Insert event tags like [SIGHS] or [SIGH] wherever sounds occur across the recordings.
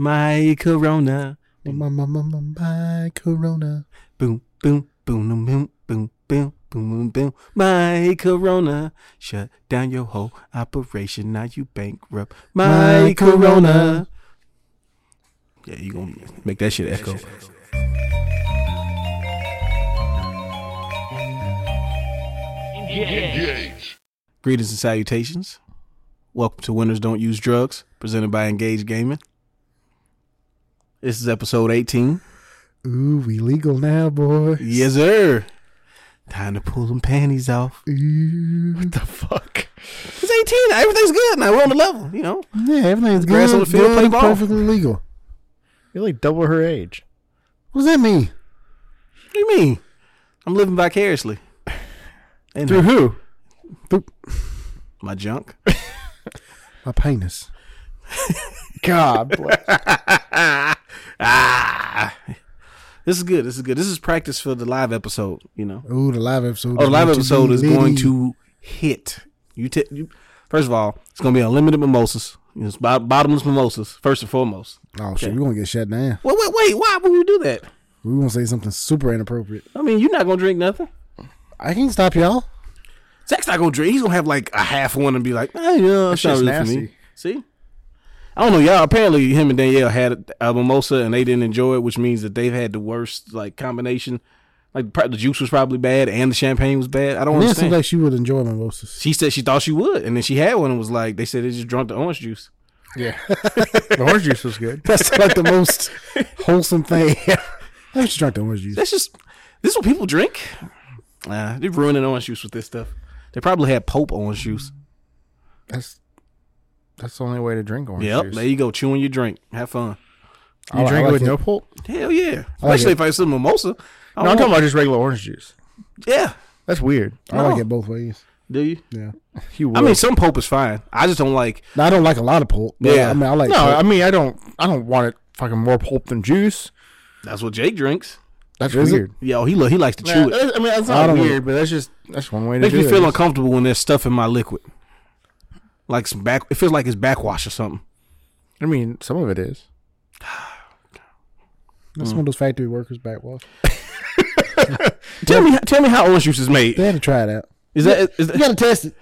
my corona. My, my, my, my, my corona. Boom, boom, boom, boom, boom, boom, boom, boom, boom, boom. My corona. Shut down your whole operation. Now you bankrupt. My, My corona. corona. Yeah, you gonna make that shit echo. Engage. Greetings and salutations. Welcome to Winners Don't Use Drugs, presented by Engage Gaming. This is episode 18. Ooh, we legal now, boy. Yes, sir. Time to pull them panties off. Ooh. The fuck? It's 18. Everything's good now. We're on the level, you know. Yeah, everything's good. Grass on the field, good, play ball. Perfectly legal. You're like double her age. What does that mean? What do you mean? I'm living vicariously. And Through who? my [LAUGHS] junk. My [LAUGHS] penis. God bless. ah. This is good. This is good. This is practice for the live episode, you know. Ooh, the live episode. Oh, the is live going to episode be is going litty. to hit. You, t- you first of all, it's going to be unlimited mimosas. It's bo- bottomless mimosas first and foremost. Oh shit, we're gonna get shut down. Wait, wait, wait. Why would you do that? We're gonna say something super inappropriate. I mean, you're not going to drink nothing. I can't stop y'all. Zach's not gonna drink. He's gonna have like a half one and be like, "Ah, yeah, that's not really shit's for me." nasty. See, I don't know, y'all. Apparently, him and Danielle had a mimosa and they didn't enjoy it, which means that they've had the worst like combination. Like pro- the juice was probably bad and the champagne was bad. I don't Man, it seems understand. like she would enjoy mimosas. she said she thought she would, and then she had one and was like, "They said they just drunk the orange juice." [LAUGHS] Yeah. the orange juice was good. That's like the [LAUGHS] most wholesome thing. [LAUGHS] I just drank the orange juice. That's just this is what people drink. Nah, they're ruining orange juice with this stuff. They probably had Pope orange juice. That's that's the only way to drink orange yep, juice. there you go, chewing your drink. Have fun. you I- I drink it like with it. no pulp? Hell yeah, like especially it. if I said mimosa. I No, I'm want- talking about just regular orange juice. Yeah. That's weird. I like No. it both ways. Do you? Yeah. You I would. mean, some pulp is fine. I just don't like. Now, I don't like a lot of pulp. But Yeah. I mean, I like no, pulp. I mean, I don't. I don't want it fucking more pulp than juice. That's what Jake drinks. That's Is it? weird. Yo, he lo- he likes to Nah, chew it. that's- I mean, that's I not don't- weird, but that's just that's one way to Makes do me it. feel uncomfortable when there's stuff in my liquid, like some back. It feels like it's backwash or something. I mean, some of it is. That's one of those factory workers backwash. Tell me, tell me how orange juice is made. They had to try it out. Is that is that, You gotta test it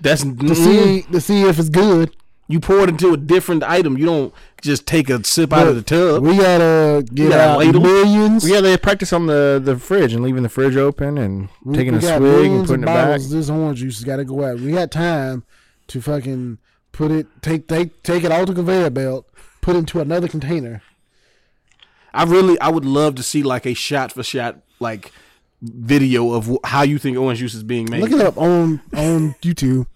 that's to mm, see to see if it's good. you pour it into a different item. You don't just take a sip out of the tub. We gotta You get gotta out ladle. millions. Yeah, they practice on the the fridge and leaving the fridge open and We- taking we a got swig and millions putting it of back. bottles of This orange juice has got to go out. We got time to fucking put it, take take take it off the conveyor belt, put it into another container. I really, I would love to see like a shot for shot like video of wh- how you think orange juice is being made. Look it up on on YouTube.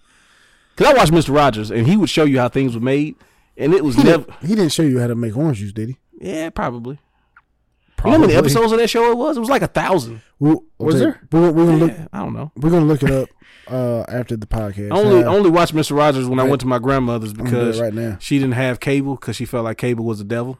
Cause I watched Mister Rogers and he would show you how things were made, and it was He, never. didn't, he didn't show you how to make orange juice, did he? Yeah, probably. You know how many Probably. episodes of that show it was? It was like a thousand. We'll, Was we'll- there? We're, we're gonna look. Yeah, I don't know. We're gonna look it up uh, after the podcast. I only Uh, only watched Mister Rogers when I went to my grandmother's I'm gonna do it because right now. she didn't have cable because she felt like cable was the devil.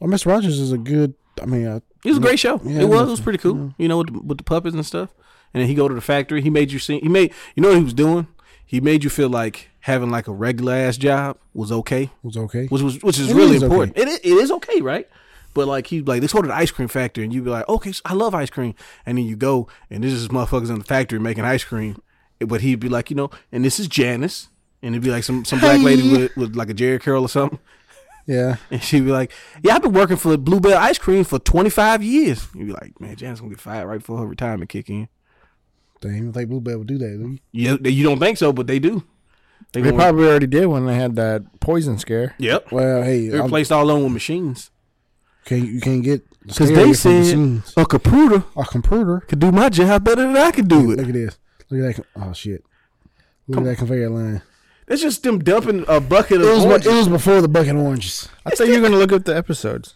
Well, Mr. oh, Rogers is a good. I mean, uh, It was a great show. Yeah, it it was. was. It was pretty cool. You know, with the, with the puppets and stuff. And then he go to the factory. He made you see. He made you know what he was doing. He made you feel like having like a regular ass job was okay, was okay. which was which is It really is okay. important. It i- it is okay, right? But like he's like, let's go to the ice cream factory, and you be like, okay, so I love ice cream, and then you go, and this is motherfuckers in the factory making ice cream, but he'd be like, you know, and this is Janice, and it'd be like some some black Hey. lady with with like a Jerry curl or something, Yeah, and she'd be like, "Yeah, I've been working for Bluebell Ice Cream for 25 years." You'd be like, "Man, Jan's gonna get fired right before her retirement kick in." they didn't even think Bluebell would do that. do you? You you don't think so, but they do. They gonna- probably already did when they had that poison scare. Yep. Well, hey, They're I'm- replaced all alone with machines can't you can't get because stereo they from said machines. a computer a computer. could do my job better than I could do Look it. at this. Look at that. con- Oh shit. Look at that conveyor line. That's just them dumping a bucket of It was oranges. it was before the bucket of oranges. I thought you were going to look up the episodes.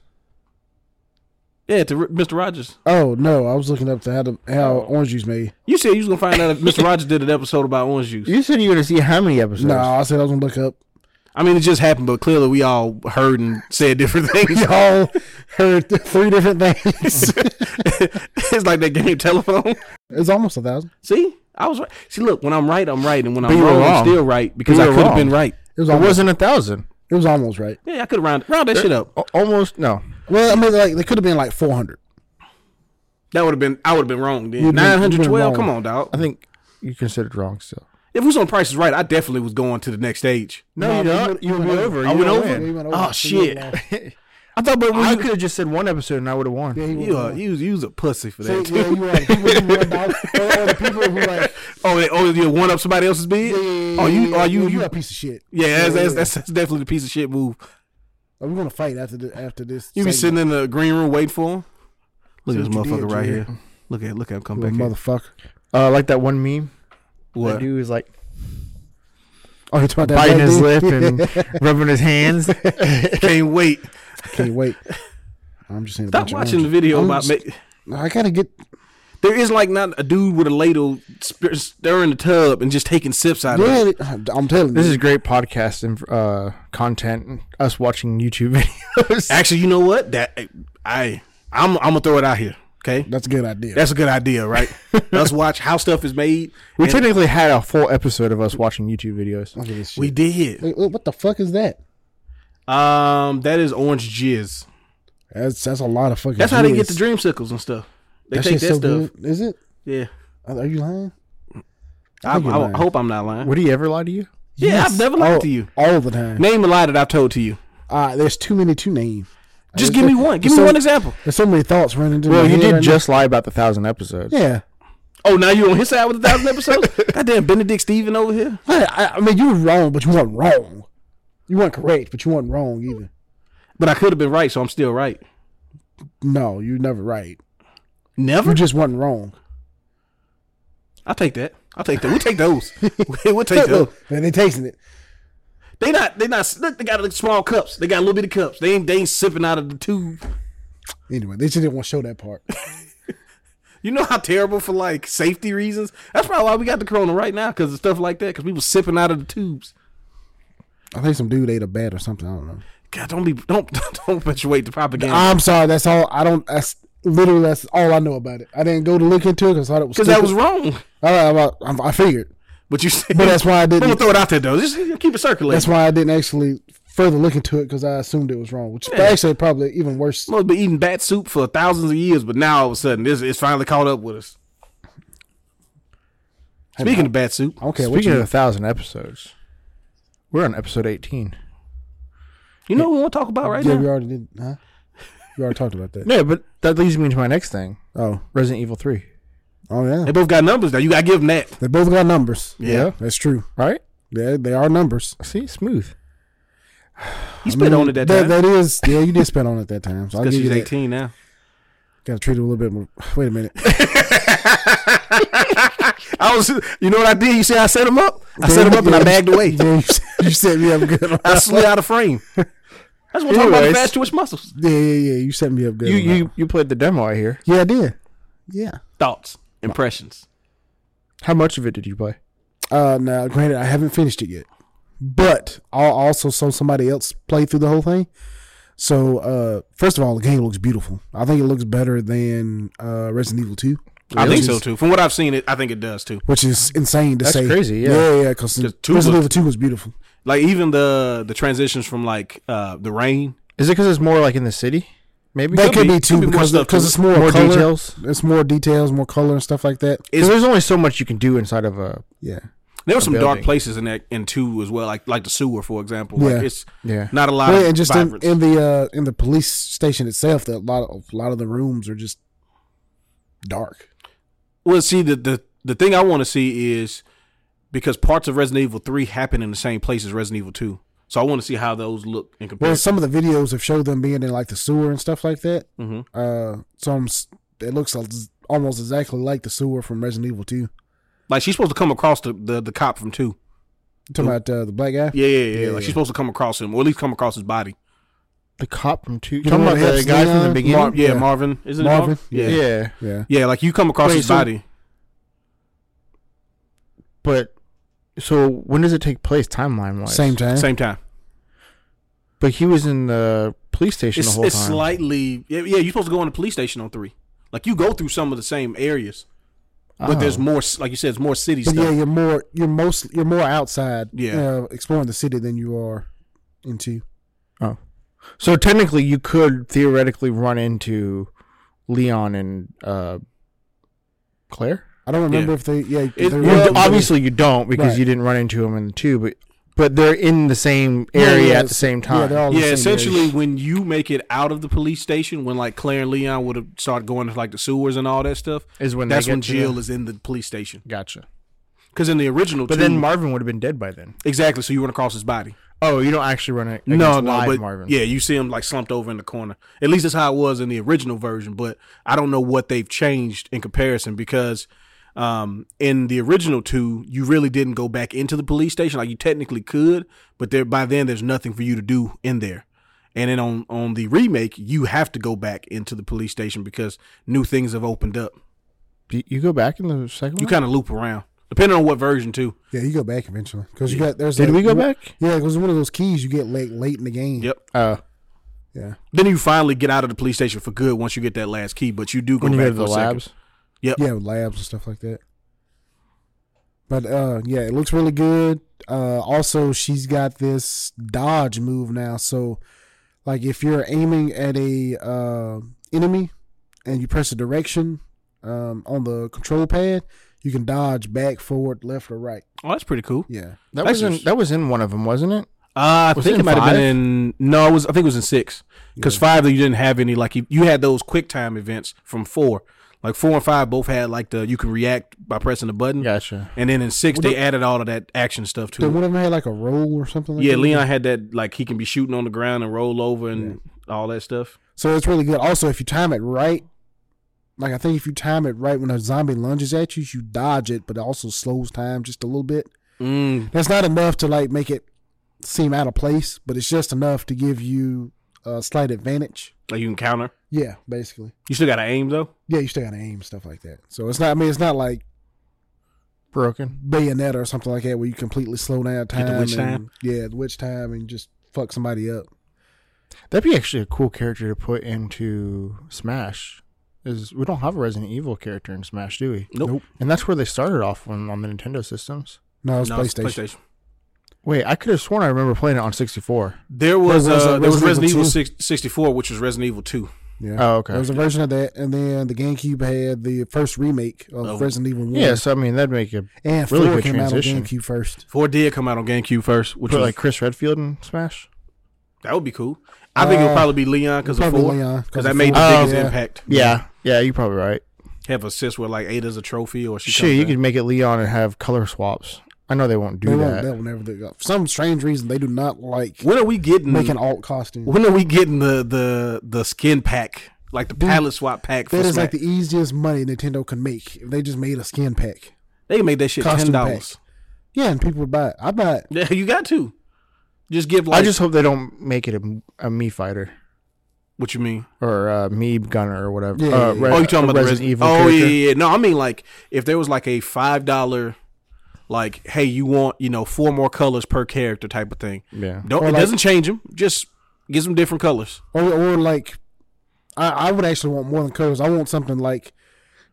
yeah, to R- Mr. Rogers. Oh no, I was looking up to how the, how orange juice made. You said you was gonna find [LAUGHS] out if Mr. Rogers did an episode about orange juice. You said you were going to see how many episodes. No, I said I was gonna look up. I mean, it just happened, but clearly we all heard and said different things. [LAUGHS] [LAUGHS] Y'all heard th- three different [LAUGHS] things. it's like that game telephone. it's almost a thousand. See, I was right. See, look, when I'm right, I'm right, and when But I'm you were wrong, I'm wrong. still right because You I were could have wrong. been right. It was It almost. wasn't a thousand. It was almost right. Yeah, I could round round that shit up. Al- Almost no. Well, I mean, like they could have been like four hundred. That would have been I would have been wrong then. You've been- Nine you've been hundred twelve. wrong. Come on, dog. I think you considered wrong still. If it was on Price is Right, I definitely was going to the next stage. No, you you went- don't. you You went went over. over. I You went went over. over. Oh, shit. I thought, but I could have just said one episode and I would have won. Yeah, he You won. a, you was, you was a pussy for So, that. yeah, you were [LAUGHS] like, people who won dollars, or, or uh, the people who like, Oh, they, oh, you one up somebody else's bid. yeah, yeah, yeah, oh, you, yeah, are yeah, you, you, a piece of shit. yeah, that's, yeah, that's, yeah. that's, that's definitely the piece of shit move. Like, we're gonna fight after the, after this. You be sitting segment. in the green room waiting for him. Look at this See what you motherfucker did, right Jared. here. Look at, look at him come Little back here. motherfucker. Uh, like that one meme. That What? dude was like Oh, you talking about that biting black his dude? lip [LAUGHS] and [LAUGHS] rubbing his hands. Can't wait. Can't wait. I'm just saying. Stop watching the video I'm about just- ma- I gotta get. There is like not a dude with a ladle sp- stirring the tub and just taking sips out of it. Yeah, I'm telling you. This is great podcast and uh, content. Us watching YouTube [LAUGHS] videos. Actually, you know what? That I I'm I'm gonna throw it out here. Okay, that's a good idea. that's a good idea, [LAUGHS] right? Let's watch how stuff is made. we and- technically had a full episode of us watching YouTube videos. Look at this shit. we did. Wait, wait, what the fuck is that? Um, that is orange jizz. That's that's a lot of fucking. That's how they get jizz. the dream sickles and stuff. They That take shit's that so stuff. good. Is it? Yeah, Are are you lying? I, think you're I, lying. I hope I'm not lying. Would he ever lie to you? Yeah, I've never lied all, to you. Oh, all the time. Name a lie that I've told to you. Uh, there's too many to name. Just give me one. Give me So- one example. There's so many thoughts running into. Well, my you head did right just lie about the thousand episodes. now. Yeah, Oh, now you on his side with a thousand episodes? Goddamn Benedict Steven over here. I, I- I mean you were wrong, but you weren't wrong. You weren't correct, but you weren't wrong either. But I could have been right, so I'm still right. No, you're never right. Never. You just weren't wrong. I'll take that. I'll take that. We'll take those. we'll take those. Look, man, they tasting it. They not. They not. Look, they got like small cups. They got a little bit of cups. They ain't. They ain't sipping out of the tube. Anyway, they just didn't want to show that part. You know how terrible for like safety reasons. That's probably why we got the corona right now because of stuff like that. Because people sipping out of the tubes. I think some dude ate a bat or something. I don't know. God, don't be. Don't [LAUGHS] don't perpetuate the propaganda. I'm sorry. That's all. I don't. That's literally that's all I know about it. I didn't go to look into it because I thought it was Because that stupid. was wrong. All right, I, I, I figured. But you. Said, But that's why I I'm gonna didn't. throw it out there though. Just keep it circulating. That's why I didn't actually further look into it because I assumed it was wrong, which is Yeah. actually probably even worse. Must be eating bat soup for thousands of years, but now all of a sudden this it's finally caught up with us. Speaking of bat soup, Okay, what Speaking you, of a thousand episodes, we're on episode eighteen. you know what we want to talk about right yeah, now? we already did. Huh? We already talked [LAUGHS] about that. No, but that leads me into my next thing: Oh, Resident Evil Three. oh yeah. They both got numbers now. You gotta give them that. They both got numbers. Yeah. that's true. Right? Yeah, they are numbers. See, smooth. He spit on it that time. That is. Yeah, you did spend on it that time. So I'll give Because you she's that. 18 now. Got to treat it a little bit more. [LAUGHS] Wait a minute. I was, you know what I did? You see, how I set him up. [LAUGHS] I [LAUGHS] set him up and I bagged [LAUGHS] away. [LAUGHS] Yeah, you, you set me up [LAUGHS] good. on- I slid out of frame. I just want to talk about the Anyways. fast twitch muscles. Yeah, yeah, yeah. You set me up good. You on that. you you played the demo, I hear. Yeah, I did. Yeah. Thoughts, impressions. How much of it did you play? Uh, now, granted, I haven't finished it yet, but I also saw somebody else play through the whole thing. So, uh, first of all, the game looks beautiful. I think it looks better than uh, Resident Evil Two. I think Which so is- too. From what I've seen, it I think it does too. Which is insane to That's say. crazy, yeah. yeah, yeah. Because 'Cause Resident two was- Evil Two was beautiful. Like even the the transitions from like uh the rain. Is it because it's more like in the city? Maybe That could be- be too could be more because stuff because to it's more, more color. details. It's more details, more color and stuff like that. 'Cause there's only so much you can do inside of uh, a Yeah, There were some dark building. places in that in two as well, like like the sewer for example. Yeah. Like it's yeah. not a lot Well, of and just in, vibrance. in the uh, in the police station itself, that a lot of a lot of the rooms are just dark. Well, see, the the, the thing I want to see is because parts of Resident Evil Three happen in the same place as Resident Evil Two, so I want to see how those look in Well, comparison. some of the videos have showed them being in like the sewer and stuff like that. hmm Uh, so I'm, s- it looks al- almost exactly like the sewer from Resident Evil 2. You Like she's supposed to come across the, the, the cop from Two. talking about uh, the black guy? Yeah, yeah, yeah, Yeah, Like yeah. she's supposed to come across him, or at least come across his body. The cop from two. You know talking what about the helps guy me, from the uh, beginning? Mar- yeah, Yeah. Marvin, isn't it Marvin? Marvin? yeah. Yeah. yeah, Yeah. Like you come across Wait, his so- body. But so when does it take place timeline wise? Same time. Same time. But he was in the police station the It's, whole it's time. slightly. Yeah, yeah, you're supposed to go in the police station on three. Like you go through some of the same areas, but Oh. there's more. c- Like you said, it's more city But stuff. yeah, you're more, you're most, you're more outside. Yeah. Uh, exploring the city than you are into. Oh. So technically, you could theoretically run into Leon and uh, Claire. I don't remember Yeah. if they yeah. if It- they were- Yeah, Well, but- obviously you don't because Right. you didn't run into them in the two, but but they're in the same Yeah, area yeah, at the same time. yeah, they're all in the Yeah, same essentially, area. when you make it out of the police station, when like Claire and Leon would have started going to like the sewers and all that stuff, is when that's they get when to Jill the- is in the police station. gotcha. Because in the original, But two- then Marvin would have been dead by then. exactly. So you run across his body. Oh, you don't actually run it. No, No, no, live but Marvin. yeah, you see him like slumped over in the corner. At least that's how it was in the original version. But I don't know what they've changed in comparison because um, in the original two, you really didn't go back into the police station. Like you technically could, but there by then there's nothing for you to do in there. And then on on the remake, you have to go back into the police station because new things have opened up. You- You go back in the second You one. kind of loop around depending on what version too. yeah, you go back eventually because you got there's. Did like- we go you- back? Yeah, because one of those keys you get late late in the game. Yep. Uh, Yeah. Then you finally get out of the police station for good once you get that last key. But you do go when you back go to the for a second. labs. Yeah, with labs and stuff like that. But uh yeah, it looks really good. Uh also she's got this dodge move now. So like if you're aiming at a uh enemy and you press a direction um on the control pad, you can dodge back, forward, left, or right. Oh, that's pretty cool. Yeah. That That's was in, just- that was in one of them, wasn't it? Uh, I Was it think it, in might have five? been in no, it was I think it was in six because Yeah. five you didn't have any like you, you had those quick time events from four, like four and five both had like the you can react by pressing the button, Gotcha. and then in six Well, they added all of that action stuff Then to it. one of them had like a roll or something like Yeah, that. Leon had that like he can be shooting on the ground and roll over and all that stuff. So it's really good. Also, if you time it right, like I think if you time it right when a zombie lunges at you, you dodge it, but it also slows time just a little bit. Mm, That's not enough to like make it seem out of place, but it's just enough to give you a slight advantage. like you can counter. Yeah, basically. You still got to aim though. Yeah, you still gotta aim stuff like that. So it's not. I mean, it's not like Broken. Bayonetta or something like that where you completely slow down Get time. the witch and, time? Yeah, the witch time and just fuck somebody up. That'd be actually a cool character to put into Smash. Is we don't have a Resident Evil character in Smash, do we? Nope. And that's where they started off on, on the Nintendo systems. No, it's No, it's PlayStation. Wait, I could have sworn I remember playing it on 64. There was, There was, uh, uh, there was Resident Resident Evil Evil six, 64, which was Resident Evil two. Yeah. Oh, okay. There was a version of that, and then the GameCube had the first remake of Oh. Resident Evil One. yeah, so I mean that'd make it and really four good came out transition. on GameCube first. Four did come out on GameCube first, which put was like Chris Redfield in Smash. That would be cool. I think it'll Uh, probably be Leon because of probably four. Leon, 'cause Because that of made four. the Oh, biggest yeah. impact. Yeah, yeah, you're probably right. Have assist with like Ada's a trophy or she. Shit, comes you in. could make it Leon and have color swaps. I know they won't do They that. won't. They will never do that. For some strange reason, they do not like When are we getting? making alt costumes. when are we getting the the the skin pack like the palette swap pack? For That is Smash? like the easiest money Nintendo can make if they just made a skin pack. they made that shit ten costume pack. dollars. Yeah, and people would buy it. I buy it. Yeah, you got to. Just give like I just hope they don't make it a, a me fighter what you mean. or a me gunner or whatever. Yeah, Uh, yeah, yeah. Re- oh, you talking a about the Resident Resident Evil? Oh character. yeah, yeah, yeah. No, I mean like if there was like a five dollar, like hey, you want you know four more colors per character type of thing. yeah. Don't Or it like- doesn't change them. Just get some different colors. Or, or like, I, I would actually want more than colors. I want something like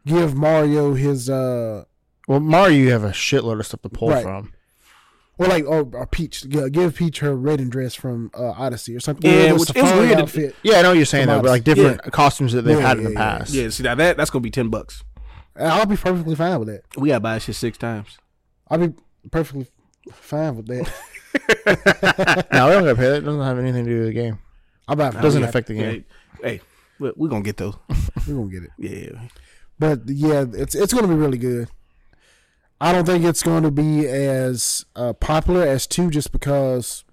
give Mario his, uh, Well, Mario, you have a shitload of stuff to pull Right. from. or like, or, or Peach. Yeah, Give Peach her red and dress from uh, Odyssey or something. Yeah, Or the which is safari weird. outfit. Yeah, I know what you're saying though, but like different costumes that they've Yeah, had in yeah, the yeah. past. [LAUGHS] Yeah, see now that that's gonna be ten bucks. And I'll be perfectly fine with that. We gotta buy shit six times. I'll be perfectly fine [LAUGHS] with that. no, we don't gotta pay that. It doesn't have anything to do with the game. I'll buy it. Doesn't Yeah, affect the game. Hey, we're, we're gonna get those. We're gonna get it. Yeah. But yeah, it's it's gonna be really good. I don't think it's going to be as uh, popular as two, just because.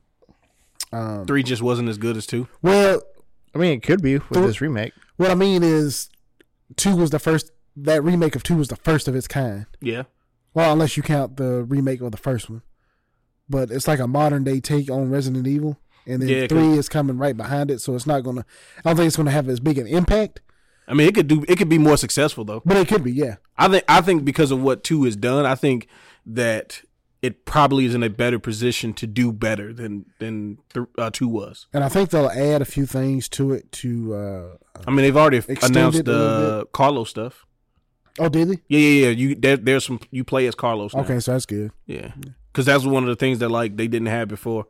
Um, Three just wasn't as good as two. well, I mean, it could be with Th- this remake. what I mean is, two was the first. That remake of two was the first of its kind. Yeah. Well, unless you count the remake of the first one, but it's like a modern day take on Resident Evil, and then Yeah, 'cause- three is coming right behind it, so it's not gonna. I don't think it's gonna have as big an impact, I mean, it could do. It could be more successful though. but it could be. Yeah, I think. I think because of what two has done, I think that it probably is in a better position to do better than than th- uh, two was. and I think they'll add a few things to it. To uh, I mean, they've already Extend announced it a little the Carlo stuff. oh, did they? Yeah, yeah, yeah. You there, there's some you play as Carlos. Now. Okay, so that's good. Yeah. Because that's one of the things that like they didn't have before.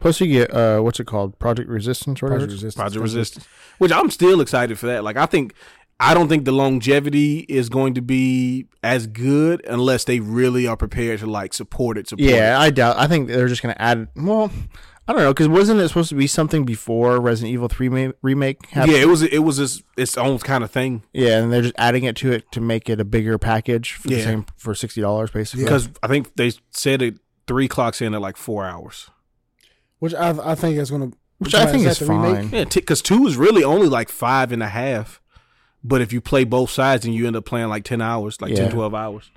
Plus, you get uh, what's it called? Project Resistance, or whatever. Project Resistance. Project Resistance, which I'm still excited for that. Like I think I don't think the longevity is going to be as good unless they really are prepared to like support it. Support Yeah, I doubt. I think they're just gonna add. Well, I don't know, because wasn't it supposed to be something before Resident Evil Three ma- remake? it. Happened? yeah. It was it was its, its own kind of thing yeah, and they're just adding it to it to make it a bigger package for the Yeah. same for sixty dollars, basically. because I think they said it three clocks in at like four hours. Which I, I think is going to. which I think is fine. Yeah, because two is really only like five and a half. But if you play both sides and you end up playing like 10 hours, like ten, Yeah. twelve 10, 12 hours.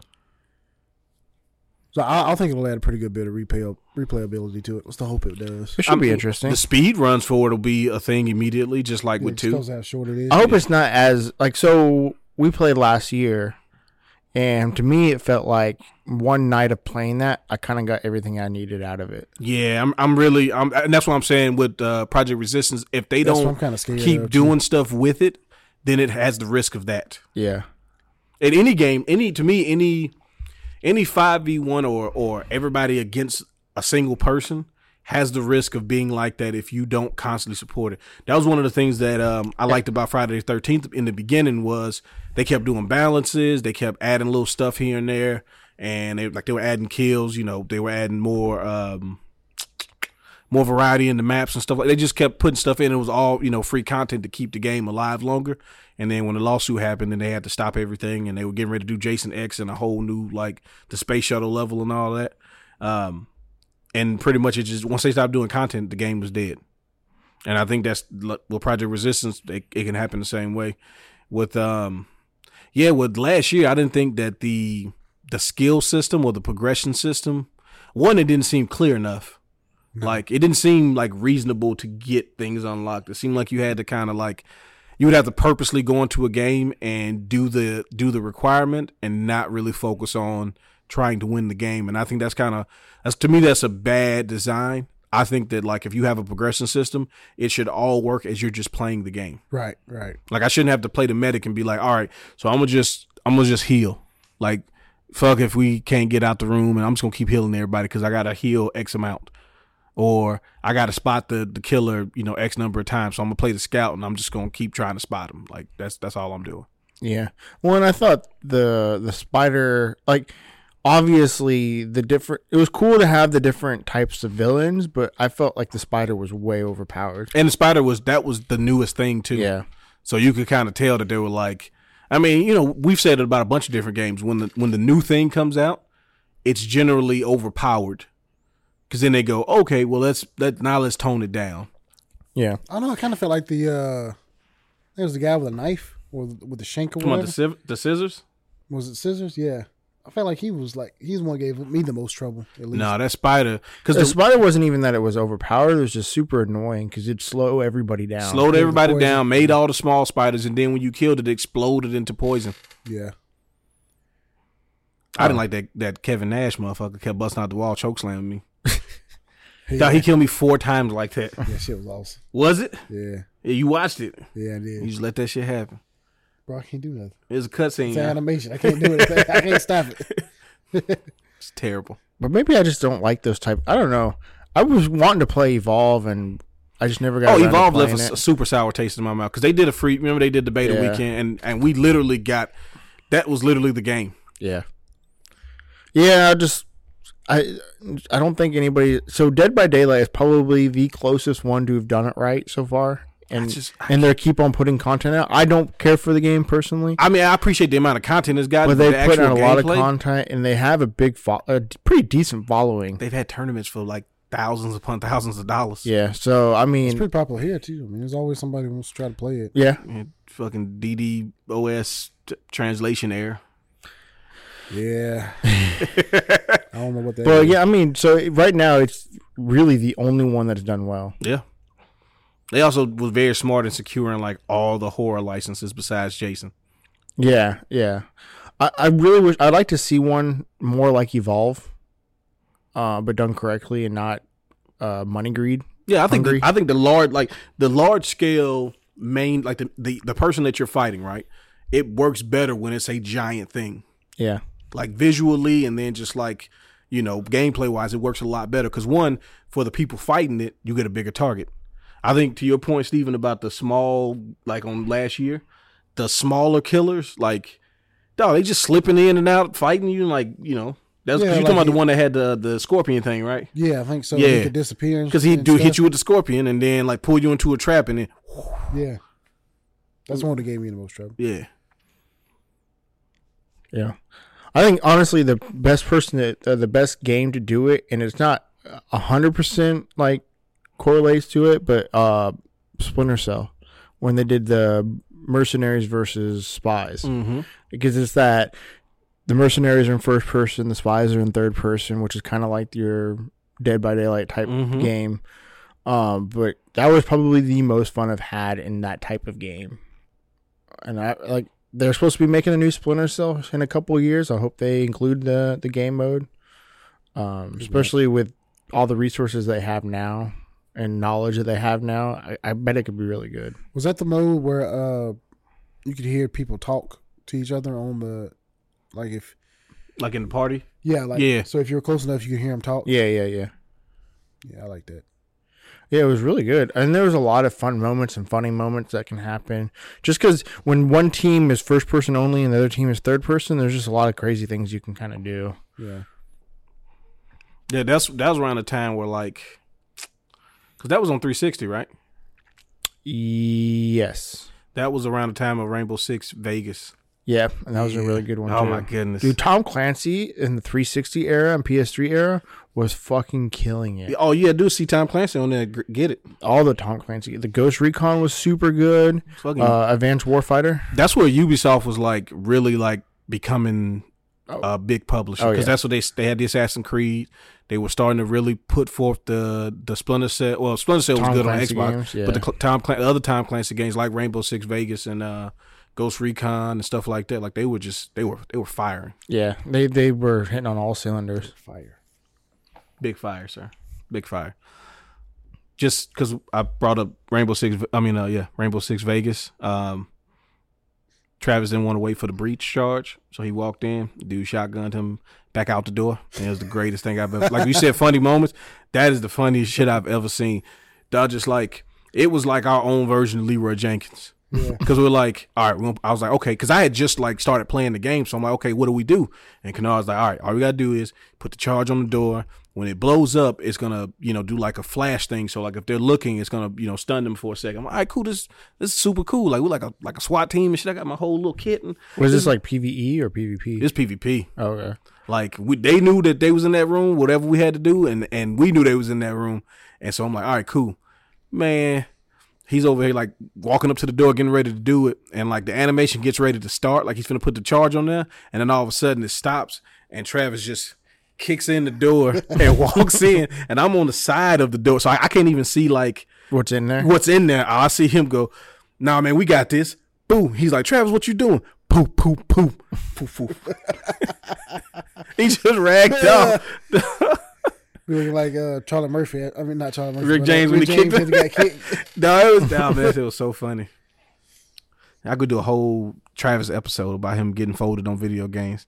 So I, I think it'll add a pretty good bit of replay, replayability to it. Let's hope it does. It should I'm- be interesting. The speed runs for it will be a thing immediately, just like Yeah, with it just two. Oh. shows how short it is. I hope it's not as like so. We played last year, and to me, it felt like one night of playing that, I kind of got everything I needed out of it. Yeah, I'm, I'm really, I'm, and that's what I'm saying with uh, Project Resistance. If they That's what I'm don't kind of scared. keep of, too. doing stuff with it, then it has the risk of that. Yeah, In any game, any to me, any any five v one or or everybody against a single person has the risk of being like that if you don't constantly support it. That was one of the things that um, I liked about Friday the Thirteenth in the beginning was they kept doing balances, they kept adding little stuff here and there, and they like they were adding kills. You know, they were adding more. Um, more variety in the maps and stuff like they just kept putting stuff in it was all you know free content to keep the game alive longer and then when the lawsuit happened then they had to stop everything and they were getting ready to do jason x and a whole new like the space shuttle level and all that um and pretty much it just once they stopped doing content the game was dead and i think that's l- with project resistance it, it can happen the same way with um yeah with last year i didn't think that the the skill system or the progression system one it didn't seem clear enough like it didn't seem like reasonable to get things unlocked it seemed like you had to kind of like you would have to purposely go into a game and do the do the requirement and not really focus on trying to win the game and i think that's kind of that's to me that's a bad design i think that like if you have a progression system it should all work as you're just playing the game Right, right. like I shouldn't have to play the medic and be like, all right, so I'm gonna just I'm gonna just heal. Like, fuck if we can't get out the room and I'm just gonna keep healing everybody because I gotta heal X amount. Or I gotta spot the the killer, you know, X number of times. So I'm gonna play the scout and I'm just gonna keep trying to spot him. Like that's that's all I'm doing. yeah. Well, and I thought the the spider like obviously the different. It was cool to have the different types of villains, but I felt like the spider was way overpowered. And the spider was that was the newest thing too. Yeah. So you could kind of tell that they were like, I mean, you know, we've said it about a bunch of different games. When the when the new thing comes out, it's generally overpowered, because then they go, okay, well let's let now let's tone it down. Yeah. I don't know. I kind of felt like the uh, there was the guy with a knife or with the shank or Come on, whatever. the, civ- the scissors? was it scissors? Yeah, I felt like he was like he's the one gave me the most trouble. At least. No, that spider, because The the spider wasn't even that it was overpowered. It was just super annoying because it'd slow everybody down. slowed everybody poison. down, made all the small spiders, and then when you killed it, it exploded into poison. Yeah. I didn't like that that Kevin Nash motherfucker kept busting out the wall, chokeslamming [LAUGHS] me. Yeah. Dog, he killed me four times like that. Yeah, shit was awesome. Was it? Yeah, Yeah, you watched it. yeah, I You did. just let that shit happen. Bro, I can't do nothing. It was a cutscene. It's yeah. an animation. I can't [LAUGHS] do it. I can't stop it. It's terrible. But maybe I just don't like those type. I don't know. I was wanting to play Evolve and I just never got. oh, around to Evolve left a, playing s- it. a super sour taste in my mouth because they did a free. Remember they did the beta Yeah. weekend, and and we literally got that was literally the game. Yeah. Yeah, I just I I don't think anybody so Dead by Daylight is probably the closest one to have done it right so far. And just- I and they keep on putting content out. I don't care for the game personally. I mean, I appreciate the amount of content it's got, But they the put actual out a lot of gameplay, content and they have a big fo- a d- pretty decent following. They've had tournaments for like thousands upon thousands of dollars. Yeah, so I It's mean pretty popular here too. I mean, there's always somebody who wants to try to play it. yeah. And fucking DDoS t- translation error. [LAUGHS] Yeah. I don't know what that. But is. yeah, I mean, so right now it's really the only one that's done well. Yeah. They also was very smart in securing like all the horror licenses besides Jason. Yeah, yeah. I, I really wish I'd like to see one more like Evolve, uh, but done correctly and not uh, money greed. Yeah, I think the, Hungry. I think the large like the large scale main like the, the the person that you're fighting right, it works better when it's a giant thing Yeah, like visually and then just like you know, gameplay wise, it works a lot better because one, for the people fighting it, you get a bigger target. I think to your point, Stephen, about the small, like on last year, the smaller killers, like, dog, they just slipping in and out, fighting you, like, you know, that's because Yeah, you're like talking about the he- one that had the the scorpion thing, right? Yeah, I think so. Yeah. he could disappear Because he'd do hit you with the scorpion and then like pull you into a trap and then Yeah, that's the one that gave me the most trouble. yeah, Yeah, I think honestly the best person that uh, the best game to do it, and it's not a hundred percent like correlates to it, but uh, Splinter Cell when they did the mercenaries versus spies mm-hmm. because it's that the mercenaries are in first person, the spies are in third person, which is kind of like your Dead by Daylight type Mhm. game. Um, but that was probably the most fun I've had in that type of game. And I like they're supposed to be making a new Splinter Cell in a couple of years. I hope they include the the game mode, um, especially with all the resources they have now and knowledge that they have now. I, I bet it could be really good. Was that the mode where uh, you could hear people talk to each other on the, like if like in the party. yeah, like Yeah. So if you were close enough, you could hear them talk. Yeah, yeah, yeah. yeah, I like that. Yeah, it was really good. And there was a lot of fun moments and funny moments that can happen. Just because when one team is first person only and the other team is third person, there's just a lot of crazy things you can kind of do. Yeah, Yeah, that's that was around the time where like, because that was on 360, right? Yes. That was around the time of Rainbow Six Vegas. Yeah, and that was a really good one. Oh too. my goodness. Dude, Tom Clancy in the 360 era and PS3 era was fucking killing it. Oh yeah, I do see Tom Clancy on there. Gr- Get it? All the Tom Clancy, the Ghost Recon was super good. Fucking, Uh, Advanced Warfighter. that's where Ubisoft was like really like becoming a big publisher Oh, because yeah. that's what they they had the Assassin's Creed. They were starting to really put forth the the Splinter Cell. Well, Splinter Cell was Tom good Clancy on Xbox, games, yeah. but the Cl- Tom Clan, the other Tom Clancy games like Rainbow Six Vegas and uh, Ghost Recon and stuff like that, like they were just they were they were firing Yeah, they, they were hitting on all cylinders. fire. big fire, sir, big fire. Just because I brought up Rainbow Six, I mean, uh, yeah, Rainbow Six Vegas. Um, Travis didn't want to wait for the breach charge, so he walked in. Dude shotgunned him back out the door. And it was the greatest thing I've ever. Like you said, funny moments. That is the funniest shit I've ever seen. Dog just like it was like our own version of Leroy Jenkins. [LAUGHS] Because we were like, all right, we're gonna- I was like, okay, because I had just like started playing the game, so I'm like, okay, what do we do? And Canard's like, all right, all we gotta do is put the charge on the door. When it blows up, it's gonna, you know, do like a flash thing. So like if they're looking, it's gonna, you know, stun them for a second. I'm like, all right, cool, this this is super cool. Like we're like a like a SWAT team and shit. I got my whole little kit and Was this like PVE or PvP? it's PvP. oh, okay. Like we, they knew that they was in that room, whatever we had to do, and and we knew they was in that room. And so I'm like, all right, cool, man. He's over here like walking up to the door, getting ready to do it, and like the animation gets ready to start, like he's gonna put the charge on there, and then all of a sudden it stops, and Travis just kicks in the door [LAUGHS] and walks in, and I'm on the side of the door, so I, I can't even see like What's in there? what's in there. I see him go, nah, man, we got this. Boom. He's like, Travis, what you doing? Poop, poop, poop, poop, poop. [LAUGHS] he just ragged up. We were like uh, Charlie Murphy. I mean, not Charlie Murphy. Rick but, uh, James when he kicked when he got kicked. [LAUGHS] no, it was nah, man, it was so funny. I could do a whole Travis episode about him getting folded on video games.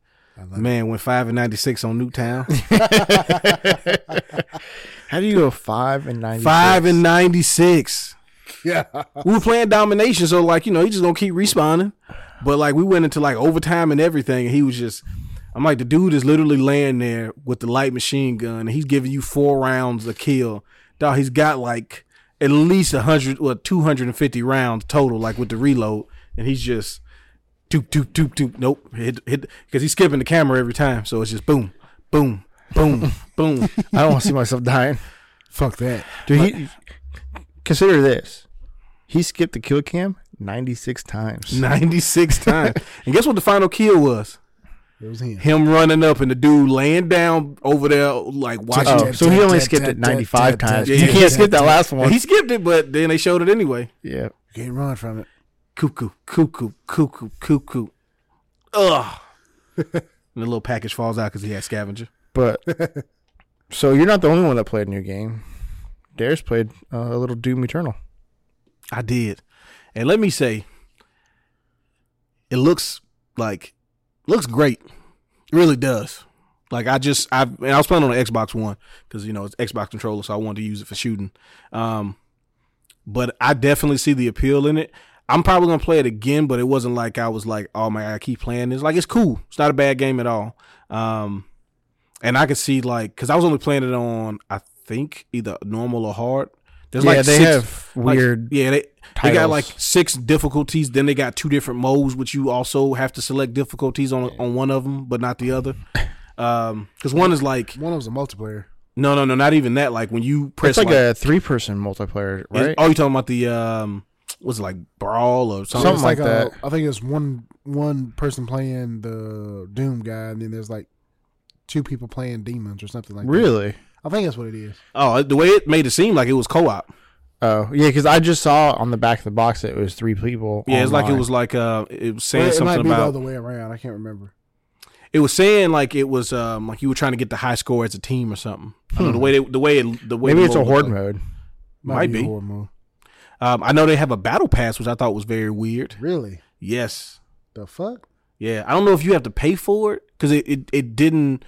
Man, went five and ninety six on Newtown. How do you go five and ninety? five and ninety six. Yeah, [LAUGHS] we were playing domination, so like you know, he just gonna keep respawning. But like we went into like overtime and everything, and he was just, I'm like, the dude is literally laying there with the light machine gun, and he's giving you four rounds a kill. Dog, he's got like at least a hundred or two hundred and fifty rounds total, like with the reload, and he's just doop doop doop doop. Nope, hit hit because he's skipping the camera every time, so it's just boom, boom, boom, boom. [LAUGHS] I don't want to see myself dying. fuck that. Dude, he, consider this: he skipped the kill cam ninety six times. 96 times. And guess what the final kill was? It was him. him running up and the dude laying down over there, like watching. Oh, so he only skipped it ninety five times. You can't skip that last And one. he skipped it, but then they showed it anyway. Yeah, You can't run from it. Cuckoo, cuckoo, cuckoo, cuckoo. Ugh. [LAUGHS] and the little package falls out because he had scavenger. but so you're not the only one that played a new game. Dare's played uh, a little Doom Eternal. I did, and let me say, it looks like looks great. It really does. Like I just I and I was playing on the Xbox One because you know it's Xbox controller, so I wanted to use it for shooting. Um, but I definitely see the appeal in it. I'm probably gonna play it again, but it wasn't like I was like, oh my, God, I keep playing this. Like it's cool. It's not a bad game at all. Um, and I could see like because I was only playing it on I think either normal or hard. There's yeah, they six- have like, weird. yeah, they they got titles. like six difficulties. Then they got two different modes, which you also have to select difficulties on on one of them, but not the other. Um, because one is like One of them's a multiplayer. no, no, no, not even that. Like when you press it's like, like, a three-person multiplayer, is- right? oh, you talking about the um, was it like brawl or something? Something It's like a- that. I think it's one one person playing the Doom guy, and then there's like two people playing demons or something like that. really? I think that's what it is. Oh, the way it made it seem like it was co-op. Oh, yeah. Because I just saw on the back of the box that it was three people. Yeah, it's like it online. was like uh, it was Or saying it might something be the about other way around. I can't remember. it was saying like it was um like you were trying to get the high score as a team or something. I don't know, the way they, the way it, the way Maybe the it's a mode horde looked like. mode. Might be. a horror movie. Um, I know they have a battle pass, which I thought was very weird. Really? Yes, The fuck? Yeah, I don't know if you have to pay for it because it, it it didn't.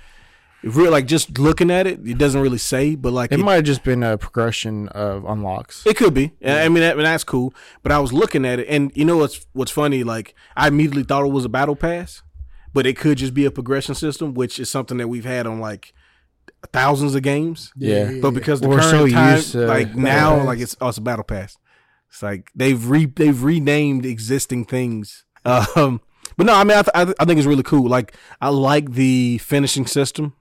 If we're like just looking at it, it doesn't really say, but like It it, might have just been a progression of unlocks. it could be. I mean, that, that's cool. But I was looking at it, and you know what's what's funny? Like I immediately thought it was a battle pass, but it could just be a progression system, which is something that we've had on like thousands of games. Yeah. But because the We're current so time, used to like battle now, pass. like it's oh, it's a battle pass. It's like they've re they've renamed existing things. [LAUGHS] Um, but no, I mean, I, th- I, th- I think it's really cool. Like I like the finishing system,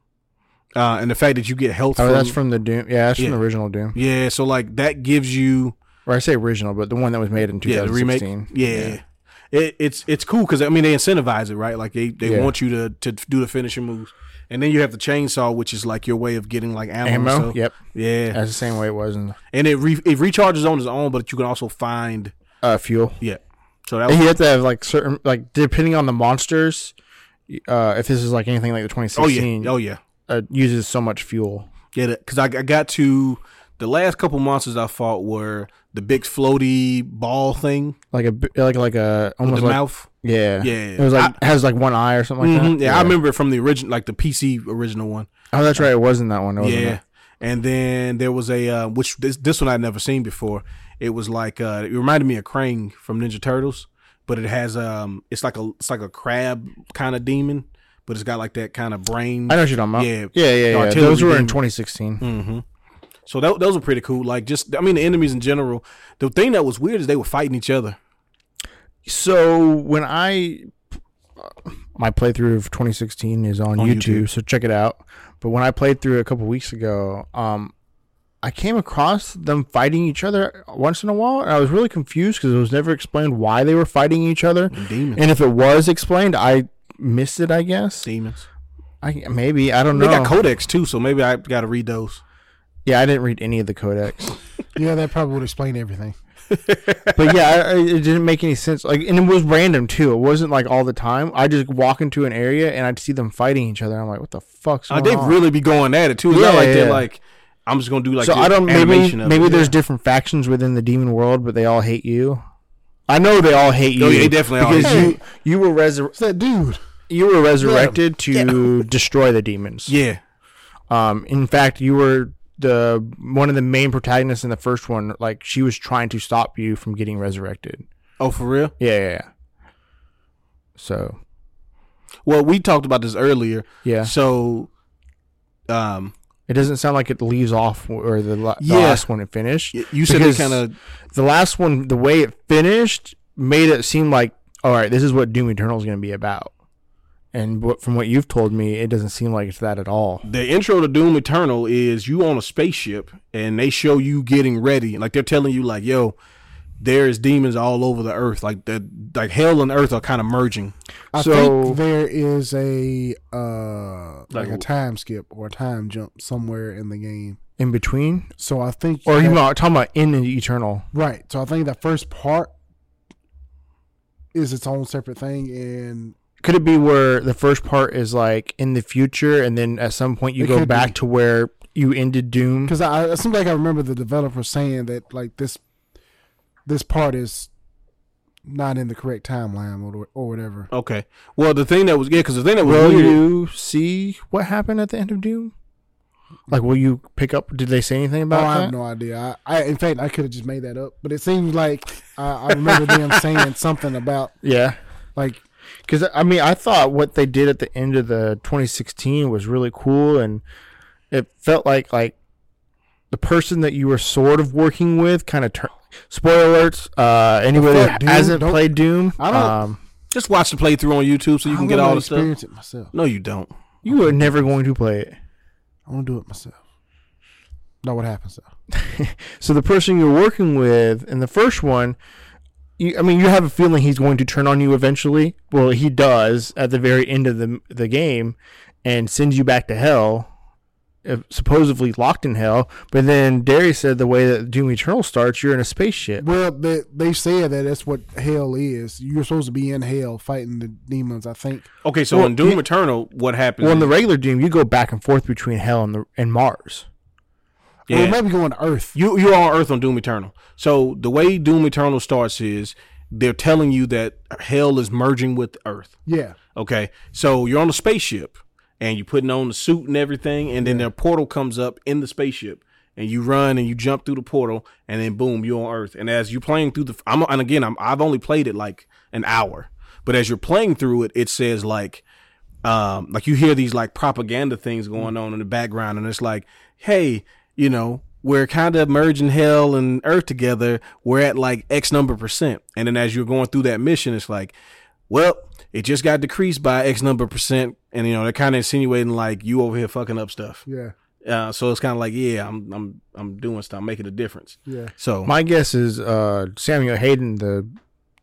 uh, and the fact that you get health. Oh, from, that's from the Doom. Yeah, that's Yeah. from the original Doom. yeah. So like that gives you Or I say original, but the one that was made in yeah the remake. 2016. Yeah. It, it's it's cool because I mean they incentivize it right like they, they Yeah. want you to, to do the finishing moves and then you have the chainsaw which is like your way of getting like ammo, and Ammo. stuff. Yep. yeah That's the same way it was in and it re- it recharges on its own, but you can also find uh, Fuel. yeah. So that And was, you have to have like certain, like depending on the monsters. Uh, if this is like anything like the oh yeah, 2016, oh yeah, uh, uses so much fuel. yeah. Because I, I got to the last couple monsters I fought were the big floaty ball thing Like a bi- like like a with almost the like mouth. yeah Yeah. It was like has like one eye or something like Mhm, that. yeah, I remember it from the original, like the PC original one. Oh, that's right. It was in that one. Wasn't yeah. It? And then there was a uh, which this this one I'd never seen before. It was like uh, it reminded me of Krang from Ninja Turtles, but it has um it's like a it's like a crab kind of demon, but it's got like that kind of brain. I know what you're talking about. Yeah. yeah, yeah. yeah. Artillery Those were beam. in 2016. So tho- those were pretty cool. Like just, I mean, the enemies in general. The thing that was weird is they were fighting each other. So when I my playthrough of 2016 is on, On YouTube, YouTube. so check it out. But when I played through it a couple weeks ago, um, I came across them fighting each other once in a while, and I was really confused because it was never explained why they were fighting each other. Demons, And if it was explained, I missed it. I guess. demons. I maybe I don't They know. got codex too, so maybe I got to read those. yeah, I didn't read any of the codex. Yeah, that probably would explain everything. but yeah, I, I- it didn't make any sense. Like, and it was random too. It wasn't like all the time. I just walk into an area and I'd see them fighting each other. I'm like, what the fuck's Uh, going they on? really be going at it too. It's not Yeah, like they're Uh-huh. yeah. like, I'm just gonna do like. so the I don't. Maybe animation of maybe it. there's different factions within the demon world, but they all hate you. I know they all hate you. Oh, yeah, they definitely all because hate you you were resur- It's that dude. you were resurrected to destroy the demons. yeah. Um, in fact, you were the one of the main protagonists in the first one. Like she was trying to stop you from getting resurrected. Oh, for real? Yeah, yeah. yeah. So Well, we talked about this earlier. yeah. So, um, It doesn't sound like it leaves off or the, la- the Yeah. last one it finished. y- you said it Because- kind of The last one, the way it finished, made it seem like all right, this is what Doom Eternal is going to be about. And what, from what you've told me, it doesn't seem like it's that at all. the intro to Doom Eternal is you on a spaceship and they show you getting ready. Like they're telling you, like, yo, there is demons all over the earth. Like the like hell and earth are kind of merging. I So- think there is a uh Like like, a wh- time skip or a time jump somewhere in the game. In between, So I think or you that- are talking about in the Eternal? right. So I think that first part is its own separate thing, and Could it be where the first part is like in the future, and then at some point you It go could back be. to where you ended Doom? because I it seems like I remember the developer saying that like this this part is not in the correct timeline or or whatever. Okay. Well, the thing that was yeah, because the thing that was Will weird. you see what happened at the end of Doom? Like, will you pick up? Did they say anything Oh, about I that? have no idea. I, I in fact I could have just made that up, but it seems like I, I remember them saying something about Yeah, like because I mean, I thought what they did at the end of the 2016 was really cool, and it felt like like the person that you were sort of working with kind of turned. Spoiler alerts! Uh, anybody fuck, that Doom? hasn't Don't- played Doom, I don't- um, Just watch the playthrough on YouTube so you I can get wanna all the stuff. experience it myself. No, you don't. you are never going to play it. I want to do it myself. Know what happens though? So the person you're working with in the first one, you, I mean, you have a feeling he's going to turn on you eventually. Well, he does at the very end of the the game, and sends you back to hell, uh, supposedly locked in hell. But then Darius said the way that Doom Eternal starts, you're in a spaceship. Well, they they said that that's what hell is. You're supposed to be in hell fighting the demons. I think. Okay, so Well, in Doom you- Eternal, what happens? Well, in is- the regular Doom, you go back and forth between hell and the, and Mars. Well, Yeah. it might be going to Earth. You you're on Earth on Doom Eternal. So the way Doom Eternal starts is they're telling you that hell is merging with Earth. Yeah. Okay. So you're on a spaceship and you're putting on the suit and everything, and then their portal comes up in the spaceship. And you run and you jump through the portal, and then boom, you're on Earth. And as you're playing through the, I'm and again, I'm, I've only played it like an hour, but as you're playing through it, it says like, um, like you hear these like propaganda things going on in the background, and it's like, hey, you know, we're kind of merging hell and Earth together. We're at like X number percent, and then as you're going through that mission, it's like, well, it just got decreased by X number percent, and you know they're kind of insinuating like you over here fucking up stuff. Yeah. Uh, so it's kind of like, yeah, I'm I'm I'm doing stuff, I'm making a difference. Yeah. So My guess is uh, Samuel Hayden, the,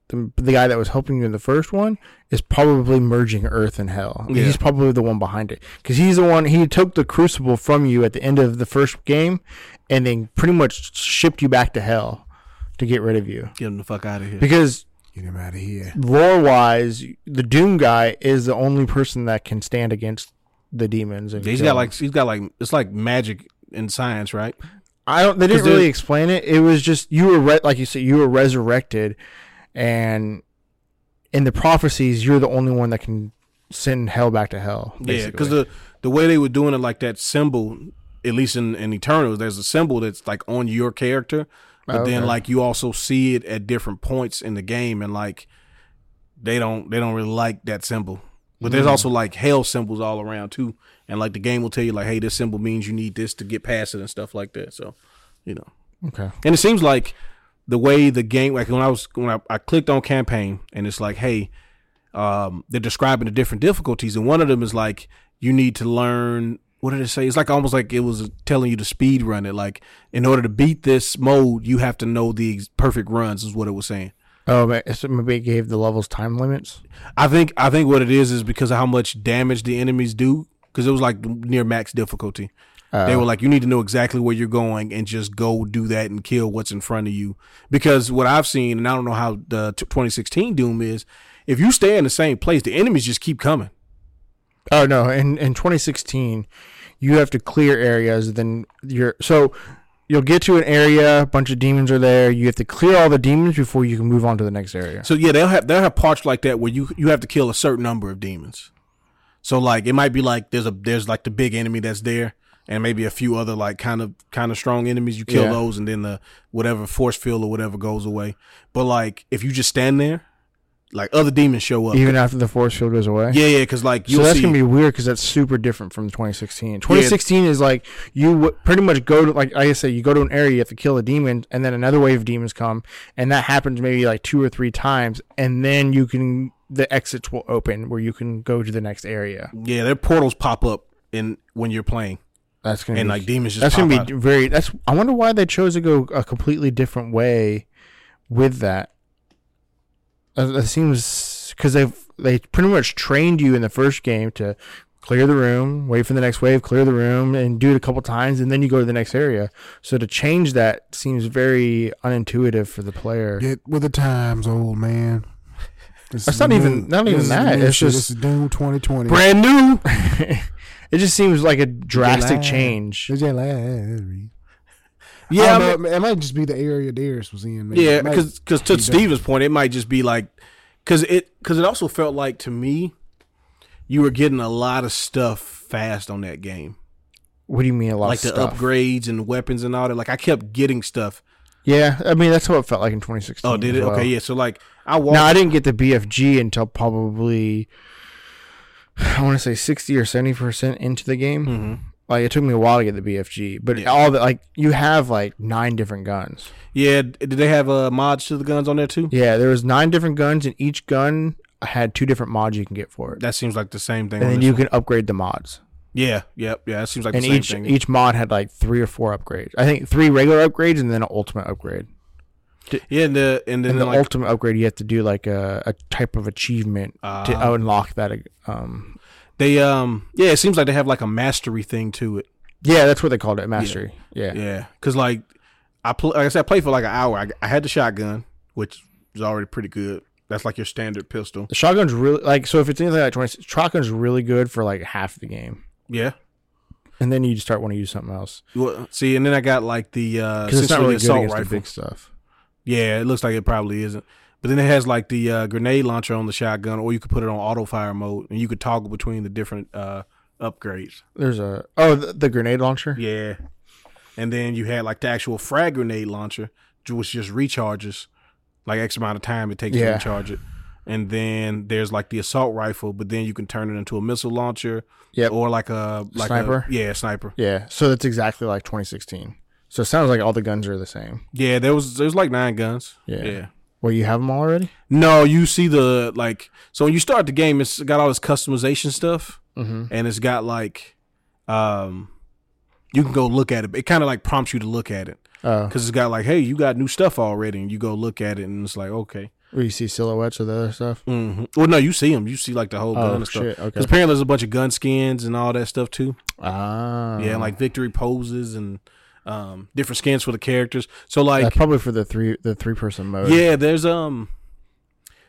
the the guy that was helping you in the first one, is probably merging Earth and Hell. Yeah. He's probably the one behind it because he's the one he took the Crucible from you at the end of the first game, and then pretty much shipped you back to Hell to get rid of you. get them the fuck out of here. Because Get him out of here. lore wise, the Doom guy is the only person that can stand against the demons. And He's kill got them. like he's got like it's like magic and science, right? I don't. They didn't 'Cause they're- really explain it. It was just you were re- like you said you were resurrected, and in the prophecies you're the only one that can send hell back to hell. Yeah, because basically. the the way they were doing it, like that symbol, at least in, in Eternals, there's a symbol that's like on your character, but Oh, then okay. like you also see it at different points in the game, and like they don't they don't really like that symbol. But Mm. there's also like hell symbols all around too, and like the game will tell you like, hey, this symbol means you need this to get past it and stuff like that. So, you know. okay, And it seems like the way the game, like when I was when I, I clicked on campaign, and it's like, hey, um, they're describing the different difficulties, and one of them is like you need to learn. What did it say? It's like almost like it was telling you to speed run it. Like in order to beat this mode, you have to know the ex- perfect runs. Is what it was saying. oh ma- so maybe it gave the levels time limits. I think I think what it is is because of how much damage the enemies do. Because it was like near max difficulty. they were like, you need to know exactly where you're going and just go do that and kill what's in front of you. Because what I've seen, and I don't know how the t- 2016 Doom is, if you stay in the same place, the enemies just keep coming. Oh no! In in 2016, you have to clear areas. Then you're so you'll get to an area. A bunch of demons are there. You have to clear all the demons before you can move on to the next area. So yeah, they'll have they'll have parts like that where you you have to kill a certain number of demons. So like it might be like there's a there's like the big enemy that's there, and maybe a few other like kind of kind of strong enemies. You kill Yeah. those, and then the whatever force field or whatever goes away. But like if you just stand there, like other demons show up. Even after the force field goes away. Yeah, yeah, because like you'll so that's see. gonna be weird because that's super different from 2016. 2016 is like you w- pretty much go to like I say you go to an area you have to kill a demon and then another wave of demons come and that happens maybe like two or three times and then you can the exits will open where you can go to the next area. Yeah, their portals pop up in when you're playing, That's gonna and be, like demons just. that's pop gonna be out. very that's I wonder why they chose to go a completely different way with that. Uh, That seems because they've they pretty much trained you in the first game to clear the room, wait for the next wave, clear the room, and do it a couple times, and then you go to the next area. So to change that seems very unintuitive for the player. Get with the times, old man. This It's is not new- even- not this even is that, new it's shit. just- this is Doom 2020. brand [LAUGHS] new. it just seems like a drastic Relax. change. E. It's just like, eh, eh, eh, eh. Yeah, I don't know. it might just be the area Darius was in. man. Yeah, It might- because to Steven's point, it might just be like because it because it also felt like to me you were getting a lot of stuff fast on that game, What do you mean a lot like of the stuff? upgrades and weapons and all that. Like I kept getting stuff. Yeah, I mean that's how it felt like in 2016. Oh, did it? as well. Okay, yeah. So like I walked. Now I didn't get the BFG until probably I want to say 60 or 70 percent into the game. Mhm. Like it took me a while to get the BFG, but all the like you have like nine different guns. Yeah, d- did they have uh, mods to the guns on there too? Yeah, there was nine different guns, and each gun had two different mods you can get for it, That seems like the same thing. and on then this you one. can upgrade the mods. yeah, yeah, yeah. That seems like And the same each thing. each mod had like three or four upgrades. I think three regular upgrades and then an ultimate upgrade. yeah, and the and then And the like ultimate upgrade, you have to do like a, a type of achievement Ah. to unlock that. Um, they um yeah, it seems like they have like a mastery thing to it. yeah, that's what they called it, mastery. Yeah. Yeah, because like I pl- like I said, I played for like an hour. I, I had the shotgun, which is already pretty good. That's like your standard pistol. The shotgun's really like so. If it's anything like twenty, shotgun's really good for like half the game, Yeah. and then you just start wanting to use something else Well, see, and then I got like the uh, because it's not essentially the really good against the big stuff. Yeah, it looks like it probably isn't. But then it has like the uh, grenade launcher on the shotgun, or you could put it on auto fire mode, and you could toggle between the different uh, upgrades. There's a oh the, the grenade launcher. Yeah, and then you had like the actual frag grenade launcher, which just recharges like X amount of time it takes to Yeah. recharge it. And then there's like the assault rifle, but then you can turn it into a missile launcher, Yep. or like a like a- Sniper? yeah, sniper. Yeah, so that's exactly like 2016. So it sounds like all the guns are the same. Yeah, there was there's like nine guns. Yeah. yeah. Well, you have them all already. No, you see the like. So when you start the game, it's got all this customization stuff, Mm-hmm. and it's got like, um, you can go look at it. It kind of like prompts you to look at it Uh, because it's got like, hey, you got new stuff already, and you go look at it, and it's like, okay. where you see silhouettes of the other stuff. hmm Well, no, you see them. You see like the whole gun Mm-hmm. Oh and stuff. shit! Okay. Because apparently there's a bunch of gun skins and all that stuff too. Ah. Yeah, and, like victory poses and um different skins for the characters. So like, That's Uh, probably for the three the three person mode. Yeah, there's um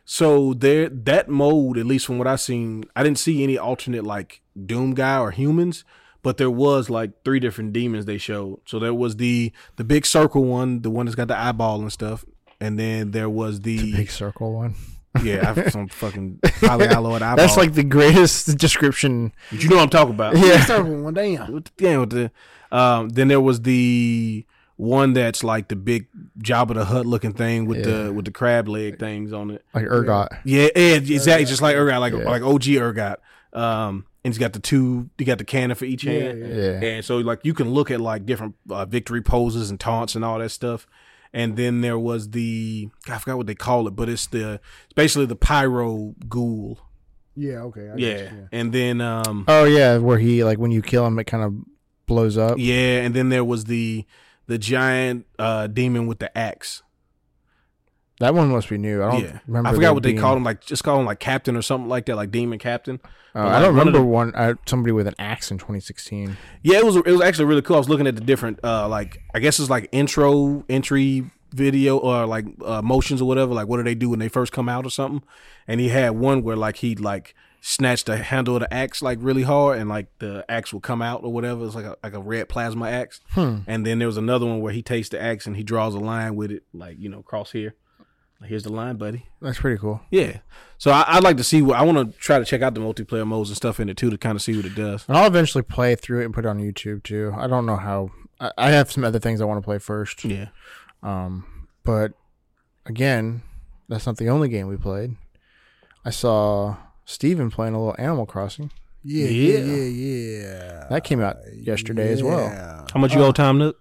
so there that mode, at least from what I seen, I didn't see any alternate like Doom guy or humans, but there was like three different demons they showed. So there was the the big circle one, the one that's got the eyeball and stuff. And then there was the, Big circle one. yeah, I, [LAUGHS] some fucking polyalloid eyeball. That's like the greatest [LAUGHS] description. But you know what I'm talking [LAUGHS] about. Yeah. Circle one, damn. What the- damn, what the- um, then there was the one that's like the big Jabba the Hut looking thing with the with the crab leg things on it. Like ergot. Yeah, yeah, exactly. Just like Urgot, like Yeah. like OG Urgot. Um, and he's got the two. He got the cannon for each hand. yeah. Yeah. And so like you can look at like different uh, victory poses and taunts and all that stuff. And then there was the I forgot what they call it, but it's the it's basically the pyro ghoul. Yeah, okay. I Yeah. guess, And then um Oh yeah, where he like when you kill him, it kind of blows up. yeah, and then there was the the giant uh demon with the axe. That one must be new. I don't Yeah. remember. I forgot there what they being- called him like just call him like captain or something like that, like demon captain. Uh, But, I like, don't one of remember the- one. I, somebody with an axe in 2016. Yeah, it was it was actually really cool. I was looking at the different uh like I guess it's like intro entry video or like uh, motions or whatever. Like what do they do when they first come out or something? And he had one where like he'd like snatch the handle of the axe like really hard and like the axe will come out or whatever. It's like a like a red plasma axe. And then there was another one where he takes the axe and he draws a line with it, like you know cross here. Like, Here's the line, buddy. That's pretty cool. Yeah. So I, I'd like to see what I want to try to check out the multiplayer modes and stuff in it too to kind of see what it does. And I'll eventually play through it and put it on YouTube too. I don't know how. I, I have some other things I want to play first. Yeah. Um, but again, that's not the only game we played. I saw Steven playing a little Animal Crossing. Yeah. Yeah, yeah, yeah, That came out yesterday as well. Yeah. How much you owe time, Nook?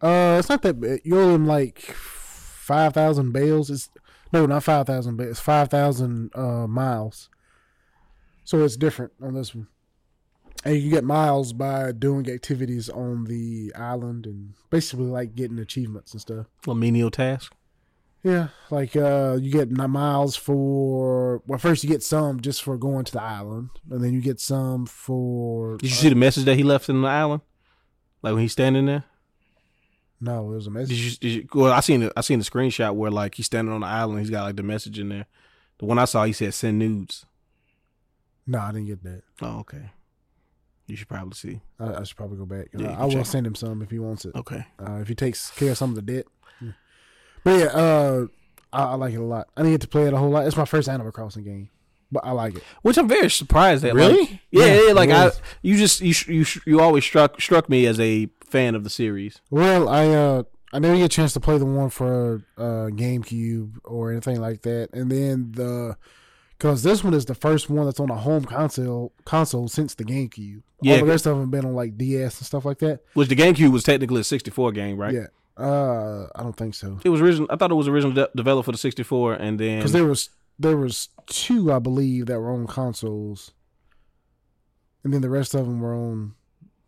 Uh, it's not that bad. You owe him like five thousand bales. It's no, not five thousand bales. Five thousand uh miles. So it's different on this one, and you get miles by doing activities on the island and basically like getting achievements and stuff. A menial task. Yeah, like uh, you get mi- miles for well, first you get some just for going to the island, and then you get some for Did you see the message that he left in the island? Like when he's standing there. no, it was a Did message. you? Did you well, I seen the, I seen the screenshot where like he's standing on the island. He's got like the message in there. The one I saw, he said send nudes. No, I didn't get that. Oh, okay. You should probably see. I, I should probably go back. Yeah, you Uh, can I will check. send him some if he wants it. Okay. Uh, if he takes care of some of the debt. But yeah, uh, I, I like it a lot. I didn't get to play it a whole lot. It's my first Animal Crossing game, but I like it. Which I'm very surprised at. Really? Like, yeah, yeah, Yeah, yeah, Like it I, is. you just you sh- you sh- you always struck struck me as a fan of the series. Well, I uh, I never get a chance to play the one for uh, GameCube or anything like that, and then the because this one is the first one that's on a home console console since the GameCube. Yeah. All the rest of them have been on like DS and stuff like that. Which the GameCube was technically a 64 game, right? Yeah, uh, I don't think so It was original. I thought it was originally de- developed for the 64, and then because there was there was two I believe that were on consoles, and then the rest of them were on.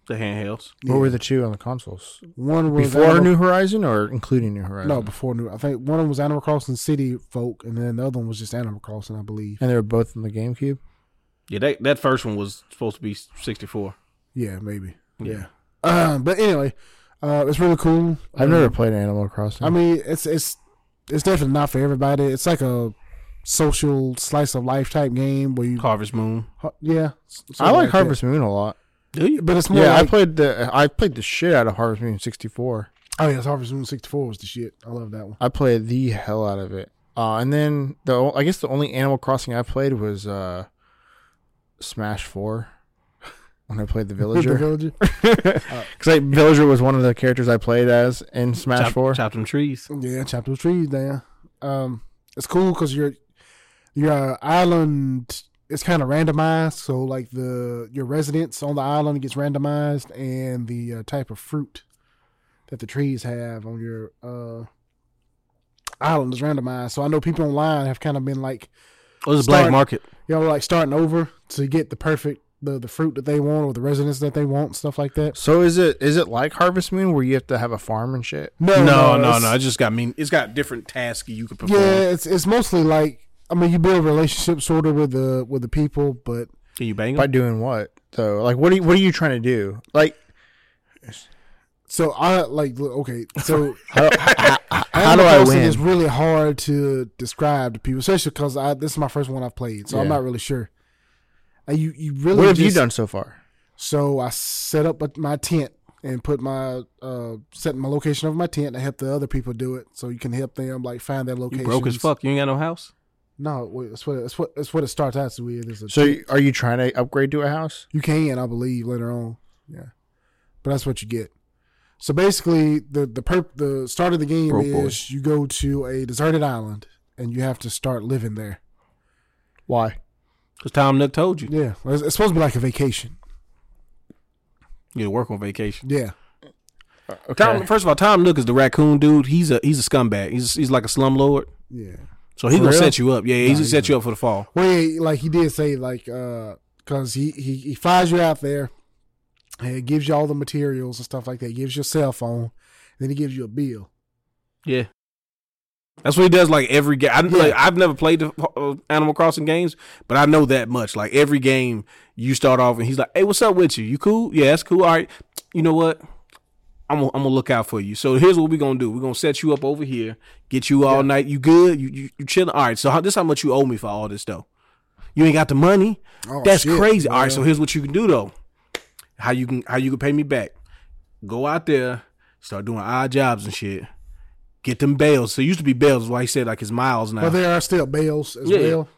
the handhelds. yeah. What were the two on the consoles? one was Before Animal- New Horizon or including New Horizon? no before New. I think one of them was Animal Crossing City Folk, and then the other one was just Animal Crossing, I believe. And they were both on the GameCube? Yeah, that that first one was supposed to be 64. Yeah, maybe. Yeah. Yeah. Um, but anyway, uh, it's really cool. Um, I've never played Animal Crossing. I mean, it's it's it's definitely not for everybody. It's like a social slice of life type game where you, Harvest Moon. ha- yeah. s- I something like that. Harvest Moon a lot. Do you? but it's more. Yeah, like, I played the I played the shit out of Harvest Moon 64. Oh yeah, it's Harvest Moon sixty four was the shit. I love that one. I played the hell out of it. Uh, and then the o- I guess the only Animal Crossing I played was uh, Smash Four [LAUGHS] when I [LAUGHS] played the [LAUGHS] The Villager Villager. because like Villager was one of the characters I played as in Smash Chop- Four. Chop them trees. Yeah, chop those trees down. Um, it's cool because your your uh, island is kind of randomized. So like the your residence on the island gets randomized, and the uh, type of fruit that the trees have on your uh island is randomized. So I know people online have kind of been like, Oh, this is Black Start- Market. you know, like starting over to get the perfect the the fruit that they want or the residence that they want, stuff like that. So is it is it like Harvest Moon where you have to have a farm and shit? No, no, no. it's- It just got mean. uh, It's got different tasks you could perform. Yeah, it's it's mostly like I mean you build relationships sort of with the with the people, but Can you bang By them? doing what though? Like what are you, what are you trying to do? [LAUGHS] Like so I like look, okay, [LAUGHS] so how, how, how, how do Animal I Crossing win? is really hard to describe to people, especially because I this is my first one I've played, so I'm Yeah. not really sure. And you you really What have you just- done so far? So I set up a- my tent and put my uh set my location of my tent. I help the other people do it, so you can help them like find their You location. broke as fuck. You ain't got no house. No, wait, that's what that's what that's what it starts out with. Is a So you- are you trying to upgrade to a house? You can, I believe, later on. Yeah, but that's what you get. So basically, the the perp, the start of the game Broke is boy. you go to a deserted island and you have to start living there. Why? Cause Tom Nook told you. Yeah, Well, it's, it's supposed to be like a vacation. You gotta work on vacation. Yeah, Okay. Tom, first of all, Tom Nook is the raccoon dude. He's a he's a scumbag. He's he's like a slumlord. yeah. So he For gonna real? set you up. Yeah, he's gonna set you up for the fall. Well, yeah, like he did say, like uh, cause he he he flies you out there, and it gives you all the materials and stuff like that. He gives you a cell phone, and then he gives you a bill. Yeah. That's what he does. Like every game, I, Yeah. like, I've never played the uh, Animal Crossing games, but I know that much. Like every game, you start off and he's like, "Hey, what's up with you? You cool? Yeah, that's cool. All right, you know what? I'm gonna, I'm gonna look out for you. So here's what we're gonna do. We're gonna set you up over here, get you all night. You good? You you, you chilling? All right. So how, this how much you owe me for all this though? You ain't got the money. Oh, That's shit. crazy. All right, so Yeah. here's what you can do though. How you can how you can pay me back? Go out there, start doing odd jobs and shit. Get them bales. So it used to be bales. Why he said like it's miles now. But there are still bells as Yeah. well.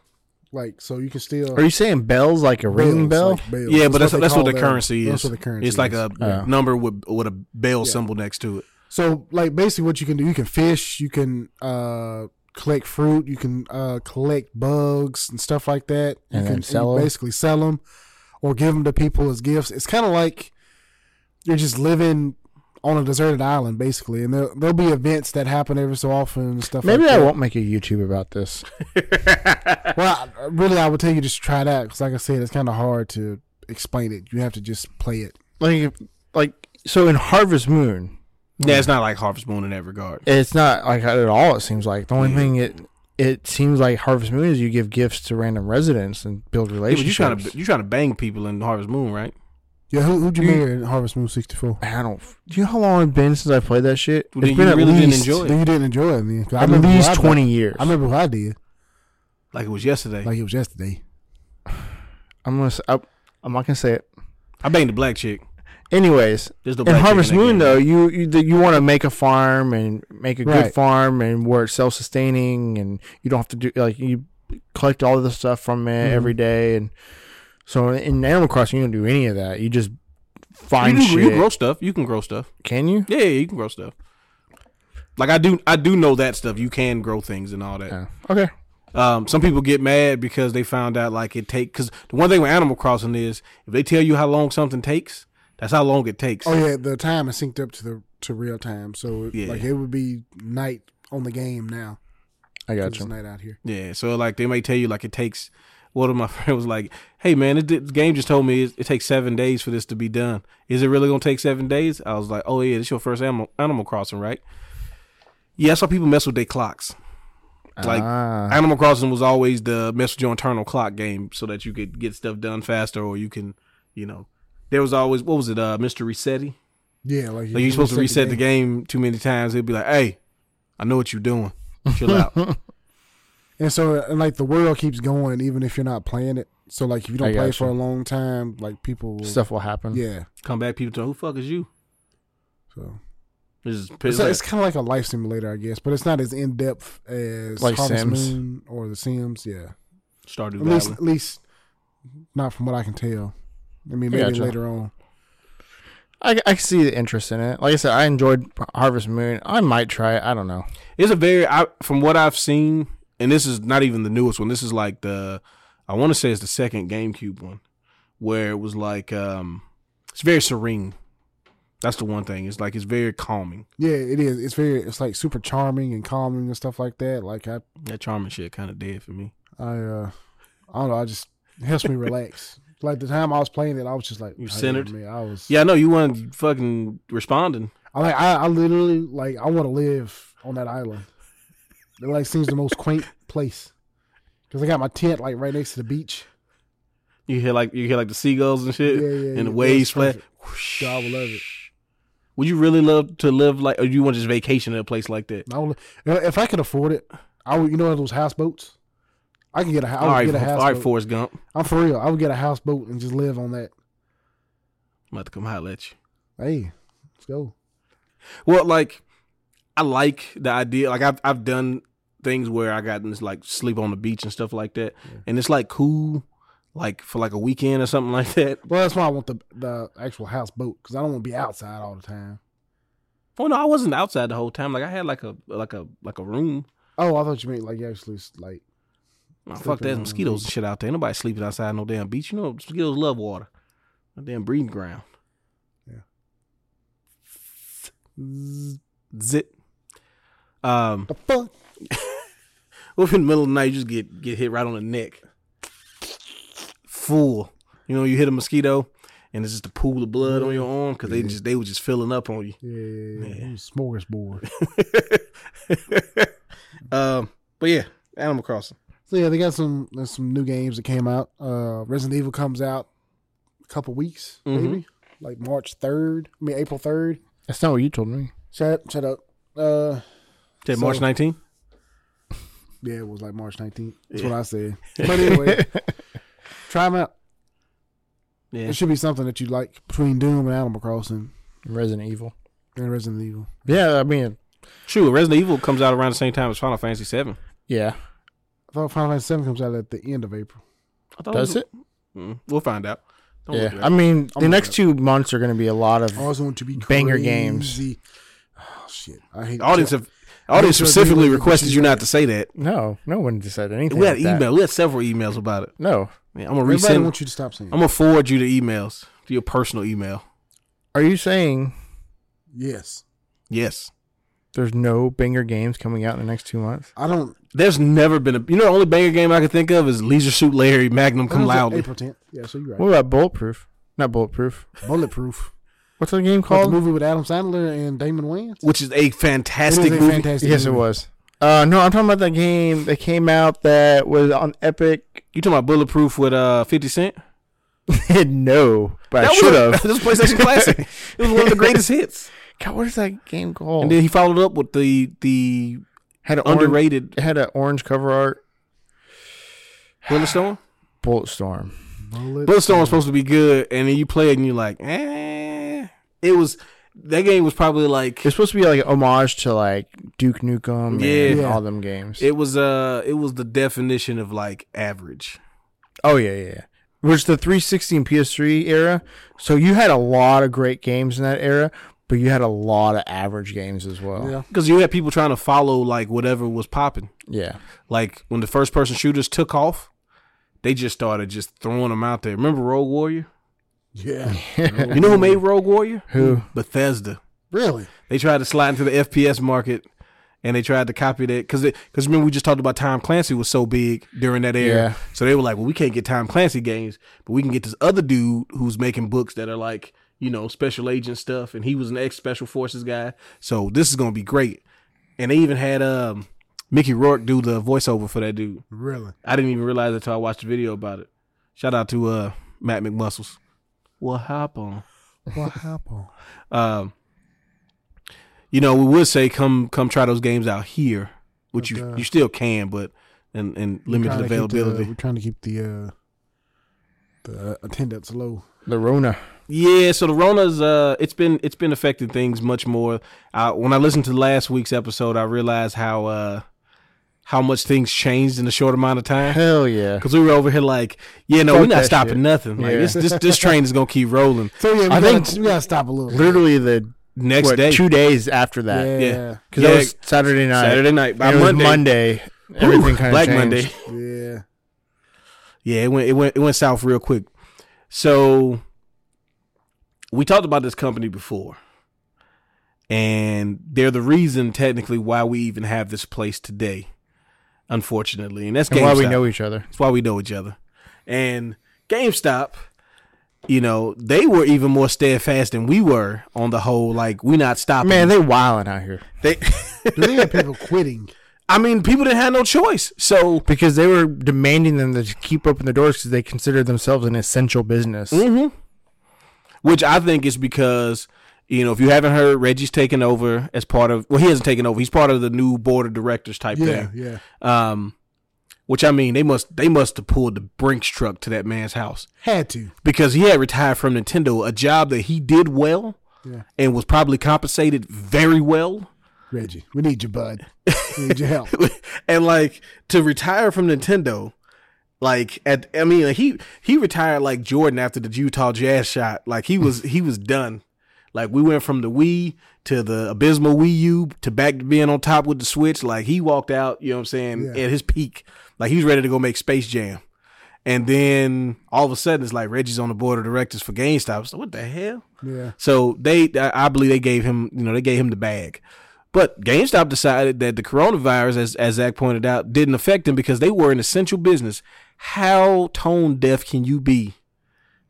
Like so, you can still Are you saying bells like a ring bell? Bells, like bells. yeah, but that's that's what, they call the their- currency is. That's what the currency It's like is. a Oh. number with with a bale symbol next to it. So like basically what you can do, you can fish, you can uh collect fruit, you can uh collect bugs and stuff like that. You And then can sell you 'em? basically sell them or give them to people as gifts. It's kind of like you're just living on a deserted island basically, and there there'll be events that happen every so often and stuff. Maybe like I that. won't make a YouTube about this. Well, I- really, I would tell you just try it out because, like I said, it's kind of hard to explain it. You have to just play it. Like, if- like so in Harvest Moon, Yeah, it's not like Harvest Moon in that regard. it's not like at all. It seems like the only Mm. thing it it seems like Harvest Moon is you give gifts to random residents and build Yeah, but you relationships. trying to you trying to bang people in Harvest Moon, right? Yeah, who, who'd you You- marry in Harvest Moon '64? I don't. Do you know how long it's been since I played that shit? Well, then It's been you at really didn't least enjoy it. Then you didn't enjoy it. Then. 'Cause I at remember who I least done- twenty years. I I'm, remember what I did. Like it was yesterday. Like it was yesterday. I'm gonna. Say, I, I'm not gonna say it. I banged the black chick. Anyways, There's no in black chick Harvest in that Moon game. though, you you, the- you want to make a farm and make a Right. good farm and where it's self sustaining and you don't have to do like you collect all of the stuff from it every day and so in Animal Crossing you don't do any of that. You just You find can, shit. you can grow stuff. You can grow stuff. Can you? Yeah, yeah, you can grow stuff. Like I do, I do know that stuff. You can grow things and all that. Yeah. Okay. Um, some people get mad because they found out like it take. Because the one thing with Animal Crossing is if they tell you how long something takes, that's how long it takes. Oh yeah, the time is synced up to the to real time, so it- Yeah. like it would be night on the game now. I 'cause got It's you. night out here. Yeah, so like they may tell you like it takes. One of my [LAUGHS] friends was like, "Hey man, it, the game just told me it, it takes seven days for this to be done. Is it really gonna take seven days?" I was like, "Oh yeah, it's your first Animal, animal Crossing, right?" Yeah, that's why people mess with their clocks. Like Ah. Uh-huh. Animal Crossing was always the mess with your internal clock game, so that you could get stuff done faster, or you can, you know, there was always what was it, uh, Mister Resetti? Yeah, like, Like you're supposed to reset the game too many times. It'd be like, "Hey, I know what you're doing. Chill out." And so, and like the world keeps going even if you're not playing it. So like if you I don't play it gotcha. for a long time, like people will, Stuff will happen. Yeah, Come back, people. Tell, Who the fuck is you? so It's just it's, it's kind of like a life simulator, I guess, but it's not as in depth as Like Harvest Sims. Moon or The Sims. Yeah, Stardew at least Valley. at least not from what I can tell. I mean, maybe I gotcha. later on. I, I see the interest in it. Like I said, I enjoyed Harvest Moon. I might try it. I don't know. It's a very, I, from what I've seen, and this is not even the newest one. This is like the, I want to say it's the second GameCube one, where it was like, um, it's very serene. That's the one thing. It's like it's very calming. Yeah, it is. It's very. It's like super charming and calming and stuff like that. Like I, That charming shit kind of dead for me. I, uh, I don't know. I just it helps me [LAUGHS] relax. Like the time I was playing it, I was just like You "Hey, centered? man," I was. Yeah, I know you weren't fucking responding. I like. I, I literally like. I want to live on that island. It like seems the most quaint place because I got my tent like right next to the beach. You hear like you hear like the seagulls and shit, Yeah, yeah, and yeah, the that's waves splash. perfect. So I would love it. Would you really love to live like, or you want to just vacation in a place like that? I would, if I could afford it, I would. You know those houseboats. I can get a. I would All right, get a all right, houseboat. Forrest Gump. I'm for real. I would get a houseboat and just live on that. I'm about to come holler at you. Hey, let's go. Well, like I like the idea. Like I've I've done things where I got this like sleep on the beach and stuff like that, and it's like cool, like for like a weekend or something [LAUGHS] like that. Well, that's why I want the the actual houseboat because I don't want to be outside all the time. Well, no, I wasn't outside the whole time. Like I had like a like a like a room. Oh, I thought you meant like you actually s- like Oh, fuck Sleeping that on the mosquitoes and shit out there. Ain't Nobody sleeping outside no damn beach. You know mosquitoes love water, a damn breeding ground. Yeah. Zit. Um, the fuck. What if in the middle of the night you just get get hit right on the neck? Fool. You know, you hit a mosquito and it's just a pool of blood on your arm because they just they were just filling up on you. [LAUGHS] Yeah, yeah, yeah. smorgasbord. um, but yeah, Animal Crossing. so yeah, they got some there's some new games that came out. Uh, Resident Evil comes out a couple weeks, Mm-hmm. maybe like March third. I mean April third. That's not what you told me. Shut up, shut up. Uh, Is that March So- 19th? yeah, it was like March nineteenth. That's Yeah. what I [LAUGHS] said. But anyway, try them out. Yeah. It should be something that you like between Doom and Animal Crossing Resident Evil. and Resident Evil. Yeah, I mean, True. Resident Evil comes out around the same time as Final Fantasy VII. yeah. I thought Final Fantasy Seven comes out at the end of April. I thought Does was- it? Mm, we'll find out. Don't Yeah. look it I up. mean, the gonna next two months are going to be a lot of. Oh, it's going to be Banger crazy. games. Oh shit! I hate The audience have, the I'm audience sure specifically they would- requested you not to say that. No, no one said anything. We had like that. email. We had several emails about it. No. Yeah, I'm gonna Everybody resend. wants you to stop saying. I'm gonna forward you the emails to your personal email. Are you saying yes, Yes. there's no banger games coming out in the next two months? I don't. There's never been a you know the only banger game I can think of is Leisure Suit Larry Magnum Come when was it? Loudly. April tenth. Yeah, so you're right. What about Bulletproof? Not Bulletproof. Bulletproof. What's the game Called the called? movie with Adam Sandler and Damon Wayans. Which is a It is fantastic a movie. fantastic Yes, it movie. was. Uh, no, I'm talking about that game that came out that was on Epic. [LAUGHS] You talking about Bulletproof with uh Fifty Cent? no, but I was should a- [LAUGHS] have. This was a PlayStation [LAUGHS] classic. It was one of the greatest hits. God, what is that game called? And then he followed up with the the had an orange- underrated it had an orange cover art. Willow Stone. Bulletstorm. Bullet. Bloodstone was supposed to be good, and then you play it and you're like, eh. It was that game was probably like It's supposed to be like an homage to like Duke Nukem and Yeah. all them games. it was uh it was the definition of like average. oh yeah, yeah, yeah. Which the 360 and PS3 era. So you had a lot of great games in that era, but you had a lot of average games as well. Yeah. Because you had people trying to follow like whatever was popping. Yeah. Like when the first person shooters took off, they just started just throwing them out there. Remember Rogue [LAUGHS] Warrior? [LAUGHS] Yeah. You know who made Rogue Warrior? Who? Bethesda. really? They tried to slide into the FPS market, and they tried to copy that because because remember we just talked about Tom Clancy was so big during that era. Yeah. So they were like, well, we can't get Tom Clancy games, but we can get this other dude who's making books that are like you know special agent stuff, and he was an ex special forces guy. So this is gonna be great. And they even had um Mickey Rourke do the voiceover for that dude. Really? I didn't even realize it until I watched the video about it. Shout out to uh Matt McMuscles. What happened? What happened? Um, you know, we would say come come try those games out here, which you Okay. you still can, but and and limited Trying to keep the- availability. we're trying to keep the uh, the attendance low. The Rona. Yeah, so the Rona's uh, it's been it's been affecting things much more. Uh, when I listened to last week's episode, I realized how uh, how much things changed in a short amount of [LAUGHS] time. Hell yeah. Because we were over here like, yeah, no, Fuck we're not that stopping shit. nothing. Like Yeah. this, this this train is gonna keep rolling. So yeah, we, I gotta, think- we gotta stop a little. bit. Literally the Next what, day, two days after that. yeah, yeah, yeah. Because Yeah, that was Saturday night. Saturday night by And it was Monday, Monday. everything kind of Black changed. Monday. yeah. Yeah, it went it went it went south real quick. So we talked about this company before. And they're the reason technically why we even have this place today, unfortunately. And that's And GameStop. why we know each other. that's why we know each other. And GameStop, you know, they were even more steadfast than we were on the whole like we not stopping. Man, they wilding out here they [LAUGHS] Do they have people quitting? I mean, people didn't have no choice. So because they were demanding them to keep open the doors because they considered themselves an essential business. Mm-hmm. Which I think is because you know if you haven't heard, Reggie's taken over as part of. Well, he hasn't taken over. He's part of the new board of directors type Yeah, thing. yeah. Um, which I mean, they must they must have pulled the Brinks truck to that man's house Had to. because he had retired from Nintendo, a job that he did well Yeah. and was probably compensated very well. Reggie, we need you, bud. We need your [LAUGHS] help. [LAUGHS] and like to retire from Nintendo, like at I mean like, he he retired like Jordan after the Utah Jazz shot. Like he was he was done. Like we went from the Wii to the abysmal Wii U to back to being on top with the Switch. Like he walked out, you know what I'm saying, Yeah. at his peak. Like he's ready to go make Space Jam. And then all of a sudden it's like Reggie's on the board of directors for GameStop. So what the hell? Yeah. So they, I I believe they gave him, you know, they gave him the bag. But GameStop decided that the coronavirus, as as Zach pointed out, didn't affect them because they were an essential business. How tone deaf can you be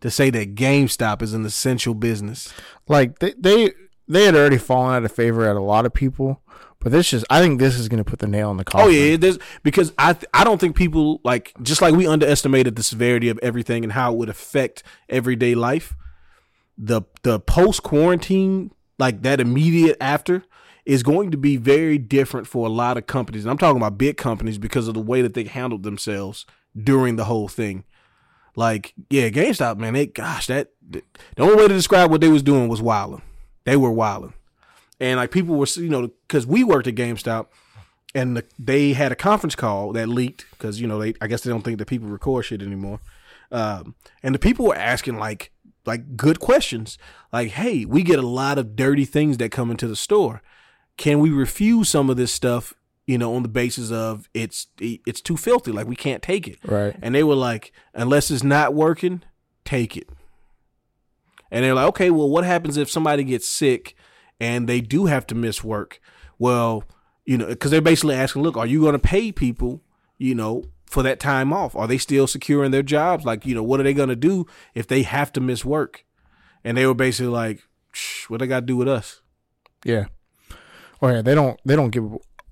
to say that GameStop is an essential business? Like they, they they had already fallen out of favor at a lot of people, but this just I think this is going to put the nail in the coffin. Oh yeah, there's because I th- I don't think people like just like we underestimated the severity of everything and how it would affect everyday life. The the post quarantine like that immediate after is going to be very different for a lot of companies. And I'm talking about big companies because of the way that they handled themselves during the whole thing. Like yeah, GameStop man, they gosh that th- the only way to describe what they was doing was wilding. They were wilding, and like people were you know because we worked at GameStop and the, they had a conference call that leaked because you know they I guess they don't think that people record shit anymore. Um, and the people were asking like like good questions like hey we get a lot of dirty things that come into the store can we refuse some of this stuff you know on the basis of it's it's too filthy like we can't take it Right. and they were like unless it's not working take it and they're like, okay, well, what happens if somebody gets sick and they do have to miss work? Well, you know, because they're basically asking, look, are you going to pay people, you know, for that time off? Are they still securing their jobs? Like, you know, what are they going to do if they have to miss work? And they were basically like, "Shh, what they got to do with us? Yeah. Oh yeah, they don't they don't give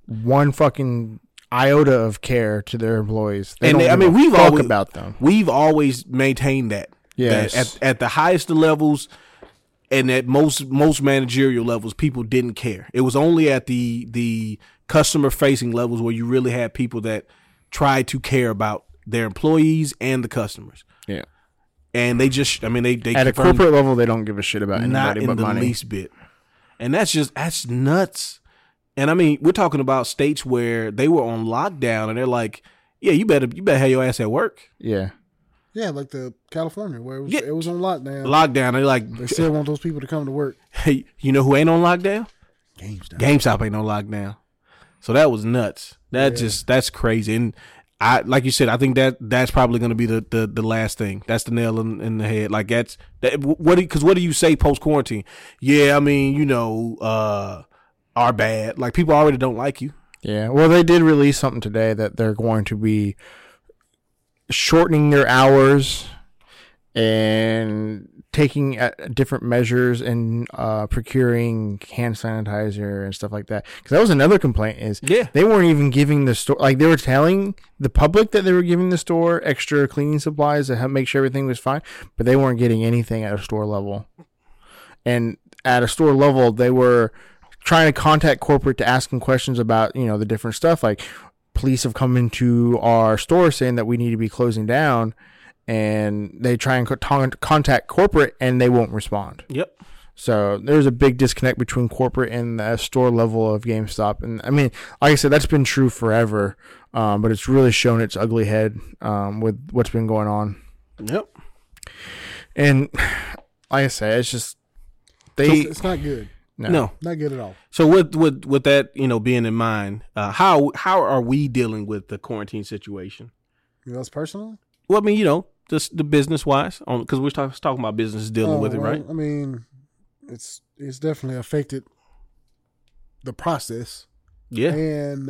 one fucking iota of care to their employees. They And don't they- I give mean, a we've fuck always- about them. We've always maintained that. Yes. That at, at the highest levels and at most most managerial levels, people didn't care. It was only at the the customer facing levels where you really had people that tried to care about their employees and the customers. Yeah. and they just I mean they they At a confirmed corporate level, they don't give a shit about not anybody in but the money. least bit, and that's just that's nuts. And I mean, we're talking about states where they were on lockdown, and they're like, "Yeah, you better you better have your ass at work." Yeah, Yeah, like the California where it was, Yeah. it was on lockdown. Lockdown. They're like, they still want those people to come to work. "Hey, you know who ain't on lockdown? Games down. GameStop ain't on lockdown." So that was nuts. That just that's crazy. And I like you said, I think that that's probably going to be the, the the last thing. That's the nail in, in the head. Like that's that. What because what do you say post quarantine? Yeah, I mean, you know, uh, are bad. Like people already don't like you. yeah. Well, they did release something today that they're going to be shortening their hours and taking uh, different measures and uh, procuring hand sanitizer and stuff like that. Because that was another complaint is Yeah. they weren't even giving the store like they were telling the public that they were giving the store extra cleaning supplies to help make sure everything was fine, but they weren't getting anything at a store level. And at a store level, they were trying to contact corporate to ask them questions about you know the different stuff like police have come into our store saying that we need to be closing down and they try and co- ton- contact corporate and they won't respond Yep. so there's a big disconnect between corporate and the store level of GameStop, and I mean, like I said, that's been true forever, um, but it's really shown its ugly head um, with what's been going on. Yep. And [SIGHS] like I said, it's just It's, they it's not good. no. No. Not good at all. So with with with that you know being in mind, uh, how how are we dealing with the quarantine situation? You know, us personally. Well, I mean, you know, just the business wise, on because we're talk, talking about businesses dealing Oh, with it, well, right? I mean, it's it's definitely affected the process Yeah, and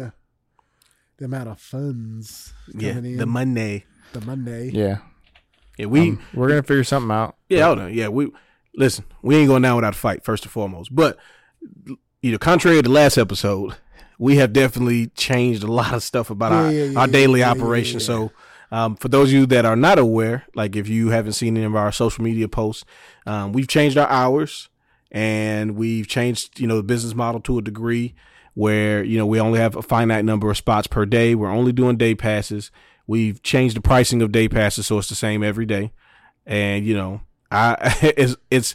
the amount of funds coming yeah. in. The money. the Monday. yeah, Yeah, we. Um, we're gonna figure something out. yeah, hold on. Yeah, we. Listen, we ain't going down without a fight, first and foremost. But you know, contrary to the last episode, we have definitely changed a lot of stuff about Yeah, our, yeah, yeah, our yeah, daily yeah, yeah, operation. yeah. So. Um, for those of you that are not aware, like if you haven't seen any of our social media posts, um, we've changed our hours and we've changed, you know, the business model to a degree where, you know, we only have a finite number of spots per day. We're only doing day passes. We've changed the pricing of day passes so it's the same every day. And, you know, I [LAUGHS] it's it's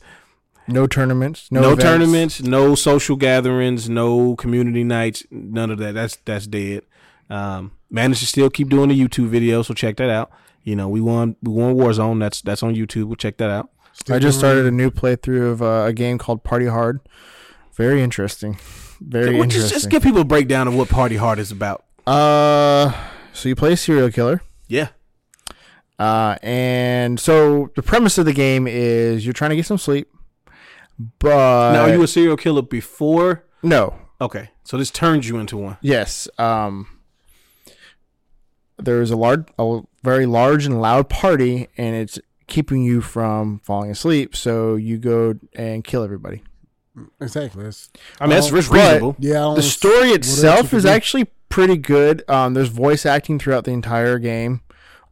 No tournaments, no, no events. tournaments, no social gatherings, no community nights, none of that. That's that's dead. Um, managed to still keep doing the YouTube video, so check that out. You know, we won we won Warzone. That's that's on YouTube. We'll check that out. I just started a new playthrough of uh, a game called Party Hard. Very interesting. Very Well, just, interesting. just give people a breakdown of what Party Hard is about. uh, so you play a serial killer. Yeah, Uh, and so the premise of the game is you're trying to get some sleep, but now are you a serial killer before? no, Okay, so this turns you into one. yes. Um, there is a large, a very large and loud party, and it's keeping you from falling asleep. So you go and kill everybody. Exactly. That's, I mean, that's, Well, that's reasonable. yeah. I don't The s- story what else you itself could is do. actually pretty good. Um, there's voice acting throughout the entire game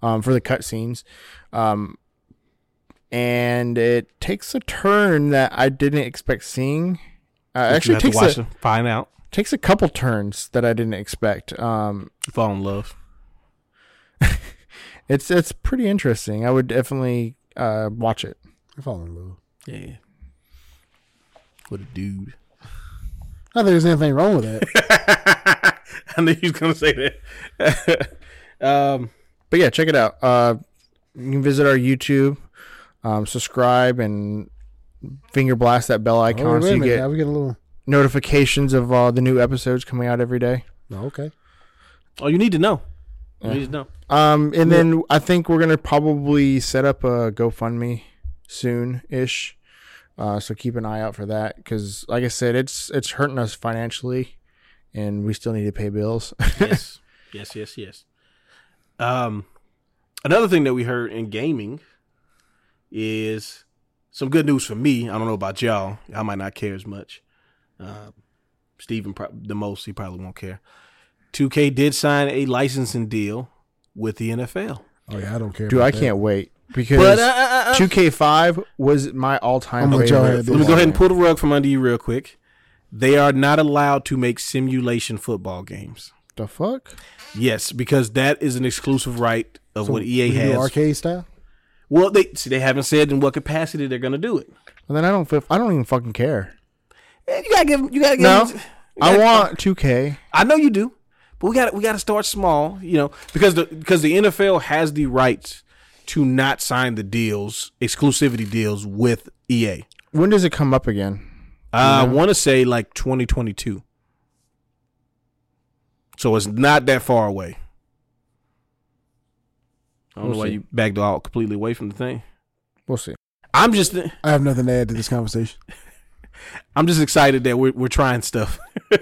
um, for the cutscenes. Um, and it takes a turn that I didn't expect seeing. But Uh, you actually, have to takes watch a, them, find out, takes a couple turns that I didn't expect. Um, fall in love. it's it's pretty interesting. I would definitely uh, watch it. I fall in love. Yeah, what a dude. I don't think there's anything wrong with that. [LAUGHS] I knew he was gonna say that. [LAUGHS] um, But yeah, check it out. Uh, you can visit our YouTube, um, subscribe, and finger blast that bell oh, icon wait so a you minute. get Now we get a little. notifications of uh, the new episodes coming out every day. No, okay. oh, you need to know. You need to know. Um, and then I think we're gonna probably set up a GoFundMe soon ish. Uh, so keep an eye out for that because, like I said, it's it's hurting us financially, and we still need to pay bills. [LAUGHS] yes, yes, yes, yes. Um, another thing that we heard in gaming is some good news for me. I don't know about y'all. I might not care as much. Uh, Steven, prob- the most, he probably won't care. 2K did sign a licensing deal with the NFL. Oh yeah, I don't care. Dude, about I that. can't wait But uh, because two K five was my all time I'm gonna let y'all favorite. have this. let me football go ahead and game. pull the rug from under you real quick. They are not allowed to make simulation football games. the fuck. Yes, because that is an exclusive right of So what EA we do has arcade style. Well, they see they haven't said in what capacity they're gonna do it. And then I don't feel. I don't even fucking care. Eh, You gotta give. 'em- You gotta give. No, 'em- I want 2K. I know you do, but we got we got to start small, you know, because the because the NFL has the rights to not sign the deals, exclusivity deals with EA. When does it come up again? I want to say like 2022. So it's not that far away. I don't know why We'll see. you backed out completely away from the thing. We'll see. I'm just I have nothing to add to this conversation. I'm just excited that we're we're trying stuff. [LAUGHS]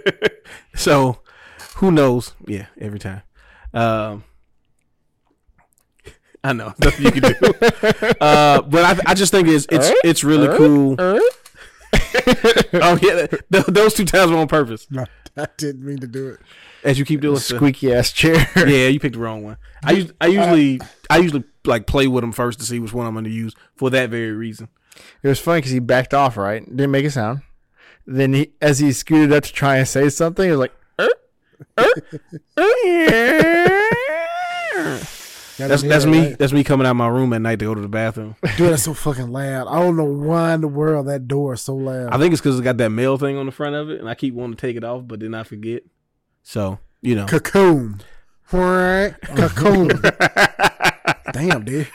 so who knows? Yeah, every time. Um, I know [LAUGHS] nothing you can do, uh, but I, I just think it's it's it's really cool. [LAUGHS] oh yeah, [LAUGHS] th- those two times were on purpose. No, [LAUGHS] I didn't mean to do it. As you keep doing stuff. Squeaky ass chair. Yeah, you picked the wrong one. I us- I usually I usually like play with them first to see which one I'm going to use for that very reason. [LAUGHS] It was funny because he backed off, right? Didn't make a sound. Then he, as he scooted up to try and say something, he was like, "Er, er, er." That's that's me that's me coming out of my room at night to go to the bathroom. Dude, that's so fucking loud. I don't know why in the world that door is so loud. I think it's because it got that mail thing on the front of it, and I keep wanting to take it off, but then I forget. So you know, Cocoon. Right? Cocoon. Damn, dude.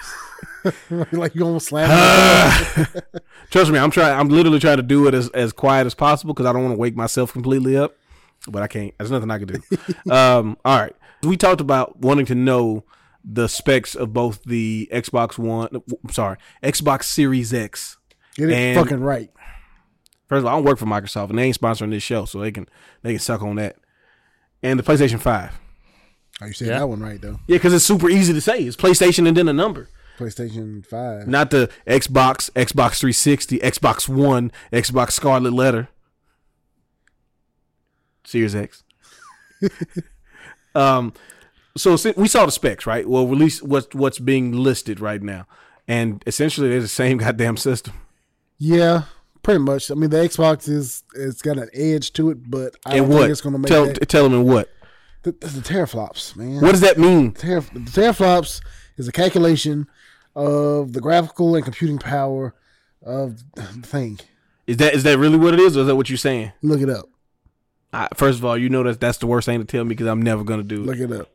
[LAUGHS] like you almost slapped [LAUGHS] trust me, I'm trying. I'm literally trying to do it as as quiet as possible because I don't want to wake myself completely up. But I can't. There's nothing I can do. um, all right, we talked about wanting to know the specs of both the Xbox One, I'm sorry, Xbox Series X. Get it And- fucking right. First of all, I don't work for Microsoft, and they ain't sponsoring this show, so they can they can suck on that. And the PlayStation Five, Oh, you said Yeah. that one right though. yeah, because it's super easy to say. It's PlayStation and then a number. PlayStation Five. not the Xbox, Xbox 360, Xbox One, Xbox Scarlet Letter, Series X. [LAUGHS] um, so si- we saw the specs, right? Well, release what's what's being listed right now, and essentially they're the same [LAUGHS] goddamn system. Yeah, pretty much. I mean, the Xbox is it's got an edge to it, but I And don't what? think it's gonna make tell that, tell them in what? the, the teraflops, man. What does that mean? Teraf- the teraflops is a calculation of the graphical and computing power of the thing. Is that is that really what it is, or is that what you're saying? Look it up. I, first of all, you know that that's the worst thing to tell me because I'm never gonna do it. Look it up.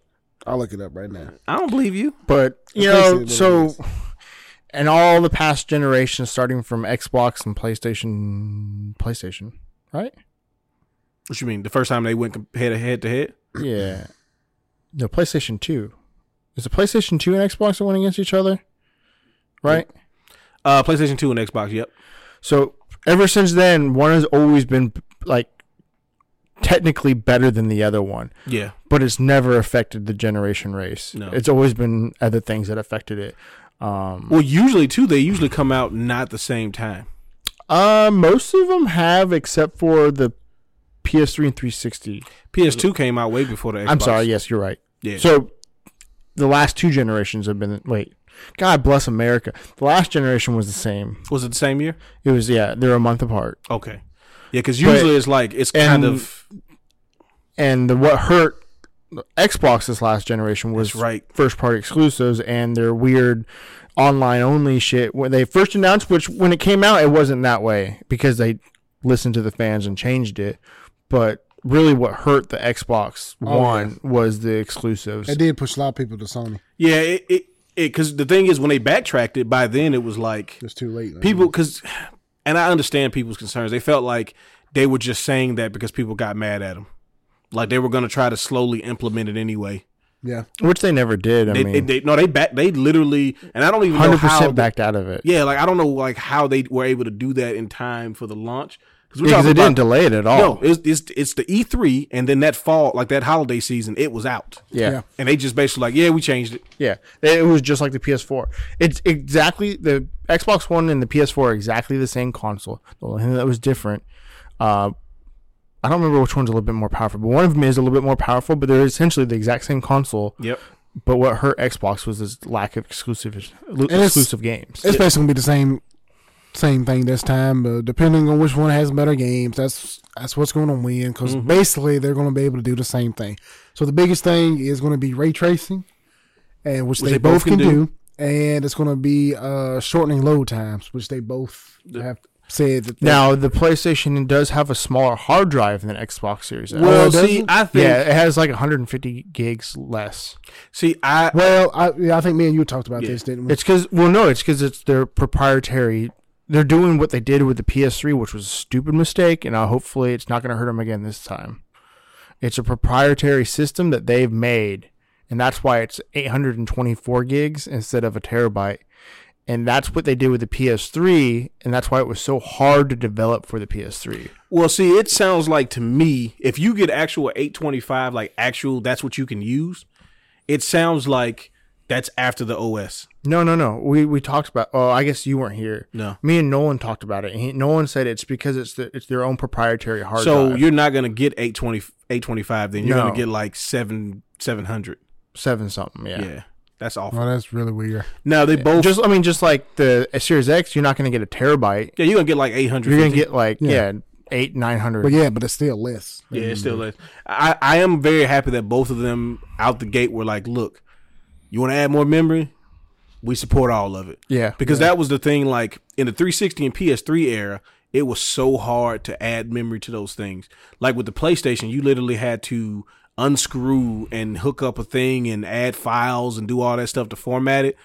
I'll look it up right now. I don't believe you. But you That's basically know, what it so is. in all the past generations, starting from Xbox and PlayStation, PlayStation, [CLEARS THROAT] right? What you mean? The first time they went com- head to head to head. Yeah. No, PlayStation Two. Is the PlayStation Two and Xbox that went against each other? Right. Uh, PlayStation Two and Xbox. Yep. So ever since then, one has always been like technically better than the other one. Yeah. but it's never affected the generation race. No. It's always been other things that affected it. Um, Well, usually too, they usually come out not the same time. uh, most of them have, except for the PS3 and 360. PS2 came out way before the Xbox. I'm sorry. Yes, you're right. Yeah. So the last two generations have been wait. God bless America. The last generation was the same. was it the same year? It was yeah, they're a month apart. Okay. Yeah, because usually it's like it's kind and- of And the, what hurt Xbox's last generation was That's right. first party exclusives and their weird online only shit when they first announced which when it came out it wasn't that way because they listened to the fans and changed it but really what hurt the xbox Oh, one was the exclusives It did push a lot of people to Sony. yeah. It it because the thing is when they backtracked it by then it was like It's too late. people because and I understand people's concerns. They felt like they were just saying that because people got mad at them. Like they were going to try to slowly implement it anyway. Yeah. which they never did i They, mean they, they no, they back they literally and I don't even know how 100% they- backed out of it Yeah, like I don't know like how they were able to do that in time for the launch we're because they talking about- didn't delay it at all No, it's, it's it's the E3, and then that fall, like that holiday season, it was out, yeah. Yeah. and they just basically like, yeah, we changed it. Yeah, it was just like the PS4. It's exactly the Xbox One and the PS4 are exactly the same console. The only thing that was different, uh, I don't remember which one's a little bit more powerful, but one of them is a little bit more powerful. But they're essentially the exact same console. Yep. But what hurt Xbox was this lack of exclusive it's- exclusive games. It's basically gonna be the same, same thing this time. But depending on which one has better games, that's that's what's going to win. Because basically, they're going to be able to do the same thing. So the biggest thing is going to be ray tracing, and which, they, both can do. and it's going to be uh, shortening load times, which they both have said that. they- Now the PlayStation does have a smaller hard drive than Xbox Series X. Well, it see, doesn't? I think yeah, it has like 150 gigs less. see, I well, I, yeah, I think me and you talked about this, Mm. didn't we? It's because well, no, it's because it's their proprietary. They're doing what they did with the PS3, which was a stupid mistake, and uh, hopefully it's not going to hurt them again this time. It's a proprietary system that they've made, and that's why it's 824 gigs instead of a terabyte. And that's what they did with the PS3, and that's why it was so hard to develop for the PS3. Well, see, it sounds like to me, if you get actual 825, like actual, that's what you can use. It sounds like that's after the OS. No, no, no. We we talked about. Oh, I guess you weren't here. No. me and Nolan talked about it. and He, Nolan said it's because it's the, it's their own proprietary hard so drive. you're not going to get 820, 825, then you're No. going to get like 7 700. seven something. Yeah. Yeah. That's awful. well, Oh, that's really weird. Now they both Just I mean, just like the Series X, you're not going to get a terabyte. Yeah, you're going to get like 800. You're going to get like yeah, Yeah. eight nine hundred. But yeah, but it's still less. Yeah, it's Mm-hmm. still less. I, I am very happy that both of them out the gate were like, look, you want to add more memory? We support all of it. Yeah. Because that was the thing, like in the 360 and PS3 era, it was so hard to add memory to those things. Like with the PlayStation, you literally had to unscrew and hook up a thing and add files and do all that stuff to format it.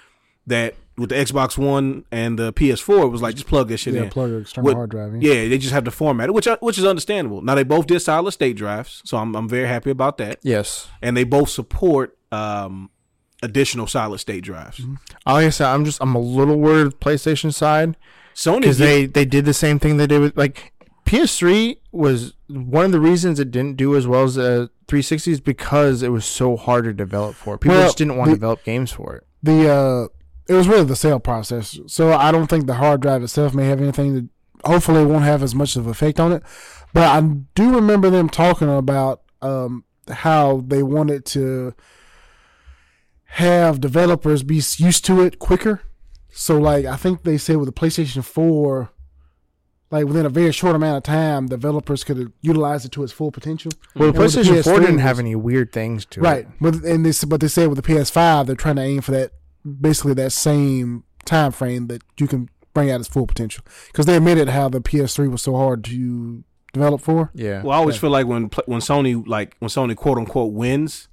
That with the Xbox One and the PS4, it was like just plug that shit Yeah, in. plug an external What- hard drive in. Yeah, they just have to format it, which which is understandable. Now they both did solid state drives, so I'm I'm very happy about that. Yes. And they both support um, additional solid state drives. Mm-hmm. Like I said, I'm just I'm a little worried with PlayStation side Sony because did- they they did the same thing they did with like PS3 was one of the reasons it didn't do as well as the 360 is because it was so hard to develop for. People Well, just didn't want to the- develop games for it. the uh it was really the sale process. So I don't think the hard drive itself may have anything to hopefully it won't have as much of effect on it. But I do remember them talking about um how they wanted to have developers be s- used to it quicker. So like I think they said with the PlayStation 4 like within a very short amount of time, developers could utilize it to its full potential. Well, And the with the PlayStation 4 PS3 didn't was- have any weird things to it. Right. But and this but they said with the PS5 they're trying to aim for that basically that same time frame that you can bring out its full potential because they admitted how the PS3 was so hard to develop for. Yeah. Well, I always feel like when pl- when Sony like when Sony quote unquote wins,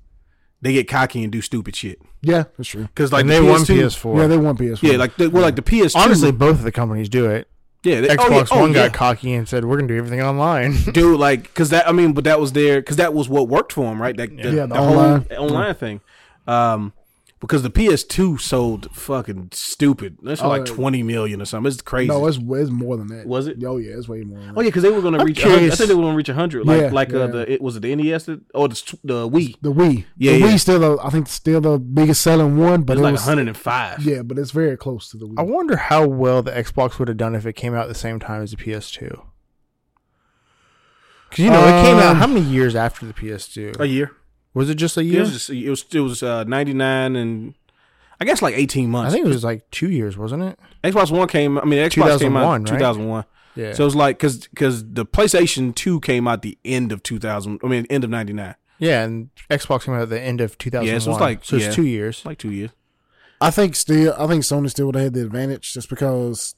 they get cocky and do stupid shit. Yeah, that's true. Because like and the they won PS2 PS4. Yeah, they want PS4. yeah, like the, well, like the PS2, Honestly, both of the companies do it. yeah, they, Xbox oh, yeah, One oh, yeah. got cocky and said, "We're gonna do everything online." [LAUGHS] dude, like because that I mean, but that was their because that was what worked for them, right? That the, Yeah, the the whole online, online. thing, um, because the PS2 sold fucking stupid. That's Oh, like yeah. twenty million or something. It's crazy. no, it's, it's more than that. Was it? Oh yeah, it's way more. Than that. Oh yeah, because they were gonna reach. 100, I curious. think they were gonna reach hundred. Like Yeah, like Uh, yeah. the it was it the NES that, or the s- the Wii. The Wii. Yeah, the yeah. Wii still the I think still the biggest selling one, but It's it like was, hundred and five. yeah, but it's very close to the I Wii. wonder how well the Xbox would have done if it came out at the same time as the PS2. Because you know it came out Um, how many years after the a PS2? year. Was it just a It year? was just, it was it was uh, ninety nine and I guess like eighteen I months. think it was like two years, wasn't it? Xbox One came. I mean, Xbox came out 2001, right? two thousand one. Yeah. So it's like because because the PlayStation Two came out the end of two thousand. I mean, end of ninety nine. yeah, and Xbox came out at the end of 2001. Yeah, so it's like- so it's yeah. two years. It's like two years. I think still I think Sony still would have had the advantage just because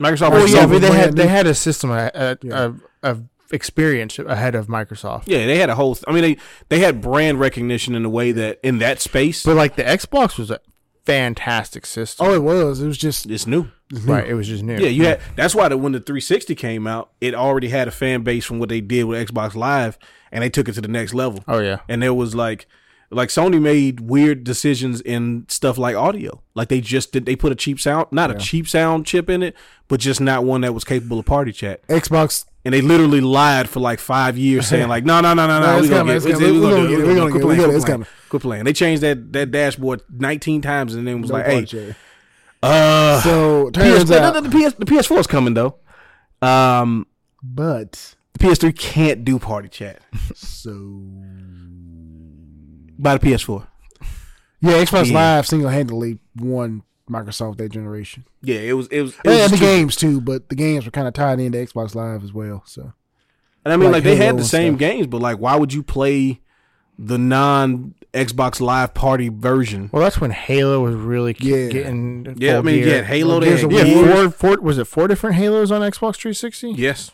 Microsoft. Well, was Oh, yeah, so- but they Microsoft had had they new- had a system a- a- Yeah. of of experience ahead of Microsoft. yeah, they had a whole. th- I mean, they they had brand recognition in a way that in that space, But like the Xbox was a fantastic system. oh it was it was just it's new. right, it was just new. Yeah, you had. That's why the, when the 360 came out, it already had a fan base from what they did with Xbox Live, and they took it to the next level. Oh yeah. and there was like like Sony made weird decisions in stuff like audio. Like they just did they put a cheap sound not a cheap sound chip in it, but just not one that was capable of party chat. Xbox And they literally lied for like five years saying like no no no no No, no it's we gonna coming, get it's it, coming, we we gonna do gonna get it, it, we we gonna quit gonna get it, we playing, gonna- quit it's playing, coming. quit playing. They changed that that dashboard nineteen times and then was no like hey party chat. uh so turns PS, no, no, out the PS the PS4 is coming though. Um, but the PS3 can't do party chat so by the PS4. Yeah, Xbox Yeah. Live single handedly won Microsoft that generation. Yeah, it was it was. It was Yeah, just the too- games too, but the games were kind of tied into Xbox Live as well. So And I mean, like, Like they Halo had the and same stuff. games, but like, why would you play the non Xbox Live Party version. Well, that's when Halo was really ki- Yeah. getting. Yeah, I full mean, gear. yeah, Halo. They Gears had of Gears. Yeah, four, four, was it four different Halos on Xbox 360? Yes,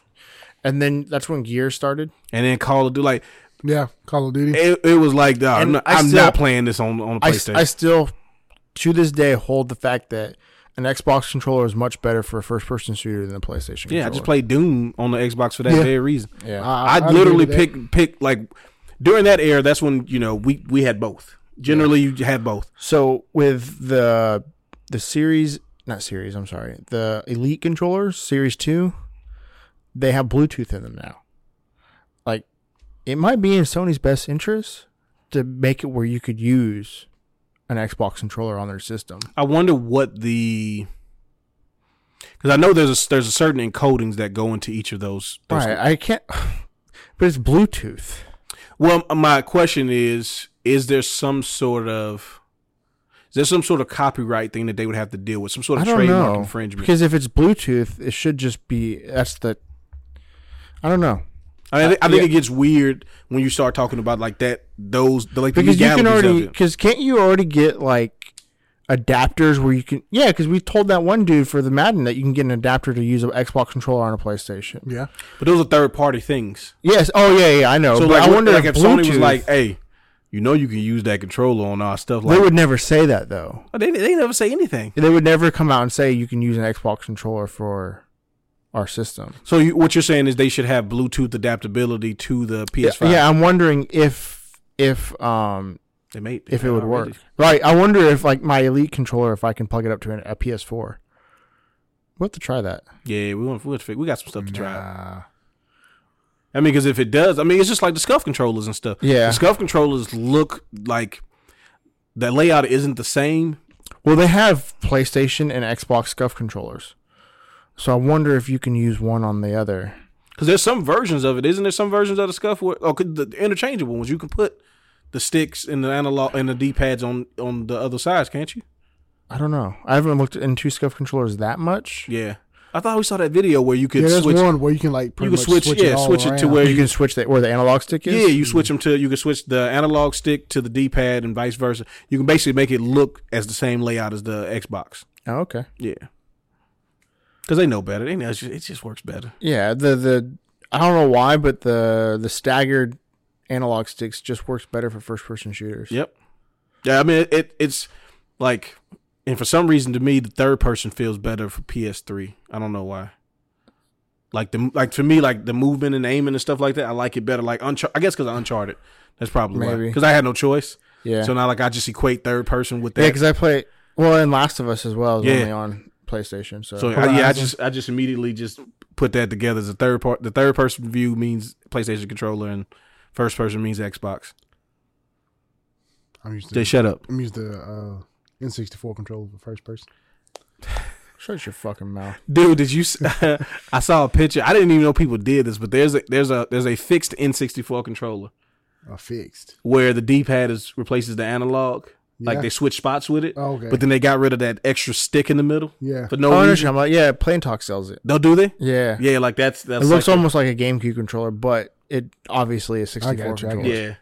And then that's when Gear started. and then Call of Duty. Like Yeah, Call of Duty. it, it was like, nah, I'm, And not, I I'm still- not playing this on on the I, PlayStation. I still, to this day, hold the fact that an Xbox controller is much better for a first person shooter than a PlayStation yeah, I controller. just played Doom on the Xbox for that Yeah. very reason. Yeah. I, agree literally with that. pick pick like during that era. That's when you know we we had both. Generally, you had both. So with the the series, not series, I'm sorry, the Elite controllers, Series Two, they have Bluetooth in them now. Like, it might be in Sony's best interest to make it where you could use an Xbox controller on their system. I wonder what the because I know there's a there's a certain encodings that go into each of those. those Right? I can't, [SIGHS] but it's Bluetooth. Well, m- my question is: Is there some sort of is there some sort of copyright thing that they would have to deal with? Some sort I of don't trademark know infringement? because if it's Bluetooth, it should just be that's the. I don't know. I, mean, I think yeah. it gets weird when you start talking about like that. Those the, like the because you can legalities of already it. because can't you already get like adapters where you can yeah because we told that one dude for the madden that you can get an adapter to use an xbox controller on a playstation Yeah. but those are third party things. yes oh yeah yeah i know So but like, i wonder like if, if Sony was Bluetooth- like, "Hey, you know, you can use that controller on our stuff." they Like would never say that though they they never say anything. they would never come out and say you can use an xbox controller for our system So you, what you're saying is they should have Bluetooth adaptability to the PS5. yeah i'm wondering if if um they made if it would work right i wonder if like my elite controller if i can plug it up to an, a ps4 we'll have to try that Yeah, we want we, want to fig- we got some stuff to try. out. Nah. I mean, because if it does, I mean, it's just like the scuff controllers and stuff. Yeah. the scuff controllers look like the layout isn't the same. Well, they have PlayStation and Xbox scuff controllers. So I wonder if you can use one on the other. Because there's some versions of it, isn't there? Some versions of the scuff where oh, 'cause the the interchangeable ones you can put the sticks and the analog and the D pads on on the other sides, can't you? I don't know. I haven't looked into scuff controllers that much. Yeah, I thought we saw that video where you could yeah, there's switch. one where you can like pretty can much switch- switch, yeah, it all switch it to around. where you can switch that where the analog stick is. Yeah, you switch them to you can switch the analog stick to the D pad and vice versa. You can basically make it look as the same layout as the Xbox. Oh, okay. Yeah, because they know better. They know it's just, it just works better. Yeah. The the I don't know why, but the the staggered analog sticks just works better for first person shooters. Yep. Yeah, I mean it, it. It's like, and for some reason to me, the third person feels better for PS3. I don't know why. Like the like for me, like the movement and aiming and stuff like that, I like it better. Like Unchar- I guess because Uncharted. That's probably why. Maybe. Because I had no choice. Yeah. So now like I just equate third person with yeah, that. because I play well and Last of Us as well is Yeah. only on PlayStation. So, so I, yeah, I just I just immediately just put that together as a third part. The third person view means PlayStation controller and. First person means Xbox. I'm used to Jay, shut up. I'm used to uh, N64 controller for first person. shut your fucking mouth. Dude, did you? s- [LAUGHS] I saw a picture. I didn't even know people did this, but there's a there's a there's a fixed N64 controller Uh, fixed. where the D-pad is replaces the analog. Like Yeah. they switch spots with it, Oh, okay. but then they got rid of that extra stick in the middle yeah. for oh, no I reason. understand. I'm like, yeah, Plain Talk sells it. No, do they? Yeah. Yeah, like that's that's it looks like almost like a GameCube controller, but it obviously is I 64 got you, I the, controller. yeah,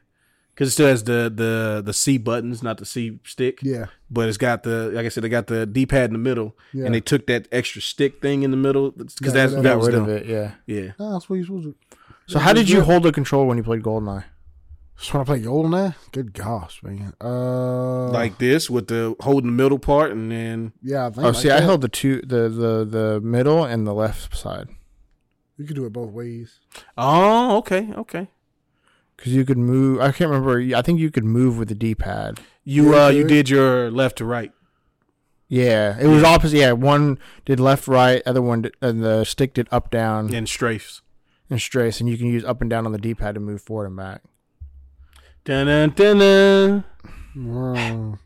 because it still has the the the C buttons, not the C stick. Yeah. but it's got the like I said, they got the D-pad in the middle, Yeah. and they took that extra stick thing in the middle because Got that's rid of that it. was Got rid done. of it, yeah. Yeah, Nah, that's what you supposed to. So how did you hold the controller when you played GoldenEye? Just when I play Goldeneye. Good gosh, man. Uh, like this with the holding the middle part, and then yeah. I think Oh, like see, I that. held the two, the the the middle and the left side You could do it both ways. oh, okay, okay. because you could move. I can't remember. I think you could move with the D pad. You Yeah, uh, you good. did your left to right. Yeah, it was opposite. Yeah, one did left, right, other one did, and the stick did up, down, and strafes. and strafe, and you can use up and down on the D pad to move forward and back. Dun, dun, dun, dun. Mm.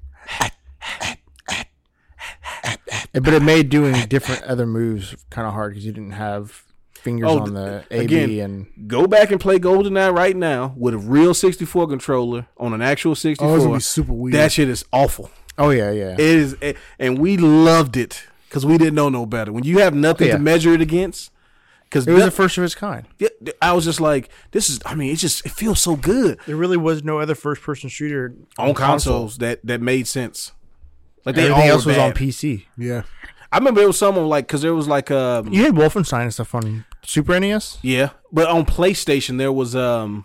But it made doing [LAUGHS] different other moves kind of hard because you didn't have fingers Oh, on the A B again, and Go back and play GoldenEye right now with a real 64 controller on an actual Oh, it's 64. gonna be super weird. that shit is awful. oh yeah, yeah. It is, it- and we loved it because we didn't know no better. When you have nothing Oh, yeah. to measure it against, because It was the first of its kind. I was just like, this is. I mean, it just it feels so good There really was no other first person shooter on consoles that that made sense. Like they Everything all else was on P- PC. Yeah. I remember it was someone like because there was like um You had Wolfenstein and stuff on Super E NES yeah, but on PlayStation there was um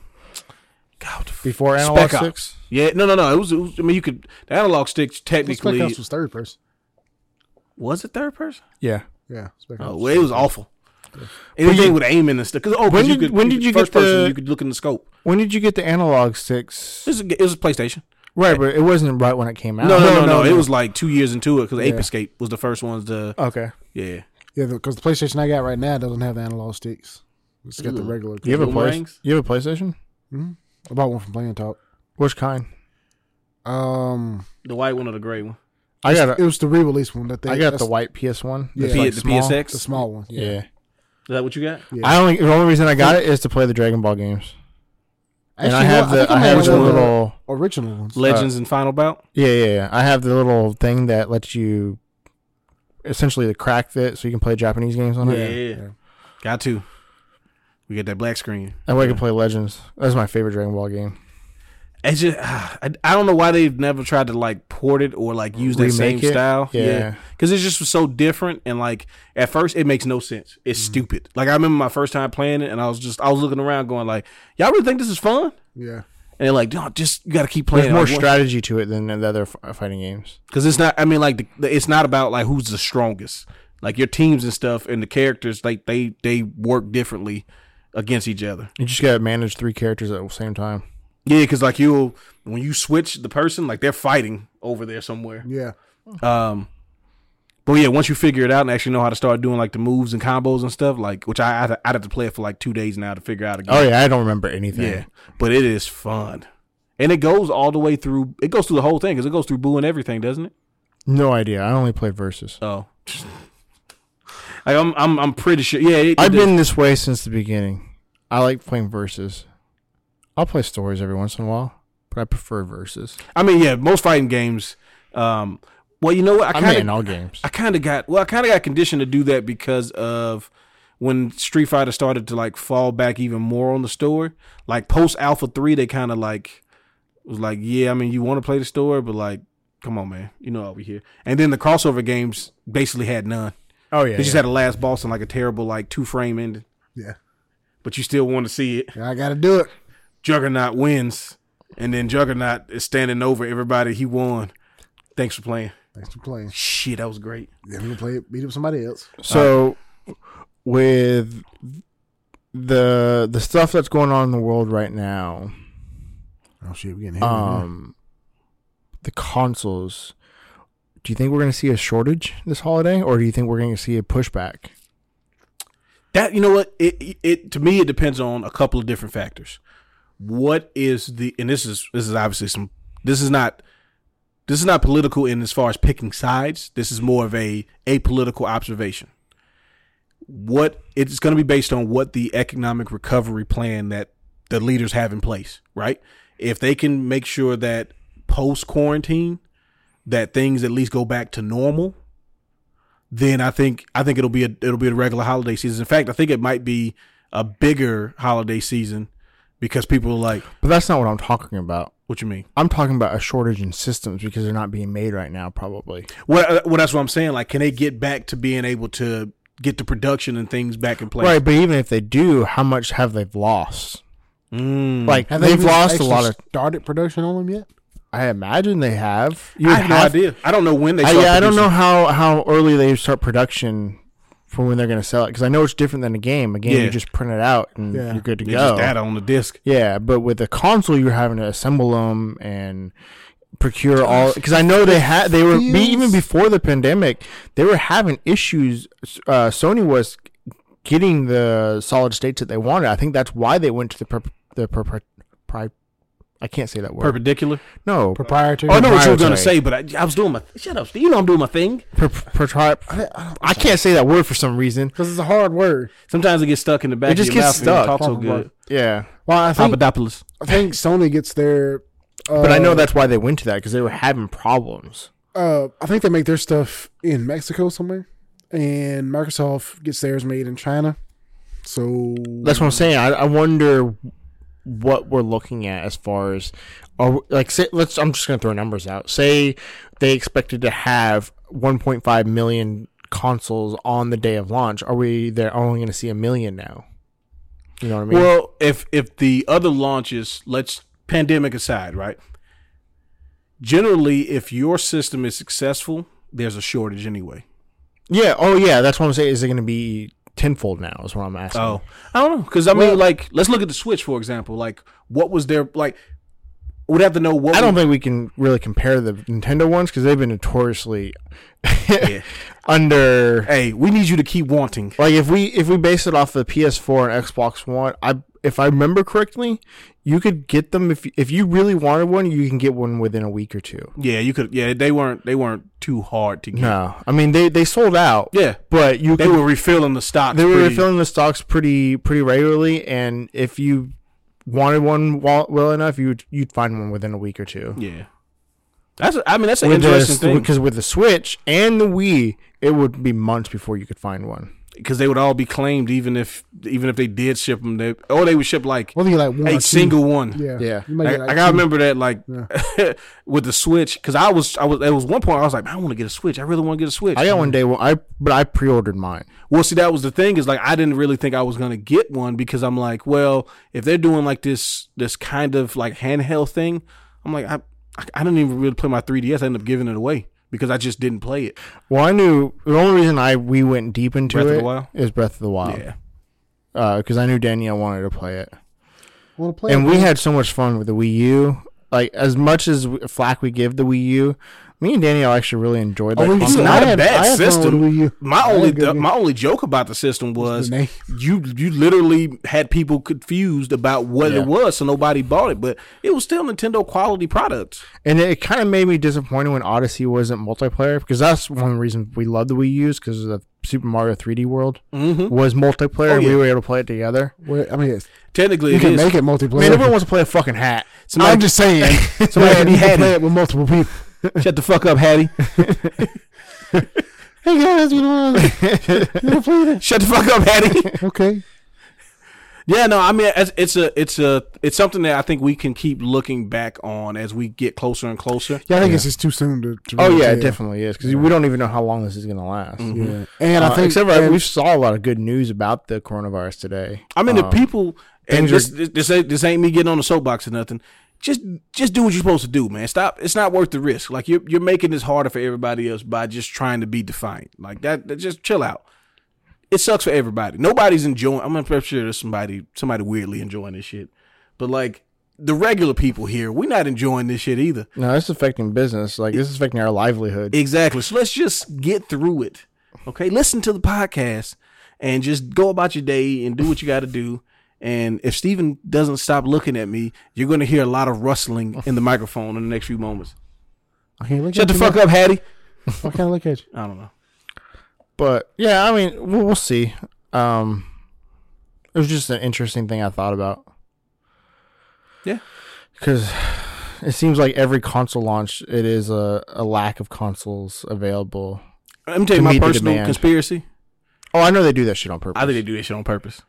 God what the f- before Analog Spec Ops. Six. Yeah, no, no, no. It was, it was. I mean, you could the analog sticks technically Spec Ops was, was third person. it third person. Yeah. Yeah. Spec Oh, Ops. well, it was awful. Anything you- with aiming and stuff. 'cause- oh, When 'cause did- when did you get first person, the- You could look in the scope. When did you get the Analog Six? This is it was PlayStation. Right, but it wasn't right when it came out. No, no, no, no. It was like two years into it because Ape Escape was the first ones to. okay. Yeah, Yeah, because the PlayStation I got right now doesn't have the analog sticks. It's got the regular. You have a play- Boomerangs? You have a PlayStation? I bought one from Playing Talk. Which kind? Um, the white one or the gray one. I got it a, was the re-release one that they. I got that's the white PS One. Yeah. The, It's P- like the small. PSX. the small one. Yeah. Yeah. Is that what you got? Yeah. I only the only reason I got it is to play the Dragon Ball games, and I Actually, have well, the I think have might the one of little original ones. Legends and Final Bout. yeah, yeah yeah I have the little thing that lets you essentially the crack fit so you can play Japanese games on it. got to. We got that black screen. That way I can play Legends. That's my favorite Dragon Ball game. It's just, [SIGHS] I, I don't know why they've never tried to like port it or like use that same Remake it? style. Yeah. because it's just so different and like at first it makes no sense. It's Mm. stupid. Like I remember my first time playing it and I was just I was looking around going like, y'all really think this is fun? Yeah. And they're like, no, just you got to keep There's playing. more Like, what- strategy to it than the other f- uh, fighting games. Because it's not. I mean, like the, the, it's not about like who's the strongest. Like your teams and stuff and the characters, like they they work differently against each other. You just gotta manage three characters at the same time. Yeah, because like you'll when you switch the person, like they're fighting over there somewhere. Yeah. Um, but yeah, once you figure it out and actually know how to start doing like the moves and combos and stuff, like which I I'd, I'd have to play it for like two days now to figure out again. Oh yeah, I don't remember anything. yeah, but it is fun, and it goes all the way through. It goes through the whole thing because it goes through Boo and everything, doesn't it? No idea. I only played Versus. Oh. Like I'm, I'm, I'm pretty sure. Yeah, it, I've it- been this way since the beginning. I like playing verses. I'll play stories every once in a while, but I prefer verses. I mean, yeah, most fighting games. Um, well, you know what? I I am kind in of, all games. I kind of got, well, I kind of got conditioned to do that because of when Street Fighter started to like fall back even more on the story. Like post Alpha Three, they kind of like was like, yeah, I mean, you want to play the story, but like, come on, man, you know why we here. And then the crossover games basically had none. oh yeah, They just had a last boss and like a terrible like two frame ending, Yeah. but you still want to see it. Yeah, I got to do it. Juggernaut wins, and then Juggernaut is standing over everybody he won. Thanks for playing. Thanks for playing. Shit, that was great. Then we can play it, beat up somebody else. so Uh, with the the stuff that's going on in the world right now, Oh shit, we getting hit. um, the consoles. Do you think we're going to see a shortage this holiday, or do you think we're going to see a pushback? That you know what it, it it to me it depends on a couple of different factors. What is the and this is this is obviously some this is not this is not political in as far as picking sides. This is more of a apolitical observation. What it's going to be based on what the economic recovery plan that the leaders have in place, right? If they can make sure that post quarantine that things at least go back to normal, then I think I think it'll be a it'll be a regular holiday season. In fact, I think it might be a bigger holiday season because people are like, But that's not what I'm talking about. "What you mean?" I'm talking about a shortage in systems because they're not being made right now, probably. Well, uh, well, that's what I'm saying. Like, can they get back to being able to get the production and things back in place? Right, but even if they do, how much have they lost? Mm. Like they've lost a lot of. started production on them yet? I imagine they have. You I would have no idea. I don't know when they. I, start yeah, I don't producing. know how how early they start production for when they're going to sell it because I know it's different than a game. A game Yeah. you just print it out and Yeah. you're good to It's go. just data on the disc. Yeah, but with a console, you're having to assemble them and procure all. Because I know they had, they were be, even before the pandemic, they were having issues. Uh, Sony was getting the solid states that they wanted. I think that's why they went to the per, the per, pri- I can't say that word. Perpendicular. no, per, Proprietary. Oh, [LAUGHS] I know what you were proprietary. gonna say, but I, I was doing my. Shut up, Steve. You know I'm doing my thing. per, per, I, can't say that word for some reason. because it's a hard word. Sometimes it gets stuck in the back. It just of your gets mouth and you stuck. Talk so good. Yeah, Well, I think Papadopoulos. I think Sony gets their. Uh, Uh, but I know that's why they went to that because they were having problems. Uh, I think they make their stuff in Mexico somewhere, and Microsoft gets theirs made in China. So That's what I'm saying. I, I wonder what we're looking at as far as are like say let's I'm just going to throw numbers out. Say they expected to have 1.5 million consoles on the day of launch. Are we they're only going to see a million now? You know what I mean? Well, if if the other launches, let's pandemic aside, right? Generally, if your system is successful, there's a shortage anyway. yeah, oh yeah, that's what I'm saying. Is it going to be tenfold now is what I'm asking. Oh, I don't know because I mean, like, let's look at the Switch for example. Like, what was their like? We'd have to know what. I don't we- think we can really compare the Nintendo ones because they've been notoriously [LAUGHS] under hey, we need you to keep wanting. Like if we if we base it off the PS4 and Xbox One, I if I remember correctly, you could get them if if you really wanted one, you can get one within a week or two. Yeah, you could. Yeah, they weren't. They weren't too hard to get. No, I mean they they sold out. Yeah, but you they could, were refilling the stock. they were filling the stocks pretty pretty regularly, and if you wanted one well, well enough, you'd you'd find one within a week or two. Yeah, that's. a- I mean, that's an With interesting the, thing because with the Switch and the Wii, it would be months before you could find one. because they would all be claimed, even if even if they did ship them, they or they would ship like whether you like one or two. a single one. Yeah, Yeah. You might I, get, like, I gotta two. remember that, like, [LAUGHS] with the Switch, because I was, I was, there was one point I was like, "Man, I want to get a Switch. I really want to get a Switch. I got one day. Well, I but I pre-ordered mine. Well, see, that was the thing is like I didn't really think I was gonna get one because I'm like, well, if they're doing like this this kind of like handheld thing, I'm like, I I, I didn't even really play my 3ds. I ended up giving it away because I just didn't play it. Well, I knew the only reason I we went deep into Breath of it the Wild? is Breath of the Wild. Yeah. because I knew Danielle wanted to play it, Wanna play and it? we had so much fun with the Wii U. Like as much as we- flack we give the Wii U, me and Danielle actually really enjoyed that. Oh, we console. did. I Not a had- bad I had fun with system. the Wii U. My I only agree. my only joke about the system was name. you you literally had people confused about what Yeah. it was, so nobody bought it. But it was still Nintendo quality products. And it kind of made me disappointed when Odyssey wasn't multiplayer because that's one reason we love the Wii U's because the Super Mario 3D World was multiplayer. Oh, and We yeah. were able to play it together. Well, I mean, it's, Technically, you it can is. make it Man, multiplayer. everyone wants to play a fucking hat. Somebody- I'm just [LAUGHS] saying, Somebody somebody can can be play Hattie. it with multiple people. Shut the fuck up, Hattie. Hey guys, you know, you play [LAUGHS] that? Shut the fuck up, Hattie. Okay, [LAUGHS] Yeah, no, I mean it's, it's a it's a it's something that I think we can keep looking back on as we get closer and closer. yeah, I think it's just too soon to. to Oh really yeah, it tell. definitely is because we don't even know how long this is gonna last. Yeah, and I Uh, think except for, and- we saw a lot of good news about the coronavirus today. I mean, the Um, people and things are- this, this this ain't, this ain't me getting on the soapbox or nothing. Just just do what you're supposed to do, man. Stop. It's not worth the risk. Like you're you're making this harder for everybody else by just trying to be defiant. Like that. that- just chill out. It sucks for everybody. Nobody's enjoying. I'm pretty sure there's somebody somebody weirdly enjoying this shit, but like the regular people here, we're not enjoying this shit either. no, it's affecting business. Like this is affecting our livelihood. Exactly. So let's just get through it. Okay. Listen to the podcast and just go about your day and do what you got to do. And if Steven doesn't stop looking at me, you're going to hear a lot of rustling in the microphone in the next few moments. I can't look Shut at the you fuck up, Hattie. now. I can't look at you. I don't know. but yeah, I mean, we'll, we'll see. Um, it was just an interesting thing I thought about. Yeah. because it seems like every console launch, it is a, a lack of consoles available. Let me tell you To my meet the personal demand. conspiracy. Oh, I know they do that shit on purpose. I think they do this shit on purpose.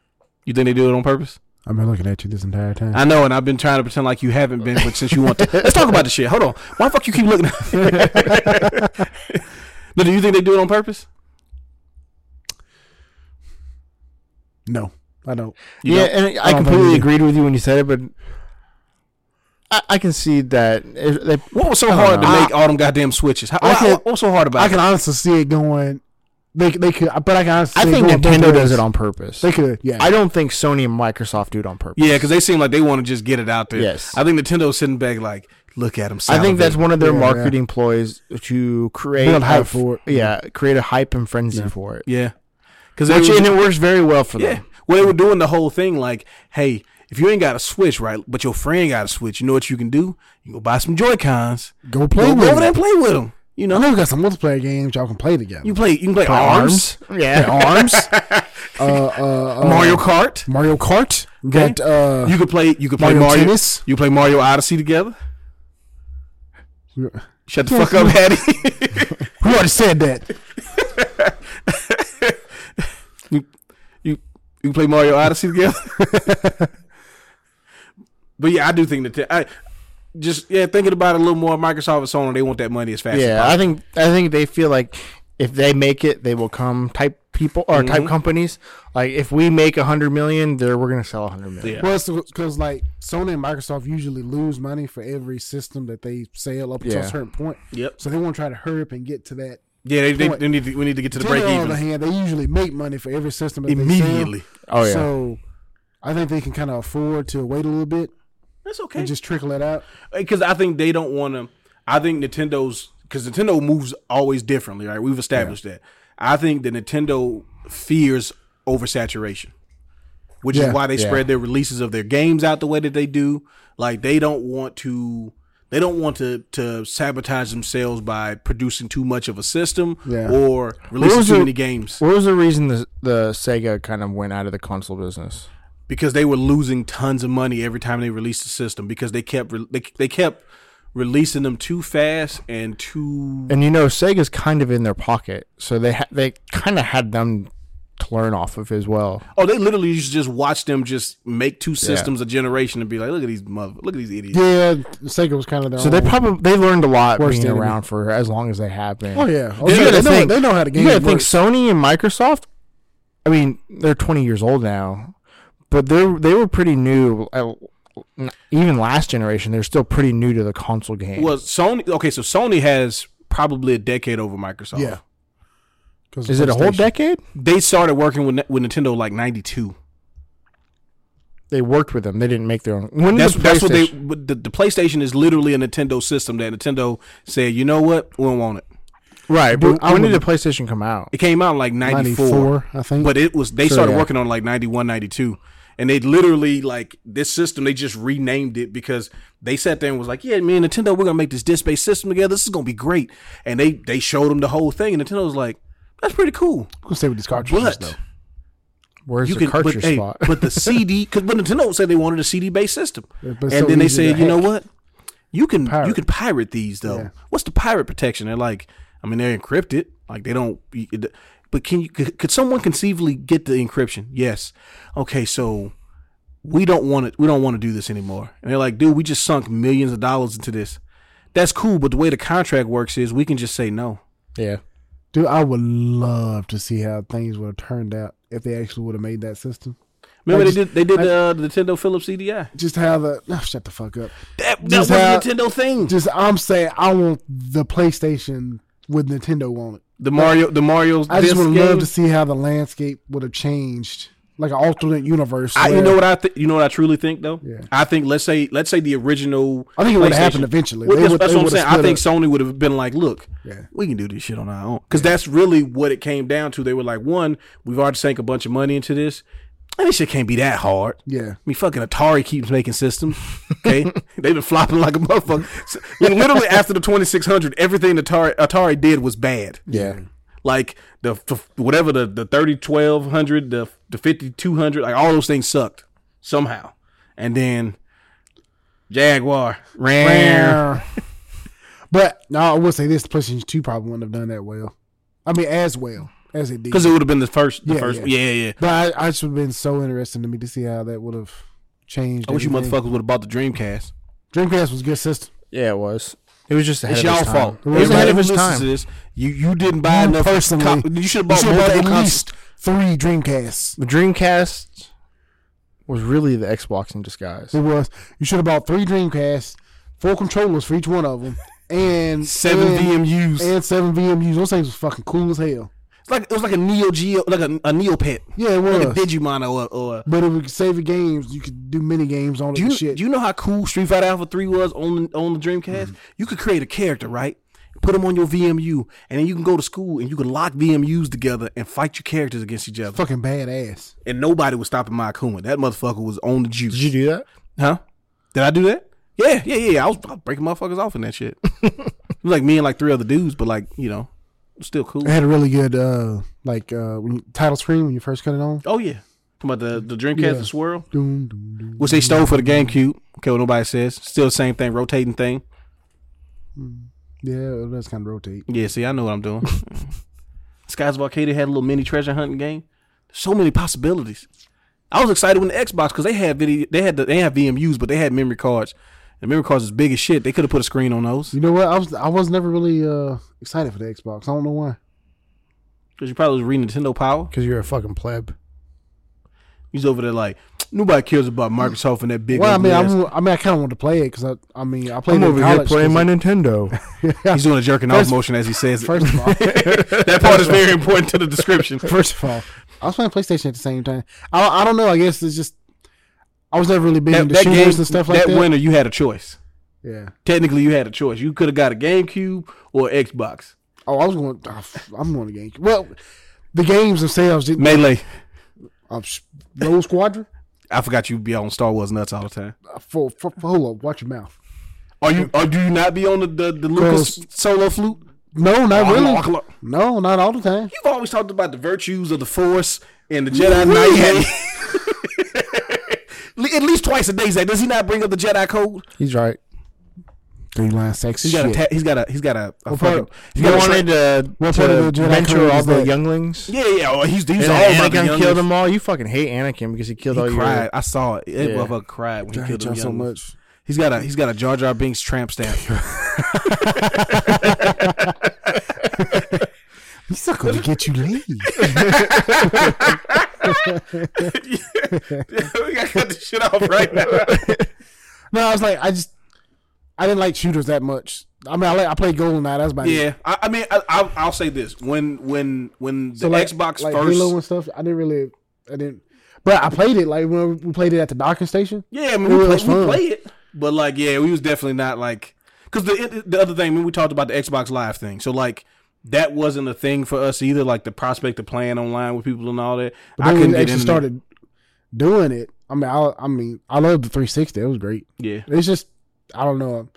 You think they do it on purpose? I've been looking at you this entire time. I know, and I've been trying to pretend like you haven't been, but since you want [LAUGHS] to, let's talk about this shit. Hold on. Why the fuck you keep looking? [LAUGHS] no, do you think they do it on purpose? no, I don't. You yeah, don't- and I I don't think completely they agreed with you when you said it, but I, I can see that if they What was so I don't hard to know. make all them goddamn switches? How, I why- can't- what's so hard about I it? can honestly see it going. They they could, but I can honestly. I see think it going both Nintendo does ways. it on purpose. They could, yeah. I don't think Sony and Microsoft do it on purpose. Yeah, because they seem like they want to just get it out there. Yes. I think Nintendo's sitting back like, look at them. I think that's one of their Yeah, marketing ploys to create Build a hype f- for it. Yeah, create a hype and frenzy for it. yeah, because Which and it works very well for yeah, them. well they were doing the whole thing like, hey, if you ain't got a Switch, right, but your friend got a Switch, you know what you can do? You go buy some Joy Cons, go go, play go with. over it. there and play with them. You I know, know we got some multiplayer games y'all can play together. you play, you can play Arms, Yeah, [LAUGHS] Arms, uh, uh, uh, Mario Kart. Mario Kart. Got uh, You could play, you could play Mario Mario. Tennis? You play Mario Odyssey together. you, Shut the fuck up, Hattie. [LAUGHS] already said that. you, you, You can play Mario Odyssey together. [LAUGHS] but yeah, I do think that te- I just yeah thinking about it a little more. Microsoft is on, they want that money as fast. as Yeah, possible. I think I think they feel like if they make it, they will come type people or type Mm-hmm. companies. Like if we make a hundred million, there we're gonna sell a hundred million. Yeah. Well, it's because like Sony and Microsoft usually lose money for every system that they sell up until Yeah. a certain point. Yep. So they want to try to hurry up and get to that. Yeah, they, they, Point. they need to, we need to get to the Nintendo, break on the other even hand, they usually make money for every system that immediately. Oh yeah. So I think they can kind of afford to wait a little bit That's okay. and just trickle it out. because I think they don't want to. I think Nintendo's because Nintendo moves always differently, right? We've established that. I think that Nintendo fears oversaturation, which Yeah, is why they yeah. spread their releases of their games out the way that they do. Like they don't want to. They don't want to, to sabotage themselves by producing too much of a system Yeah. or releasing was too the- many games what was the reason the the Sega kind of went out of the console business? because they were losing tons of money every time they released the system because they kept re- they, they kept releasing them too fast and too And you know, Sega's kind of in their pocket, so they ha- they kind of had them to learn off of as well. Oh, they literally used to just watch them just make two systems a generation and be like, look at these mother, look at these idiots. Yeah, Sega was kind of their So they own- probably they learned a lot Oh. Worst being enemy. around for as long as they have been. Oh yeah, oh, You yeah. gotta They, think- know, they know how to game. you gotta think works. Sony and Microsoft. I mean, they're 20 years old now, but they they were pretty new. uh, n- Even last generation, they're still pretty new to the console game. Well, Sony. Okay, so Sony has probably a decade over Microsoft. Yeah. 'Cause Is it a whole PlayStation. decade? they started working with with Nintendo like '92. They worked with them. They didn't make their own. When did That's the that's what they. PlayStation- but The, the PlayStation is literally a Nintendo system that Nintendo said, you know what, we don't want it. right. But Dude, I when did would- the PlayStation come out? It came out in like '94, 94, I think. but it was they Sure, started yeah. working on it like '91, '92. And they literally like this system. They just renamed it because they sat there and was like, "Yeah, man, Nintendo, we're gonna make this disc based system together. This is gonna be great." And they they showed them the whole thing, and Nintendo was like, "That's pretty cool." I'm gonna stay with these cartridges But though. Where's you the can cartridge but, hey, spot? but the CD because but Nintendo said they wanted a CD based system, Yeah, and but it's so then they easy to said, you know hack. what, you can you Pirate. can pirate these though. Yeah. What's the pirate protection? They're like, I mean, they're encrypted. Like they don't. you- it- But can you could, could someone conceivably get the encryption? Yes. Okay, so we don't want it. We don't want to do this anymore. And they're like, dude, we just sunk millions of dollars into this. That's cool, but the way the contract works is we can just say no. [LAUGHS] yeah. Dude, I would love to see how things would have turned out if they actually would have made that system. Remember Like, they did they did like- the, uh, the Nintendo Philips CDI. Just how the [SIGHS] oh, shut the fuck up. That, that was Just a how- Nintendo thing. Just I'm saying I want the PlayStation with Nintendo on it. The Mario, the Mario's. I just disc would love game. to see how the landscape would have changed, like an alternate universe. I, you where- know what I think? You know what I truly think though. Yeah. I think let's say let's say the original. I think it would've PlayStation- happened eventually. Well, They that's would- that's they what I'm would've saying. I split think Sony would have been like, "Look, Yeah. we can do this shit on our own," because that's really what it came down to. They were like, "One, we've already sank a bunch of money into this, and this shit can't be that hard." Yeah. I mean, fucking Atari keeps making [LAUGHS] systems. Okay, they've been flopping like a motherfucker. So, I mean, literally after the 2600, everything Atari Atari did was bad. Yeah. Like the, the whatever the the thirty twelve hundred the the fifty two hundred like all those things sucked somehow, and then Jaguar ran. but no, I would say this the PlayStation Two probably wouldn't have done that well. I mean, as well as it did. because it would have been the first the Yeah, first yeah. yeah yeah. yeah. But I, I just would have been so interesting to me to see how that would have changed. I wish you everything. motherfuckers would have bought the Dreamcast. Dreamcast was a good system. Yeah, it was. It was just ahead It's of y'all its time. fault. It was ahead Everybody of who its listens to time. this, you you didn't buy You enough. personally- co- you should have You bought should have multiple bought at cons- least three Dreamcasts. The Dreamcast was really the Xbox in disguise. It was you should have bought three Dreamcasts, four controllers for each one of them, and seven and, VMUs. and seven VMUs. Those things was fucking cool as hell. It's like it was like a Neo Geo, like a, a Neopet, Yeah, it like was. a Digimon or. or but it would save your games. You could do mini games on it. do and you shit. do you know how cool Street Fighter Alpha Three was on on the Dreamcast? You could create a character, right? Put them on your VMU, and then you can go to school and you can lock VMUs together and fight your characters against each other. fucking badass. And nobody was stopping my Akuma. That motherfucker was on the juice. Did you do that? Huh? Did I do that? Yeah, yeah, yeah. I was, I was breaking motherfuckers off in that shit. [LAUGHS] it was like me and like three other dudes, but like you know, still cool. It had a really good uh like uh when, title screen when you first cut it on. [LAUGHS] Oh yeah, talking about the the Dreamcast, Yeah. the swirl. Doom, doom, doom. which they stole for the GameCube. Okay, what nobody says. Still the same thing, rotating thing. Yeah, it does kind of rotate. [LAUGHS] Yeah, see, I know what I'm doing. Skies of Arcadia had a little mini treasure hunting game. So many possibilities. I was excited when the Xbox because they had video, they had the, they have VMUs, but they had memory cards. And memory cards is big as shit. They could have put a screen on those You know what? I was I was never really uh, excited for the Xbox. I don't know why. because you probably was reading Nintendo Power. because you're a fucking pleb. He's over there like nobody cares about Microsoft and that big. Well, I ugly mean, ass- I'm, I mean, I kind of wanted to play it because I, I mean, I played I'm it in over here college playing 'cause my it- Nintendo. he's doing a jerking off First- motion as he says it. [LAUGHS] First of [LAUGHS] all, that part is very important to the [LAUGHS] description. First of all, I was playing PlayStation at the same time. I, I don't know. I guess it's just I was never really big That, into that game, shooters and stuff like that that. winter, you had a choice. Yeah. Technically, you had a choice. You could have got a GameCube or Xbox Oh, I was going. ah, f- I'm going to game. Well, the games themselves. Didn't, Melee. uh, sh- Rogue Squadron. I forgot you be on Star Wars nuts all the time. Uh, For, for, for- hold up, watch your mouth. Are you? Or do you not be on the the, the Lucas solo flute? No, not Oh, really. You've No, not all the time. always talked about the virtues of the Force and the Jedi Knight. [LAUGHS] Le- At least twice a day, Zach. Does he not bring up the Jedi Code? [LAUGHS] He's right. Three line sexy He's got a. shit. Ta- he's got a. He's got a. a fucking- Part, he's you got a wanted tra- to, what part to of the Jedi venture Code all is the that? younglings. yeah, yeah. oh, he's he's And all about the Anakin youngest. killed them all. You fucking hate Anakin because he killed Oh, all He your. cried. I saw it. That Yeah. motherfucker cried when he I killed hate them y'all so young ones. much. He's got a he's got a Jar Jar Binks tramp stamp. [LAUGHS] [LAUGHS] He's not going to get you laid. we gotta cut this shit off right now. [LAUGHS] no, I was like, I just, I didn't like shooters that much. I mean, I like, I played Goldeneye. That's about it. yeah, I, I mean, I, I'll, I'll say this: when when when the So, like- Xbox like first, Halo and stuff. I didn't really, I didn't, but I played it like when we played it at the docking station. yeah, I mean, It we, was play, we fun. play it, but like, yeah, we was definitely not like because the the other thing when we talked about the Xbox Live thing, so like that wasn't a thing for us either. Like the prospect of playing online with people and all that, I But then couldn't when we get actually into started doing it. I mean, I, I mean, I love the 360. It was great. Yeah, It's just, I don't know.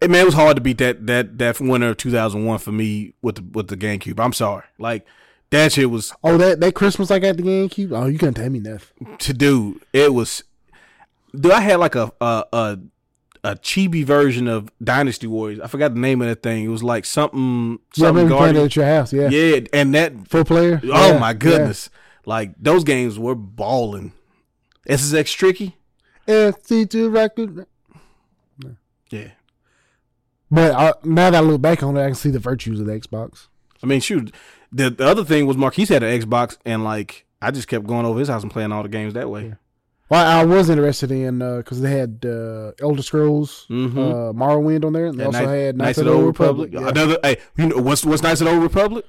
Hey, man, it was hard to beat that that that winter of two thousand one for me with the with the GameCube. I'm sorry, like that shit was Oh, that that Christmas I got the GameCube. Oh, you couldn't tell me nothing. to do. It was, dude. I had like a a a, a chibi version of Dynasty Warriors. I forgot the name of that thing. It was like something Yeah, I something remember playing that guardian. at your house. Yeah, Yeah, and that. full player. Oh Yeah, my goodness! Like those games were balling. SSX tricky. Yeah. FC2 record. Yeah. But I, now that I look back on it, I can see the virtues of the Xbox. I mean, shoot. The, the other thing was Marquise had an Xbox, and like I just kept going over his house and playing all the games that way. Well, I was interested in because they had uh, Elder Scrolls, Mhm. uh, Morrowind on there, and they That also Knight- had Knights of the Old Republic. Yeah. Another, hey, you know what's what's Knights of the Old Republic?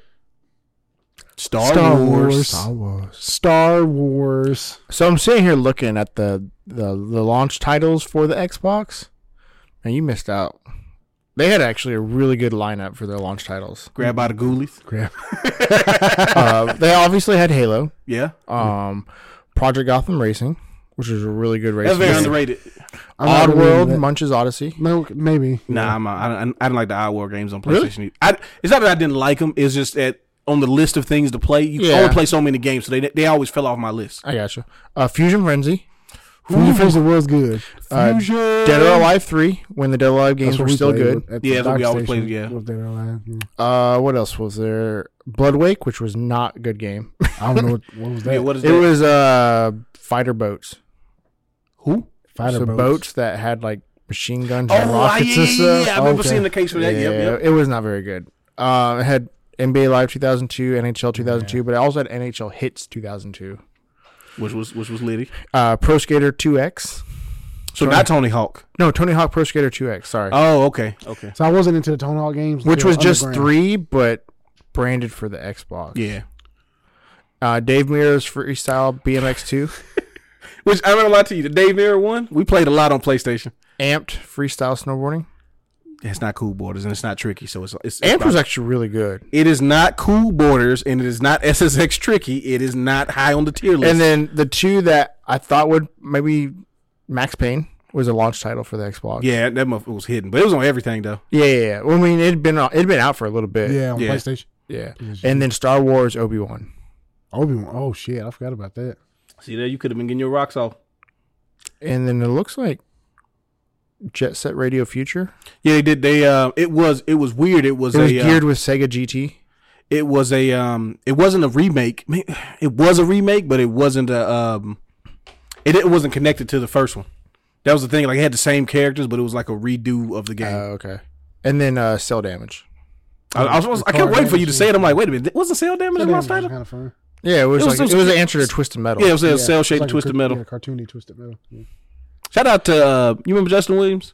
Star, Star Wars. Wars. Star Wars. So I'm sitting here looking at the, the the launch titles for the Xbox, and you missed out. They had actually a really good lineup for their launch titles. Grab by the ghoulies. Crap. uh, they obviously had Halo, Yeah, um, Project Gotham Racing, which is a really good that's racing. very game. underrated. I'm not really into Oddworld, that. Munch's Odyssey. [LAUGHS] No, maybe. Nah, I'm a, I, don't, I don't like the War games on Really? PlayStation. I, it's not that I didn't like them. It's just that on the list of things to play, you Yeah. only play so many games, so they they always fell off my list. I gotcha. Uh, Fusion Frenzy, Fusion Fusion was good. uh, Dead or Alive Three, when the Dead or Alive games what were we still played good. with- at Yeah, that's what we dock always station played, yeah. with Dead or Alive, yeah. Uh, what else was there? Bloodwake, which was not a good game. I don't know what, what was that. [LAUGHS] Yeah, what is [LAUGHS] It that? was uh fighter boats. Who? Fighter so boats. boats. that had like machine guns and oh, I, rockets yeah, and yeah, stuff. yeah. I remember Okay. seeing the case for that. Yeah, Yep, yep. it was not very good. Uh, it had NBA Live 2002, NHL 2002, but it also had NHL Hits 2002, Which was which was litty. uh, Pro Skater 2X. So not Tony Hawk. No, Tony Hawk Pro Skater 2X. Sorry, Oh, okay, okay. So I wasn't into the Tone Hall games, which until was just Underground. three, but branded for the Xbox. Yeah. Uh, Dave Mirror's Freestyle [SIGHS] BMX 2, Which I remember a lot to you. The Dave Mirror one, we played a lot on PlayStation. Amped Freestyle Snowboarding. It's not cool borders and it's not tricky, so it's it's, it's Amped was actually really good. it is not cool borders and it is not SSX tricky. It is not high on the tier list. And then the two that I thought would maybe Max Payne was a launch title for the Xbox. yeah, that motherfucker was hidden, but it was on everything though. yeah, yeah. yeah. Well, I mean, it'd been out- it'd been out for a little bit. Yeah, on Yeah. PlayStation. yeah. And then Star Wars Obi Wan. Obi Wan. Oh shit, I forgot about that. See there, you could have been getting your rocks off. And then it looks like Jet Set Radio Future. Yeah, they did. They uh, it was it was weird. It was, It was a uh, geared with Sega GT. It was a um, it wasn't a remake. I mean, It was a remake, but it wasn't a um, it, it wasn't connected to the first one. That was the thing. Like it had the same characters, but it was like a redo of the game. Oh, okay. And then uh, cell damage. I, I, was, I was- I kept waiting for you to say it. I'm like, wait a minute, wasn't cell damage in Lost Island? kind of fun. Yeah, it was, It was like those- it was an answer to Twisted Metal. Yeah, it was a cell it's shaded like a twisted car- metal. Yeah, cartoony twisted metal. Yeah. Shout out to uh, you remember Justin Williams?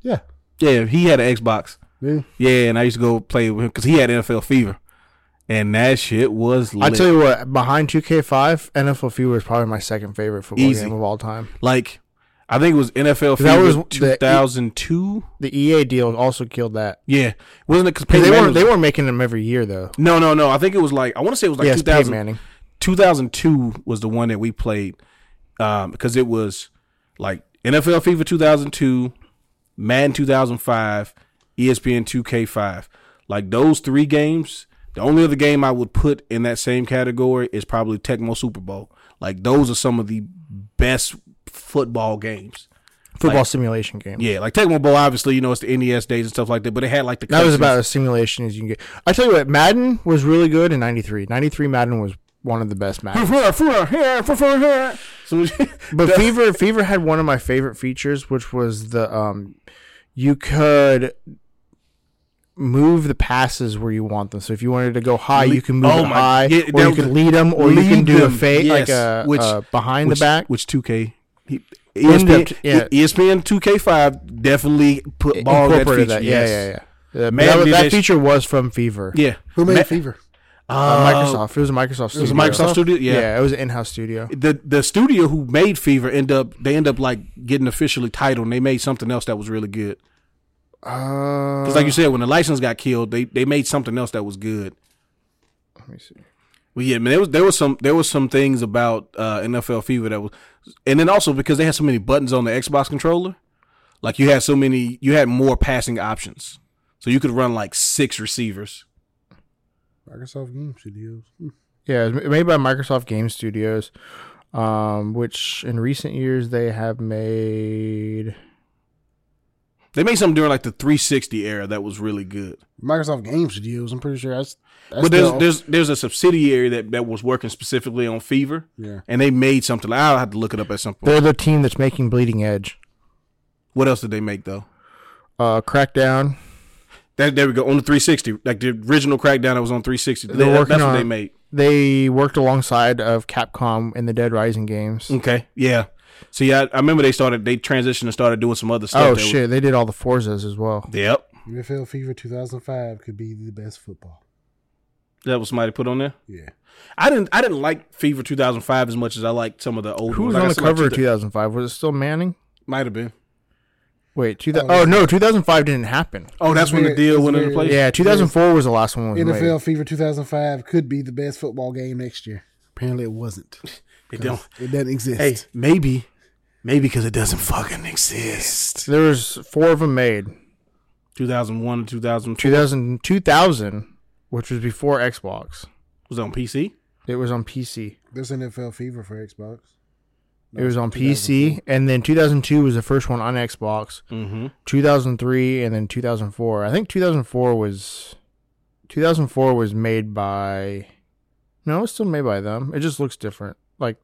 Yeah. Yeah, he had an Xbox. Really? Yeah, and I used to go play with him because he had NFL fever, and that shit was I lit. tell you what, behind 2K5, NFL Fever is probably my second favorite football Easy. game of all time. like, I think it was NFL fever That was the- e 2002. The EA deal also killed that. yeah, wasn't it? Because 'Cause Peyton they Manning was- weren't they weren't making them every year though. no, no, no. I think it was like I want to say it was like yes, Peyton 2000. Manning. 2002 was the one that we played um, because it was like NFL Fever 2002, Madden 2005, ESPN 2K5. Like those three games, the only other game I would put in that same category is probably Tecmo Super Bowl. Like those are some of the best football games. Football simulation game. Yeah, like Tecmo Bowl, obviously, you know, it's the NES days and stuff like that, but it had like the. That was cutscenes. [LAUGHS] about as simulation as you can get. I tell you what, Madden was really good in '93. '93 Madden was one of the best Madden. So- But Fever Fever had one of my favorite features, which was the um, you could move the passes where you want them. So if you wanted to go high, Le- you can move Oh my- it high, yeah, or that you was- can lead them, or you can lead do a them, fake like yes, a which- uh, behind which- the back. which 2K. He, E End up- ESPN, yeah. ESPN 2K5 definitely put ball that feature. incorporated that. Yeah, yes. yeah, yeah. Uh, Man, that, was- did that that sh- feature was from Fever. yeah, yeah. Who made Ma- Fever? Uh, Uh, Microsoft. It was a Microsoft. It was a Microsoft studio? Yeah. it was an in-house studio. The the studio who made Fever end up they end up like getting officially titled. and They made something else that was really good. Uh, Because like you said, when the license got killed, they they made something else that was good. let me see. Well, yeah, man, there was there was some there was some things about uh, NFL Fever that was, and then also because they had so many buttons on the Xbox controller, like you had so many, you had more passing options, so you could run like six receivers. Microsoft Game Studios. Hmm. Yeah, it was made by Microsoft Game Studios, um, which in recent years they have made. They made something during like the 360 era that was really good. Microsoft Game Studios. I'm pretty sure that's. that's but there's the- there's there's a subsidiary that that was working specifically on Fever, yeah. and they made something. I'll have to look it up at some point. They're the team that's making Bleeding Edge, What else did they make though? uh, Crackdown. That, there we go on the 360, like the original Crackdown that was on 360. They're They- that's working what on- they made. They worked alongside of Capcom in the Dead Rising games. Okay. Yeah. See, I, I remember they started, they transitioned and started doing some other stuff. Oh that was- shit, they did all the Forzas as well. yep. NFL Fever 2005 could be the best football. That was somebody put on there. Yeah. I didn't, I didn't like Fever 2005 as much as I liked some of the old Who ones. was Like on I the said, like cover of two- 2005? Was it still Manning? Might have been. Wait, 2000, Oh, oh, no, 2005 didn't happen. Oh, that's when the It's deal very- went it's into very- place. Yeah, 2004 was the last Oh, one. Was NFL Made. Fever 2005 could be the best football game next year. Apparently, it wasn't. [LAUGHS] It don't. It doesn't exist. Hey, maybe, maybe because it doesn't fucking exist. There was four of them made. 2001 and 2002 2000, 2000, which was before Xbox. was on PC. It was on PC. There's NFL Fever for Xbox. It was on PC, and then 2002 was the first one on Xbox. Mm-hmm. 2003, and then 2004. I think 2004 was 2004 was made by. No, it's still made by them. It just looks different. Like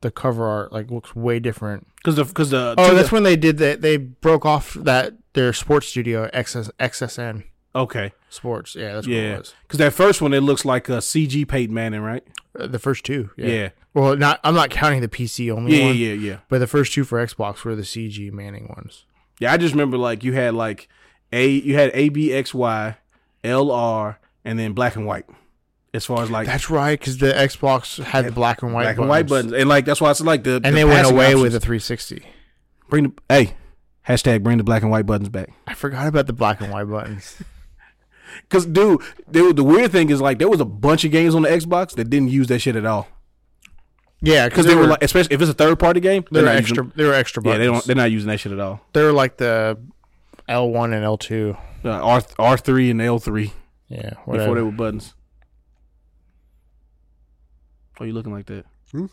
the cover art, like looks way different. Because the, because Uh, the, Oh, two- that's when they did that. They broke off that their sports studio XS, XSN okay. Sports. Yeah, that's what Yeah. it was. Because that first one, it looks like a CG Peyton Manning, right? Uh, The first two. Yeah. Yeah. Yeah. Well, not I'm not counting the PC only Yeah. one, Yeah. yeah. but the first two for Xbox were the CG Manning ones. Yeah, I just remember like you had like a you had A B X Y, L R, and then black and white. As far as like That's right, because the Xbox had the black and black white buttons, and white buttons, and like that's why it's like the and they went away with the 360. bring the hey hashtag bring the black and white buttons back. I forgot about the black and white buttons. [LAUGHS] Cause dude, dude, the weird thing is like there was a bunch of games on the Xbox that didn't use that shit at all. yeah, Cause they were like, especially if it's a third party game, they they're were not extra. Using, They were extra yeah, buttons. they don't. They're not using that shit at all. they were like the L1 and L2. Uh, R R three and L three Yeah, before they whatever. were buttons. Why you looking like that? Hmm?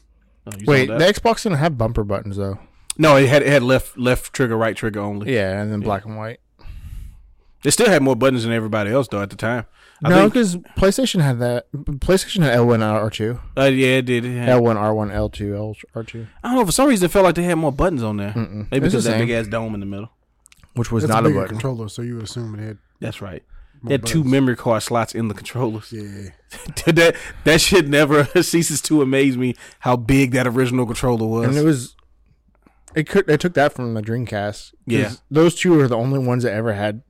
Oh, you saw Wait, that? the Xbox didn't have bumper buttons though. No, it had it had left left trigger, right trigger only. Yeah, and then black and white. They still had more buttons than everybody else though at the time. I no, think because PlayStation had that. PlayStation had L1, R2. uh, yeah, it did. It had- L1, R1, L2, L, R2. I don't know. For some reason, it felt like they had more buttons on there. Mm-mm. Maybe Mm. It's because the that same. big ass dome in the middle. Which was It's not a a bigger button. controller, so you would assume it had. That's right. more They had two buttons. memory card slots in the controllers. [LAUGHS] Yeah, that that shit never [LAUGHS] ceases to amaze me how big that original controller was. And it was. It could. They took that from the Dreamcast. 'cause Yeah. Those two are the only ones that ever had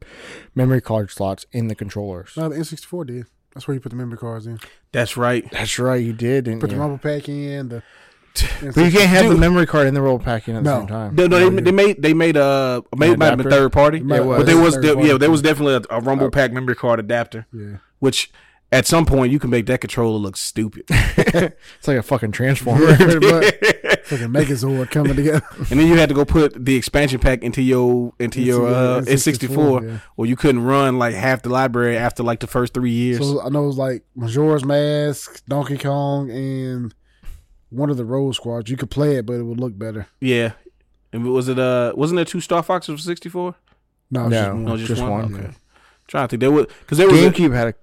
memory card slots in the controllers. no, the N64 did. That's where you put the memory cards in. That's right. That's right, you did. Didn't Put you? the rumble pack in. [LAUGHS] The But you can't have the Dude. memory card in the roll packing at the No. same time. No, no, they, they made they made uh made might have been adapter? third party. might- but was Oh. there was third de- party. yeah there was definitely a, a Rumble Pack memory card adapter, yeah. which at some point you can make that controller look stupid. It's like a fucking [LAUGHS] transformer. Pretty much. and Fucking Megazord coming together. then you had to go put the expansion pack into your into your uh, It's a- it's N64, yeah. or you couldn't run like half the library after like the first three years. So I know it was like Majora's Mask, Donkey Kong, and one of the Road Squads. You could play it, but it would look better. yeah, and was it uh wasn't there two Star Foxes for 64? No, it was just no, one. No, just, just one. one. Okay. Trying to think, there was because there was a- [LAUGHS] GameCube had a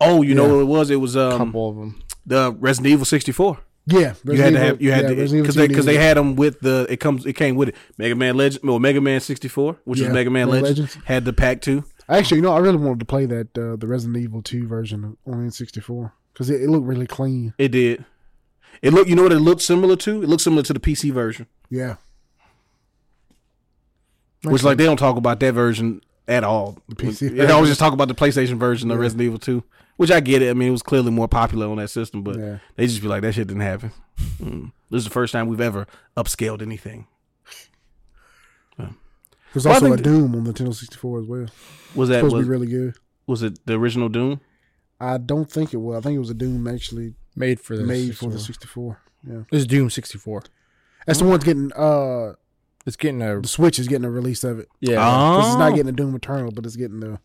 oh you know Yeah. what it was it was um couple of them. the Resident Evil 64. yeah, you had Resident to have Evil- you had yeah, to Resident Evil because 2 they needed because they it. had them with the it comes it came with it Mega Man Legend well Mega Man 64 which Yeah, is Mega Man Mega Legends, Legends. had the pack too. Actually, you know, I really wanted to play that uh, the Resident Evil 2 version on N64 because it, it looked really clean. It did. It looked you know what it looked similar to it looked similar to the PC version Yeah, which like they don't talk about that version at all. The PC they always just talk about the PlayStation version of Resident Evil 2 which I get it I mean it was clearly more popular on that system but yeah. they just be like that shit didn't happen. Mm. This is the first time we've ever upscaled anything. There's Well, I also a think- Doom on the Nintendo 64 as well. It's Was that supposed was, to be really good. was it the original Doom? I don't think it was. I think it was a Doom actually Made for the made for the 64. 64. It's Doom 64. That's the one that's getting uh It's getting a the Switch is getting a release of it. yeah. This is Oh. not getting a Doom Eternal, but it's getting the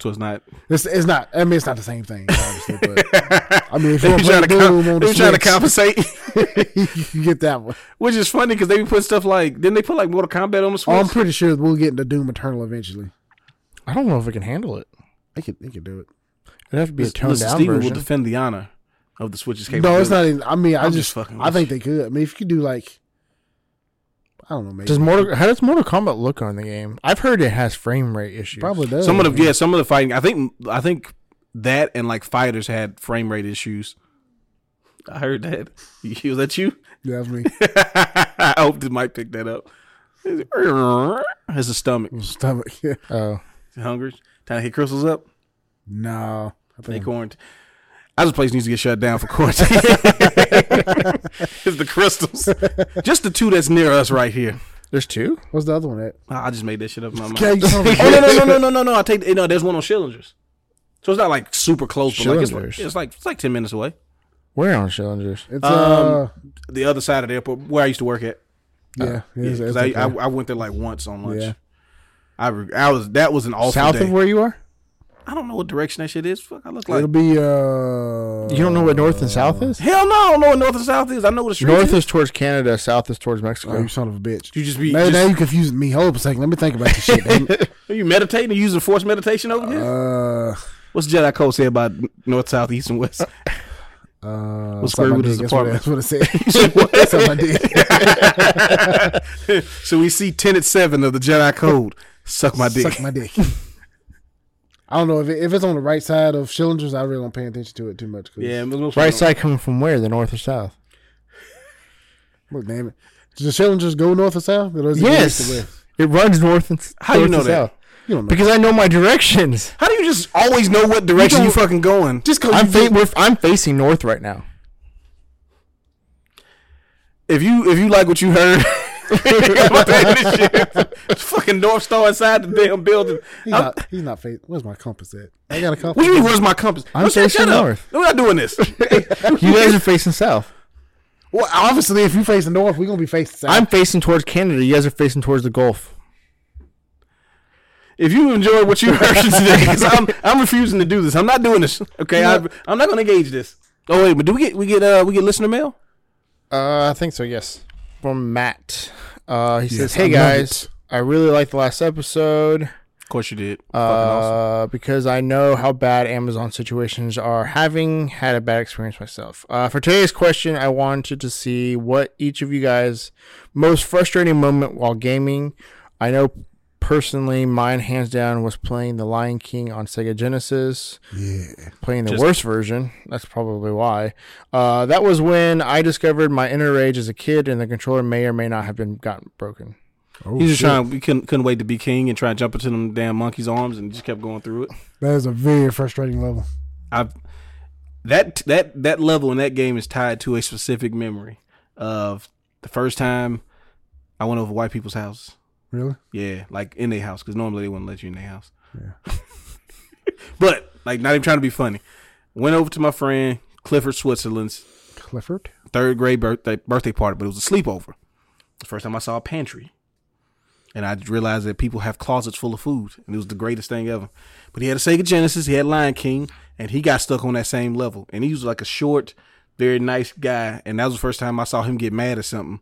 so it's [LAUGHS] not It's, it's not. I mean, it's not the same thing, obviously. [LAUGHS] But [LAUGHS] I mean, if they you were play trying to, com- Doom on they the were trying to Switch, [LAUGHS] compensate, [LAUGHS] you can get that one. which is funny because they be putting stuff like didn't they put like Mortal Kombat on the Switch? Oh, I'm pretty sure we'll get into Doom Eternal eventually. I don't know if it can handle it. They could, they could do it. It'd have to be a toned Listen, down Steven version. will defend the honor of the Switch's capability. No, it's not. Even, I mean, I I'm just, just fucking I with think you. they could. I mean, if you could do like, I don't know, maybe does Mortal how does Mortal Kombat look on the game? I've heard it has frame rate issues. probably does. Some of the yeah, some of the fighting. I think I think that and like fighters had frame rate issues. I heard that. [LAUGHS] Was that you? [LAUGHS] [LAUGHS] yeah, I [LAUGHS] mean, I hope the mic picked that up. Has a stomach stomach. Yeah. Oh, hungry, trying to hit crystals up. No, I They think quarantine. I just place needs to get shut down for [LAUGHS] quarantine. it's the crystals, just the two that's near us right here. there's two. what's the other one [LAUGHS] at? I just made that shit up in my mind. Yeah, you son of a- oh no no no no no no no! I take you know there's one on Schillinger's, so it's not like super close, but like it's, like Schillinger's. it's like it's like ten minutes away. Where on cylinders? It's uh, The other side of the airport where I used to work at. yeah, yeah, it's, Uh, Yeah, 'cause it's I, okay. I I went there like once on lunch. Yeah. I re- I was that was an awful South day. of where you are? I don't know what direction that shit is. Fuck, I look It'll like be uh, You don't know what north and south is? hell no. I don't know what north and south is. I know what the street North is. is towards Canada, south is towards Oh, Mexico. you son of a bitch! You just be now, just, now you confusing me. Hold up a second. Let me think about this [LAUGHS] shit. damn it. Are you meditating? Are you using forced meditation over here? uh, What's Jedi Code say about north, south, east, and west? uh, What's suck square my root of his dick. That's what I- apartment? That's what I [LAUGHS] said. [LAUGHS] That's what I did. [LAUGHS] so we see tenet seven of the Jedi Code. Suck [LAUGHS] my dick. Suck my dick. I don't know if, it, if it's on the right side of Schillinger's. I really don't pay attention to it too much. 'cause- yeah, most- most Right people side coming from where? The north or south? Look, damn it. Does the Schillingers go north or south? Or does it go east or Yes. west? It runs north and s- How you north know and that? south. You don't know. Because I know my directions. don't- How do you just always know what direction you, You don't- fucking going? Just because I'm fa- we're, I'm facing north right now. If you if you like what you heard, [LAUGHS] about that shit, it's fucking North Star inside the damn building. he's I'm- not, he's not faith. Where's my compass at? I got a what compass. do you mean? Where's my compass? I'm No, shut- facing shut up. north. We're not doing this. [LAUGHS] You guys are facing south. Well, obviously, if you face the north, we're gonna be facing south. I'm facing towards Canada. You guys are facing towards the Gulf. if you enjoyed what you heard today, 'cause I'm I'm refusing to do this. I'm not doing this. Okay, I, I'm not going to engage this. Oh wait, but do we get we get uh we get listener mail? Uh, I think so. Yes, from Matt. Uh, he Yes, says, "Hey I love guys, I really liked the last episode. course you did. Fucking Uh, awesome. Because I know how bad Amazon situations are. Having had a bad experience myself. Uh, for today's question, I wanted to see what each of you guys' most frustrating moment while gaming. I know personally, mine hands down was playing The Lion King on Sega Genesis Yeah. playing the Just- worst version. That's probably why. Uh, that was when I discovered my inner rage as a kid, and the controller may or may not have been gotten broken. Oh, He's just shit. trying. We couldn't couldn't wait to be king and try to jump into them damn monkey's arms and just kept going through it. That is a very frustrating level. I that that that level in that game is tied to a specific memory of the first time I went over white people's house. Really? Yeah, like in their house because normally they wouldn't let you in their house. Yeah. [LAUGHS] But like, not even trying to be funny. Went over to my friend Clifford Switzerland's Clifford? third grade birthday birthday party, but it was a sleepover. The first time I saw a pantry, and I realized that people have closets full of food, and it was the greatest thing ever. But he had a Sega Genesis, he had Lion King, and he got stuck on that same level. And he was like a short, very nice guy, and that was the first time I saw him get mad at something,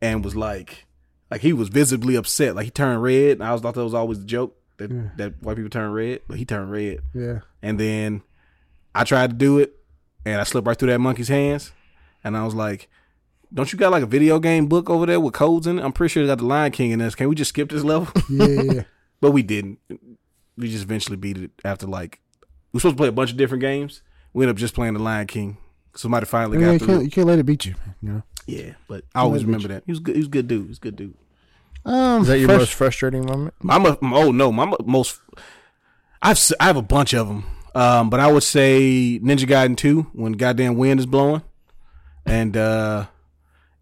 and was like, like he was visibly upset, like he turned red, and I was thought that was always a joke that Yeah. that white people turn red, but he turned red. Yeah. And then I tried to do it and I slipped right through that monkey's hands. And I was like, don't you got like a video game book over there with codes in it? I'm pretty sure it got the Lion King in this. Can we just skip this level? [LAUGHS] Yeah, yeah, [LAUGHS] yeah. but we didn't. We just eventually beat it after like, we were supposed to play a bunch of different games. We ended up just playing the Lion King. Somebody finally Yeah, you, got through. can't, it. you can't let it beat you, man, you know? Yeah, but I always Yeah, remember that. He was good. He was a good dude. He was a good dude. Um, Is that your first- most frustrating moment? My mo- oh no, my mo- most I've s- I have a bunch of them, um, but I would say Ninja Gaiden two when goddamn wind is blowing, and uh,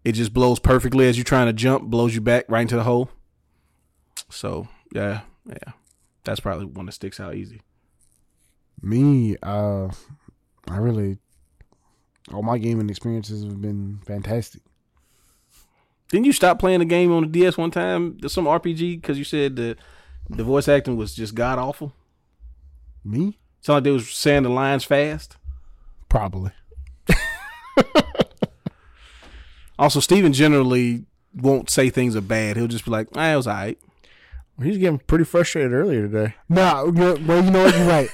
it just blows perfectly as you're trying to jump, blows you back right into the hole. So yeah, yeah, that's probably one that sticks out easy. Me, uh, I really, all my gaming experiences have been fantastic. Didn't you stop playing the game on the DS one time, some RPG, because you said the the voice acting was just god awful? Me? Sounded like they was saying the lines fast. Probably. Also, Steven generally won't say things are bad. He'll just be like, "I was alright." Well, He's getting pretty frustrated earlier today. Nah, well, well, you know what? You're [LAUGHS] right.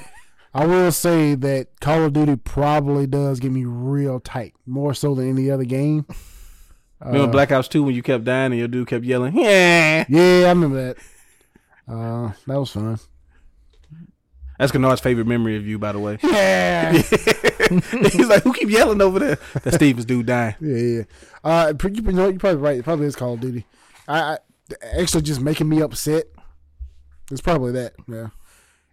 I will say that Call of Duty probably does get me real tight, more so than any other game. Remember Uh, Black Ops Two when you kept dying and your dude kept yelling, "Yeah." Yeah, I remember that. Uh, that was fun. That's Kennard's favorite memory of you, by the way. [LAUGHS] Yeah, He's like, "Who keep yelling over there?" That's Steven's dude dying. yeah, yeah. Uh, pre- you know, what? you're probably right. It probably is Call of Duty. I, I actually just making me upset. It's probably that. Yeah.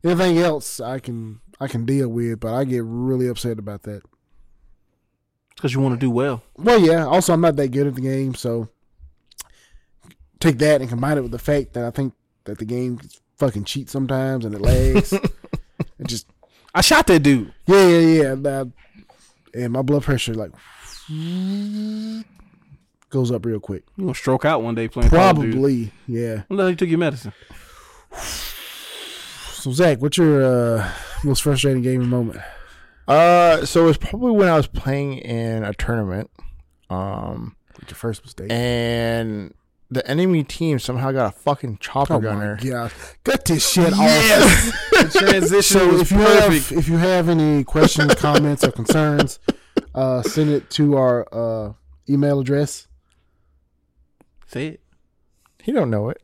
Anything else I can I can deal with, but I get really upset about that. Because you want to do well. Well, yeah. Also, I'm not that good at the game, so take that and combine it with the fact that I think that the game fucking cheats sometimes and it lags. it just I shot that dude. yeah, yeah, yeah. And, I- and my blood pressure like goes up real quick. You gonna stroke out one day playing? Probably. Probably, yeah. Unless you took your medicine. So Zach, what's your uh, most frustrating gaming moment? Uh, so it was probably when I was playing in a tournament. Um, What's your first mistake? and the enemy team somehow got a fucking chopper oh gunner. my gosh, cut this shit off. Yes. [LAUGHS] The transition So was if you perfect. have if you have any questions, comments, or concerns, uh, send it to our uh, email address. [LAUGHS] Say it. he don't know it.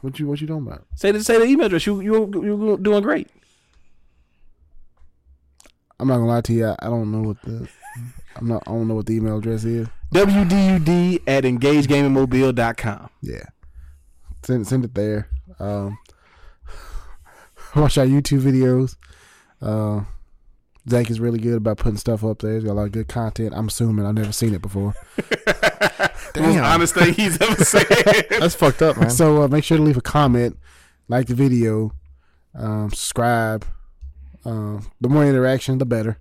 What you what you talking about? Say the say the email address. You you you doing great. I'm not gonna lie to you. I, I don't know what the I'm not I don't know what the email address is. WDUD at engagegamingmobile.com. Yeah, send send it there. Um, [SIGHS] watch our YouTube videos. Uh, Zach is really good about putting stuff up there. He's got a lot of good content. I'm assuming I've never seen it before. Most honest thing he's ever said. [LAUGHS] That's fucked up, [LAUGHS] man. So uh, make sure to leave a comment, like the video, um, subscribe. Um, the more interaction, the better.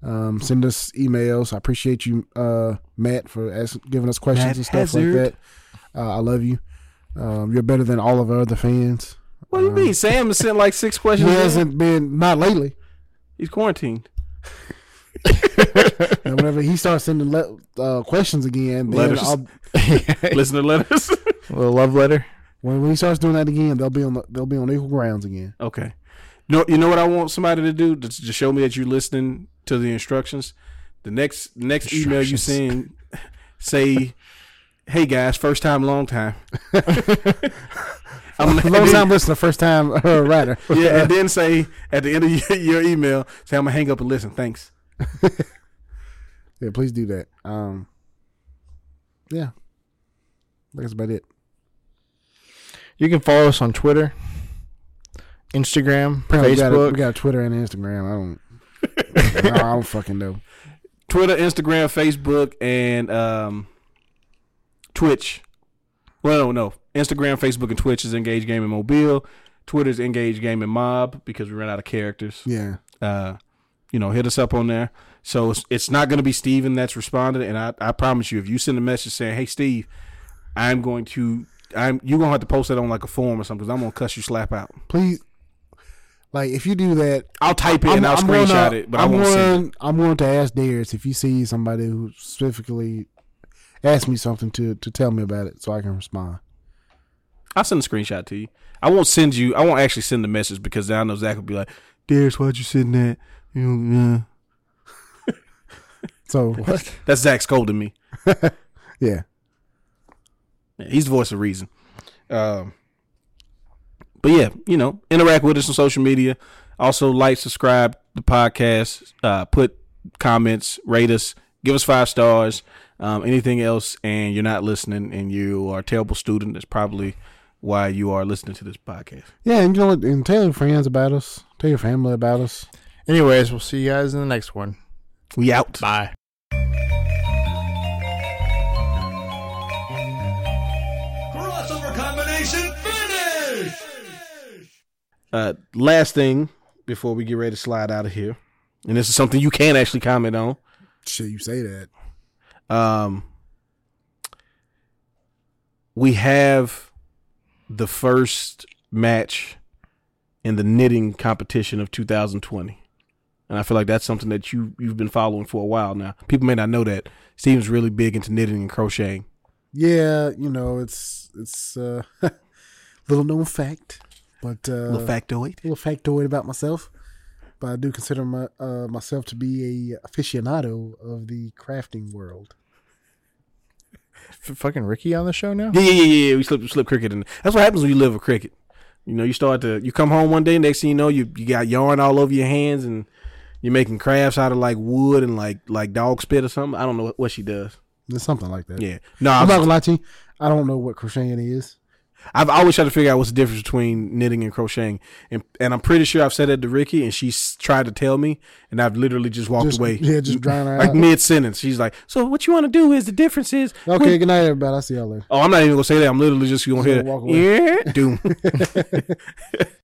Um, send us emails. I appreciate you, uh, Matt, for ask, giving us questions Matt and stuff like Hazard. that. Uh, I love you. Um, you're better than all of our other fans. what do you mean? Sam has sent like six He questions. in. hasn't been not lately. He's quarantined. And whenever he starts sending le- uh, questions again, then Letters. I'll, [LAUGHS] Listener letters. [LAUGHS] Little love letter. When, when he starts doing that again, they'll be on the, they'll be on equal grounds again. Okay. You know, you know what I want somebody to do to, to show me that you're listening to the instructions. The next next email you send, say, "Hey guys, first time, long time." [LAUGHS] I'm gonna- Long time listener, first time uh, rider. yeah, and then say at the end of your, your email, say, "I'm gonna hang up and listen." Thanks. Yeah, please do that. Um, yeah, I think that's about it. You can follow us on Twitter, Instagram, Apparently we got a- Facebook. we got a Twitter and Instagram. I don't, [LAUGHS] no, I don't fucking know. Twitter, Instagram, Facebook, and um, Twitch. Well, no, no. Instagram, Facebook, and Twitch is Engage Gaming Mobile. Twitter is Engage Gaming Mob because we ran out of characters. Yeah, uh, you know, hit us up on there. So it's, it's not going to be Steven that's responding. And I, I promise you, if you send a message saying, "Hey, Steve, I'm going to," I'm you're gonna have to post that on like a form or something because I'm gonna cuss you slap out. please. Like if you do that, I'll type it and I'll willing screenshot to- it, but I I'm won't send it. willing- I'm willing to ask Darius if you see somebody who specifically asked me something to to tell me about it, so I can respond. I'll send a screenshot to you. I won't send you. I won't actually send the message because then I know Zach will be like, "Darius, why'd you send that?" You know, yeah. [LAUGHS] [LAUGHS] So That's Zach scolding me. yeah, Yeah, he's the voice of reason. Um, but yeah, you know, interact with us on social media. Also, like, subscribe the podcast. Uh, put comments, rate us, give us five stars. Um, anything else, and you're not listening, and you are a terrible student. That's probably why you are listening to this podcast. yeah, and you know, what? and tell your friends about us, tell your family about us. Anyways, we'll see you guys in the next one. We out. Bye. Crossover combination finish! Uh, last thing before we get ready to slide out of here, and this is something you can actually comment on. Shit, you say that. um we have the first match in the knitting competition of 2020 and i feel like that's something that you you've been following for a while now people may not know that steven's really big into knitting and crocheting Yeah, you know, it's it's uh, [LAUGHS] little known fact, but uh, little factoid little factoid about myself. But I do consider my, uh, myself to be a aficionado of the crafting world. F- fucking Ricky on the show now? yeah yeah yeah yeah, yeah we slip slip cricket in that's what happens when you live with cricket you know you start to you come home one day next thing you know you, you got yarn all over your hands and you're making crafts out of like wood and like like dog spit or something i don't know what, what she does There's something like that. Yeah. No, I'm I've, not gonna lie to you. I don't know what crocheting is. I've always tried to figure out what's the difference between knitting and crocheting. And and I'm pretty sure I've said that to Ricky and she's tried to tell me and I've literally just walked Just- away. yeah, just drown her Like out. mid sentence. She's like, So what you want to do is the difference is Okay, good night, everybody. I'll see y'all later. [LAUGHS] Oh, I'm not even gonna say that. I'm literally just gonna hear gonna walk yeah, doom.